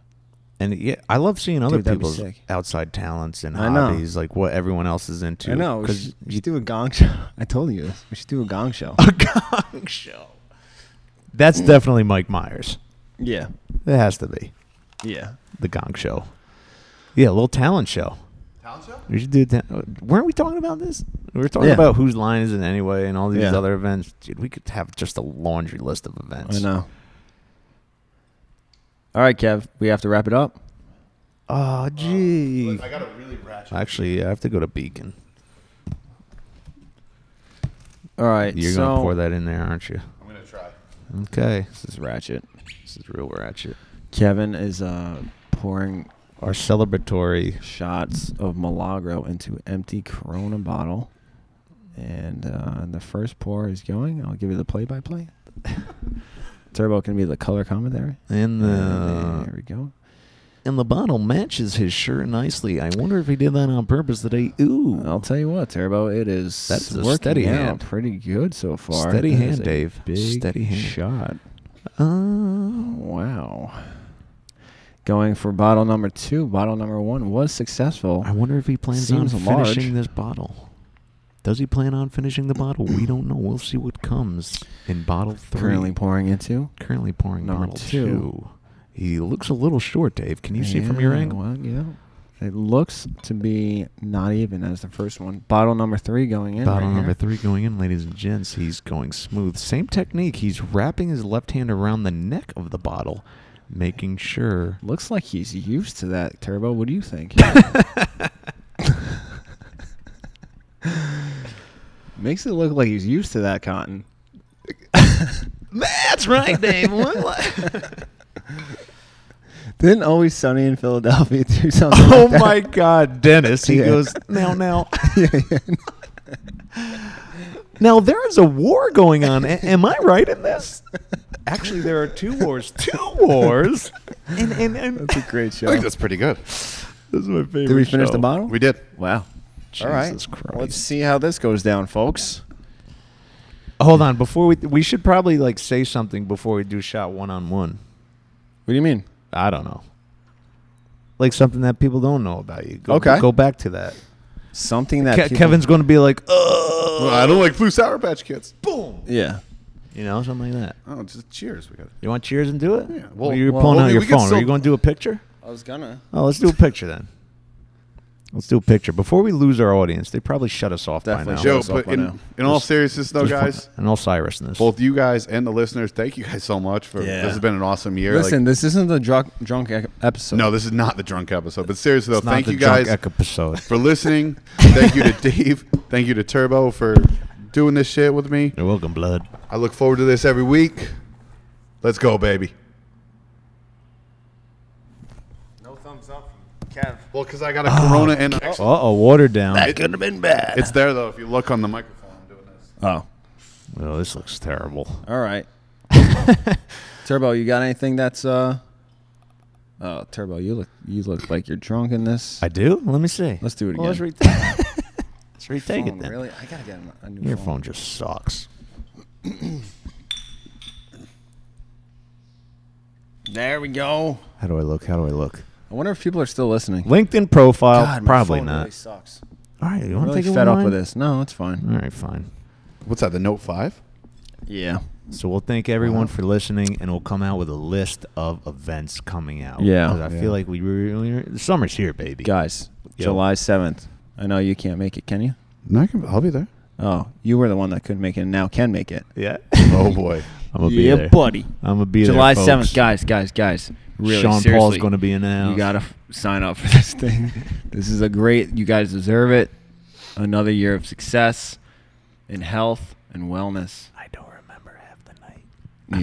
[SPEAKER 4] And yeah, I love seeing other
[SPEAKER 3] Dude, that'd be
[SPEAKER 4] people's
[SPEAKER 3] sick.
[SPEAKER 4] outside talents and
[SPEAKER 3] I know.
[SPEAKER 4] hobbies, like what everyone else is into.
[SPEAKER 3] I know. We
[SPEAKER 4] 'Cause
[SPEAKER 3] should, we should do a gong show. I told you this. We should do a gong show.
[SPEAKER 4] a gong show. That's definitely Mike Myers.
[SPEAKER 3] yeah.
[SPEAKER 4] It has to be
[SPEAKER 3] Yeah.
[SPEAKER 4] the gong show. Yeah, a little talent show.
[SPEAKER 2] Talent show?
[SPEAKER 4] We should do. ta- weren't we talking about this? We were talking
[SPEAKER 3] Yeah.
[SPEAKER 4] about whose line is it anyway, and all these
[SPEAKER 3] Yeah.
[SPEAKER 4] other events. Dude, we could have just a laundry list of events.
[SPEAKER 3] I know. All right, Kev. We have to wrap it up.
[SPEAKER 4] Oh, gee.
[SPEAKER 2] I Uh, got a really ratchet.
[SPEAKER 4] Actually, I have to go to Beacon.
[SPEAKER 3] All right.
[SPEAKER 4] You're
[SPEAKER 3] so,
[SPEAKER 4] gonna pour that in there, aren't you?
[SPEAKER 2] I'm gonna try.
[SPEAKER 4] Okay,
[SPEAKER 3] This is ratchet.
[SPEAKER 4] this is real ratchet.
[SPEAKER 3] Kevin is uh, pouring
[SPEAKER 4] Our celebratory.
[SPEAKER 3] shots of Milagro into empty Corona bottle. And uh, the first pour is going. I'll give you the play-by-play. Turbo can be the color commentary.
[SPEAKER 4] And
[SPEAKER 3] there
[SPEAKER 4] the
[SPEAKER 3] we go.
[SPEAKER 4] and the bottle matches his shirt nicely. I wonder if he did that on purpose today. Ooh,
[SPEAKER 3] I'll tell you what, Turbo, it is
[SPEAKER 4] That's a
[SPEAKER 3] working
[SPEAKER 4] steady
[SPEAKER 3] out
[SPEAKER 4] hand.
[SPEAKER 3] pretty good so far.
[SPEAKER 4] Steady
[SPEAKER 3] That
[SPEAKER 4] hand,
[SPEAKER 3] is a
[SPEAKER 4] Dave.
[SPEAKER 3] Big
[SPEAKER 4] Steady hand.
[SPEAKER 3] shot.
[SPEAKER 4] Oh.
[SPEAKER 3] Wow. Going for bottle number two. Bottle number one was successful.
[SPEAKER 4] I wonder if he plans
[SPEAKER 3] Seems
[SPEAKER 4] on
[SPEAKER 3] large.
[SPEAKER 4] finishing this bottle. Does he plan on finishing the bottle? We don't know. We'll see what comes in bottle three.
[SPEAKER 3] Currently pouring into.
[SPEAKER 4] Currently pouring
[SPEAKER 3] Number
[SPEAKER 4] bottle
[SPEAKER 3] two.
[SPEAKER 4] two. He looks a little short, Dave. Can you see from your
[SPEAKER 3] Yeah,
[SPEAKER 4] angle?
[SPEAKER 3] Well, yeah. It looks to be not even as the first one. Bottle number three going in.
[SPEAKER 4] Bottle
[SPEAKER 3] right
[SPEAKER 4] number
[SPEAKER 3] here.
[SPEAKER 4] three going in, ladies and gents. He's going smooth. Same technique. He's wrapping his left hand around the neck of the bottle, making sure.
[SPEAKER 3] Looks like he's used to that, Turbo. What do you think? Makes it look like he's used to that cotton.
[SPEAKER 4] That's right, Dave. What- what-
[SPEAKER 3] Didn't Always Sunny in Philadelphia do something?
[SPEAKER 4] oh
[SPEAKER 3] like that?
[SPEAKER 4] my God, Dennis. He
[SPEAKER 3] Yeah.
[SPEAKER 4] goes now, now. Now there is a war going on. A- am I right in this? Actually, there are two wars. Two wars. And and, and
[SPEAKER 3] That's a great show.
[SPEAKER 2] I think that's pretty good.
[SPEAKER 4] this is my favorite.
[SPEAKER 3] Did we finish the
[SPEAKER 4] show.
[SPEAKER 3] bottle?
[SPEAKER 2] We did.
[SPEAKER 3] Oh. Wow.
[SPEAKER 4] Jesus
[SPEAKER 3] All right.
[SPEAKER 4] Christ.
[SPEAKER 3] Let's see how this goes down, folks.
[SPEAKER 4] Hold on, before we we should probably like say something before we do shot one on one.
[SPEAKER 3] What do you mean?
[SPEAKER 4] I don't know. Like something that people don't know about you. Go,
[SPEAKER 3] Okay.
[SPEAKER 4] Go back to that.
[SPEAKER 3] Something that
[SPEAKER 4] Ke-
[SPEAKER 3] people-
[SPEAKER 4] Kevin's going to be like, oh,
[SPEAKER 2] Well, I don't like blue sour patch kids. Boom.
[SPEAKER 3] Yeah.
[SPEAKER 4] you know, something like that.
[SPEAKER 2] Oh, just cheers. We got it.
[SPEAKER 4] You want cheers and do it?
[SPEAKER 2] Yeah,
[SPEAKER 4] Well,
[SPEAKER 2] well-
[SPEAKER 4] you're
[SPEAKER 3] well,
[SPEAKER 4] pulling
[SPEAKER 2] well,
[SPEAKER 4] out
[SPEAKER 2] we-
[SPEAKER 4] your
[SPEAKER 2] we can
[SPEAKER 4] phone. Are
[SPEAKER 2] still-
[SPEAKER 4] you going to do a picture?
[SPEAKER 3] I was gonna.
[SPEAKER 4] Oh, let's do a picture then. Let's do a picture before we lose our audience. They probably shut us off
[SPEAKER 3] Definitely
[SPEAKER 4] by now.
[SPEAKER 3] shut
[SPEAKER 2] Joe,
[SPEAKER 3] us off
[SPEAKER 2] but
[SPEAKER 3] by now.
[SPEAKER 2] in, in all seriousness, though, guys,
[SPEAKER 4] and Osiris in this.
[SPEAKER 2] both you guys and the listeners, thank you guys so much for
[SPEAKER 3] Yeah.
[SPEAKER 2] this has been an awesome year.
[SPEAKER 3] Listen,
[SPEAKER 2] Like,
[SPEAKER 3] this isn't the drunk drunk e- episode.
[SPEAKER 2] no, this is not the drunk episode, but seriously though,
[SPEAKER 4] It's not
[SPEAKER 2] thank
[SPEAKER 4] the
[SPEAKER 2] you guys
[SPEAKER 4] Drunk Eck episode.
[SPEAKER 2] for listening. thank you to Dave. Thank you to Turbo for doing this shit with me.
[SPEAKER 4] You're welcome, blood.
[SPEAKER 2] I look forward to this every week. Let's go, baby.
[SPEAKER 6] No thumbs up from Kev.
[SPEAKER 2] Well, because I got a Corona and a,
[SPEAKER 4] Uh oh, watered down.
[SPEAKER 6] could have been bad.
[SPEAKER 2] it's there though. If you look on the microphone, I'm doing this.
[SPEAKER 3] Oh.
[SPEAKER 4] Oh, this looks terrible.
[SPEAKER 3] All right. Turbo, you got anything that's uh? Oh, Turbo, you look you look like you're drunk in this.
[SPEAKER 4] I do. Let me see.
[SPEAKER 3] Let's do it
[SPEAKER 4] Well, let's,
[SPEAKER 3] again.
[SPEAKER 4] retake let's retake
[SPEAKER 3] Phone,
[SPEAKER 4] it then.
[SPEAKER 3] Oh, Really, I gotta get a- a new
[SPEAKER 4] Your
[SPEAKER 3] phone.
[SPEAKER 4] phone just sucks.
[SPEAKER 3] There we go.
[SPEAKER 4] How do I look? How do I look?
[SPEAKER 3] I wonder if people are still listening.
[SPEAKER 4] LinkedIn profile,
[SPEAKER 3] God, my
[SPEAKER 4] probably
[SPEAKER 3] phone
[SPEAKER 4] not.
[SPEAKER 3] Really sucks.
[SPEAKER 4] All right, you want to
[SPEAKER 3] Really
[SPEAKER 4] take
[SPEAKER 3] fed
[SPEAKER 4] it
[SPEAKER 3] up with this. No, it's fine.
[SPEAKER 4] All right, fine.
[SPEAKER 2] What's that? The Note Five?
[SPEAKER 3] Yeah.
[SPEAKER 4] So we'll thank everyone
[SPEAKER 3] Uh-huh.
[SPEAKER 4] for listening, and we'll come out with a list of events coming out.
[SPEAKER 3] Yeah.
[SPEAKER 4] 'Cause I
[SPEAKER 2] Yeah.
[SPEAKER 4] feel like we really the summer's here, baby.
[SPEAKER 3] Guys,
[SPEAKER 4] Yo.
[SPEAKER 3] July 7th. I know you can't make it, can you?
[SPEAKER 2] No, I can, I'll be there.
[SPEAKER 3] Oh, you were the one that couldn't make it and now can make it.
[SPEAKER 4] Yeah.
[SPEAKER 2] Oh boy.
[SPEAKER 4] I'm gonna
[SPEAKER 3] yeah,
[SPEAKER 4] be there.
[SPEAKER 3] buddy.
[SPEAKER 4] I'm gonna be
[SPEAKER 3] July
[SPEAKER 4] there.
[SPEAKER 3] 7th.
[SPEAKER 4] folks.
[SPEAKER 3] Guys, guys, guys. Really,
[SPEAKER 4] Sean
[SPEAKER 3] seriously,
[SPEAKER 4] Paul's gonna be in the house.
[SPEAKER 3] You got to f- sign up for this thing. this is a great, you guys deserve it. Another year of success in health and wellness.
[SPEAKER 4] I don't remember half the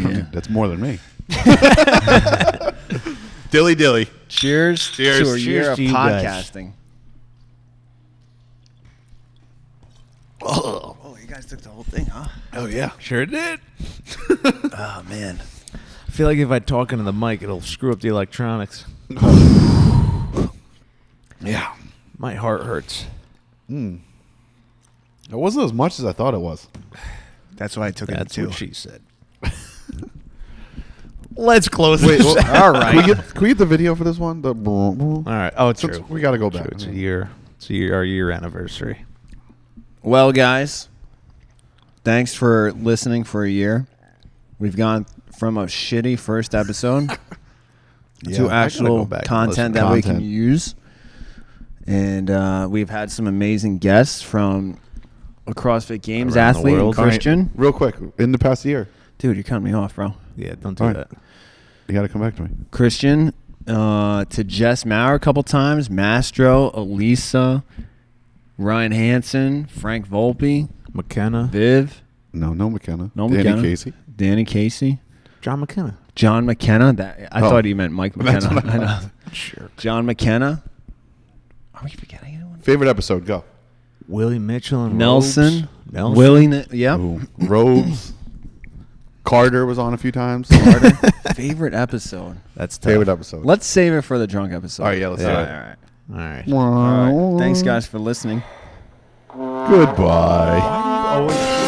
[SPEAKER 4] night.
[SPEAKER 3] Yeah.
[SPEAKER 2] That's more than me. dilly dilly.
[SPEAKER 3] Cheers,
[SPEAKER 2] Cheers.
[SPEAKER 3] to a year
[SPEAKER 4] Cheers
[SPEAKER 3] of
[SPEAKER 4] to you guys.
[SPEAKER 3] podcasting. Oh. you guys took the whole thing, huh?
[SPEAKER 2] Oh yeah.
[SPEAKER 4] Sure did.
[SPEAKER 3] Oh, man.
[SPEAKER 4] I feel like if I talk into the mic, it'll screw up the electronics.
[SPEAKER 2] Yeah.
[SPEAKER 4] My heart hurts.
[SPEAKER 2] It wasn't as much as I thought it was.
[SPEAKER 6] That's why I took
[SPEAKER 4] That's
[SPEAKER 6] it too.
[SPEAKER 4] what she said. Let's close
[SPEAKER 2] Wait,
[SPEAKER 4] this.
[SPEAKER 2] well,
[SPEAKER 4] All right.
[SPEAKER 2] Can we, get, can we get the video for this one? The
[SPEAKER 4] All right. Oh, it's
[SPEAKER 2] Since
[SPEAKER 4] true.
[SPEAKER 2] we gotta go
[SPEAKER 4] True.
[SPEAKER 2] back.
[SPEAKER 4] It's a year. It's a year, our year anniversary.
[SPEAKER 3] Well, guys, thanks for listening for a year. We've gone from a shitty first episode
[SPEAKER 2] Yeah, I
[SPEAKER 3] to
[SPEAKER 2] gotta
[SPEAKER 3] actual
[SPEAKER 2] go back and
[SPEAKER 3] content
[SPEAKER 2] listen to
[SPEAKER 3] that we can
[SPEAKER 2] content.
[SPEAKER 3] use. And uh, we've had some amazing guests from a CrossFit Games
[SPEAKER 4] Around the
[SPEAKER 3] athlete, and
[SPEAKER 4] world.
[SPEAKER 3] Christian.
[SPEAKER 2] Real quick, in the past year,
[SPEAKER 3] Dude, you're cutting me off, bro.
[SPEAKER 4] Yeah, don't do
[SPEAKER 2] All right.
[SPEAKER 4] that.
[SPEAKER 2] you gotta come back to me.
[SPEAKER 3] Christian, uh, to Jess Maurer a couple times, Mastro, Elisa, Ryan Hansen, Frank Volpe,
[SPEAKER 4] McKenna.
[SPEAKER 3] Viv,
[SPEAKER 2] No, no McKenna.
[SPEAKER 3] No
[SPEAKER 2] Danny
[SPEAKER 3] McKenna.
[SPEAKER 2] Casey.
[SPEAKER 3] Danny Casey.
[SPEAKER 4] John McKenna.
[SPEAKER 3] John McKenna. That I
[SPEAKER 2] Oh.
[SPEAKER 3] thought he meant Mike
[SPEAKER 2] That's
[SPEAKER 3] McKenna.
[SPEAKER 2] what
[SPEAKER 3] I
[SPEAKER 2] I
[SPEAKER 3] know.
[SPEAKER 2] thought.
[SPEAKER 3] John McKenna. Are we forgetting anyone?
[SPEAKER 2] Favorite episode? Go.
[SPEAKER 4] Willie Mitchell and
[SPEAKER 3] Nelson.
[SPEAKER 4] Robes. Nelson.
[SPEAKER 3] Willie. Ne- yeah.
[SPEAKER 2] Robes. Carter was on a few times. Carter.
[SPEAKER 3] Favorite episode.
[SPEAKER 4] That's tough.
[SPEAKER 2] Favorite episode.
[SPEAKER 3] Let's save it for the drunk episode.
[SPEAKER 2] All right, yeah, let's
[SPEAKER 4] Yeah.
[SPEAKER 2] do
[SPEAKER 4] All
[SPEAKER 2] it.
[SPEAKER 4] right. All right.
[SPEAKER 3] All right. Thanks, guys, for listening.
[SPEAKER 2] Goodbye.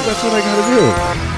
[SPEAKER 2] That's what I gotta do.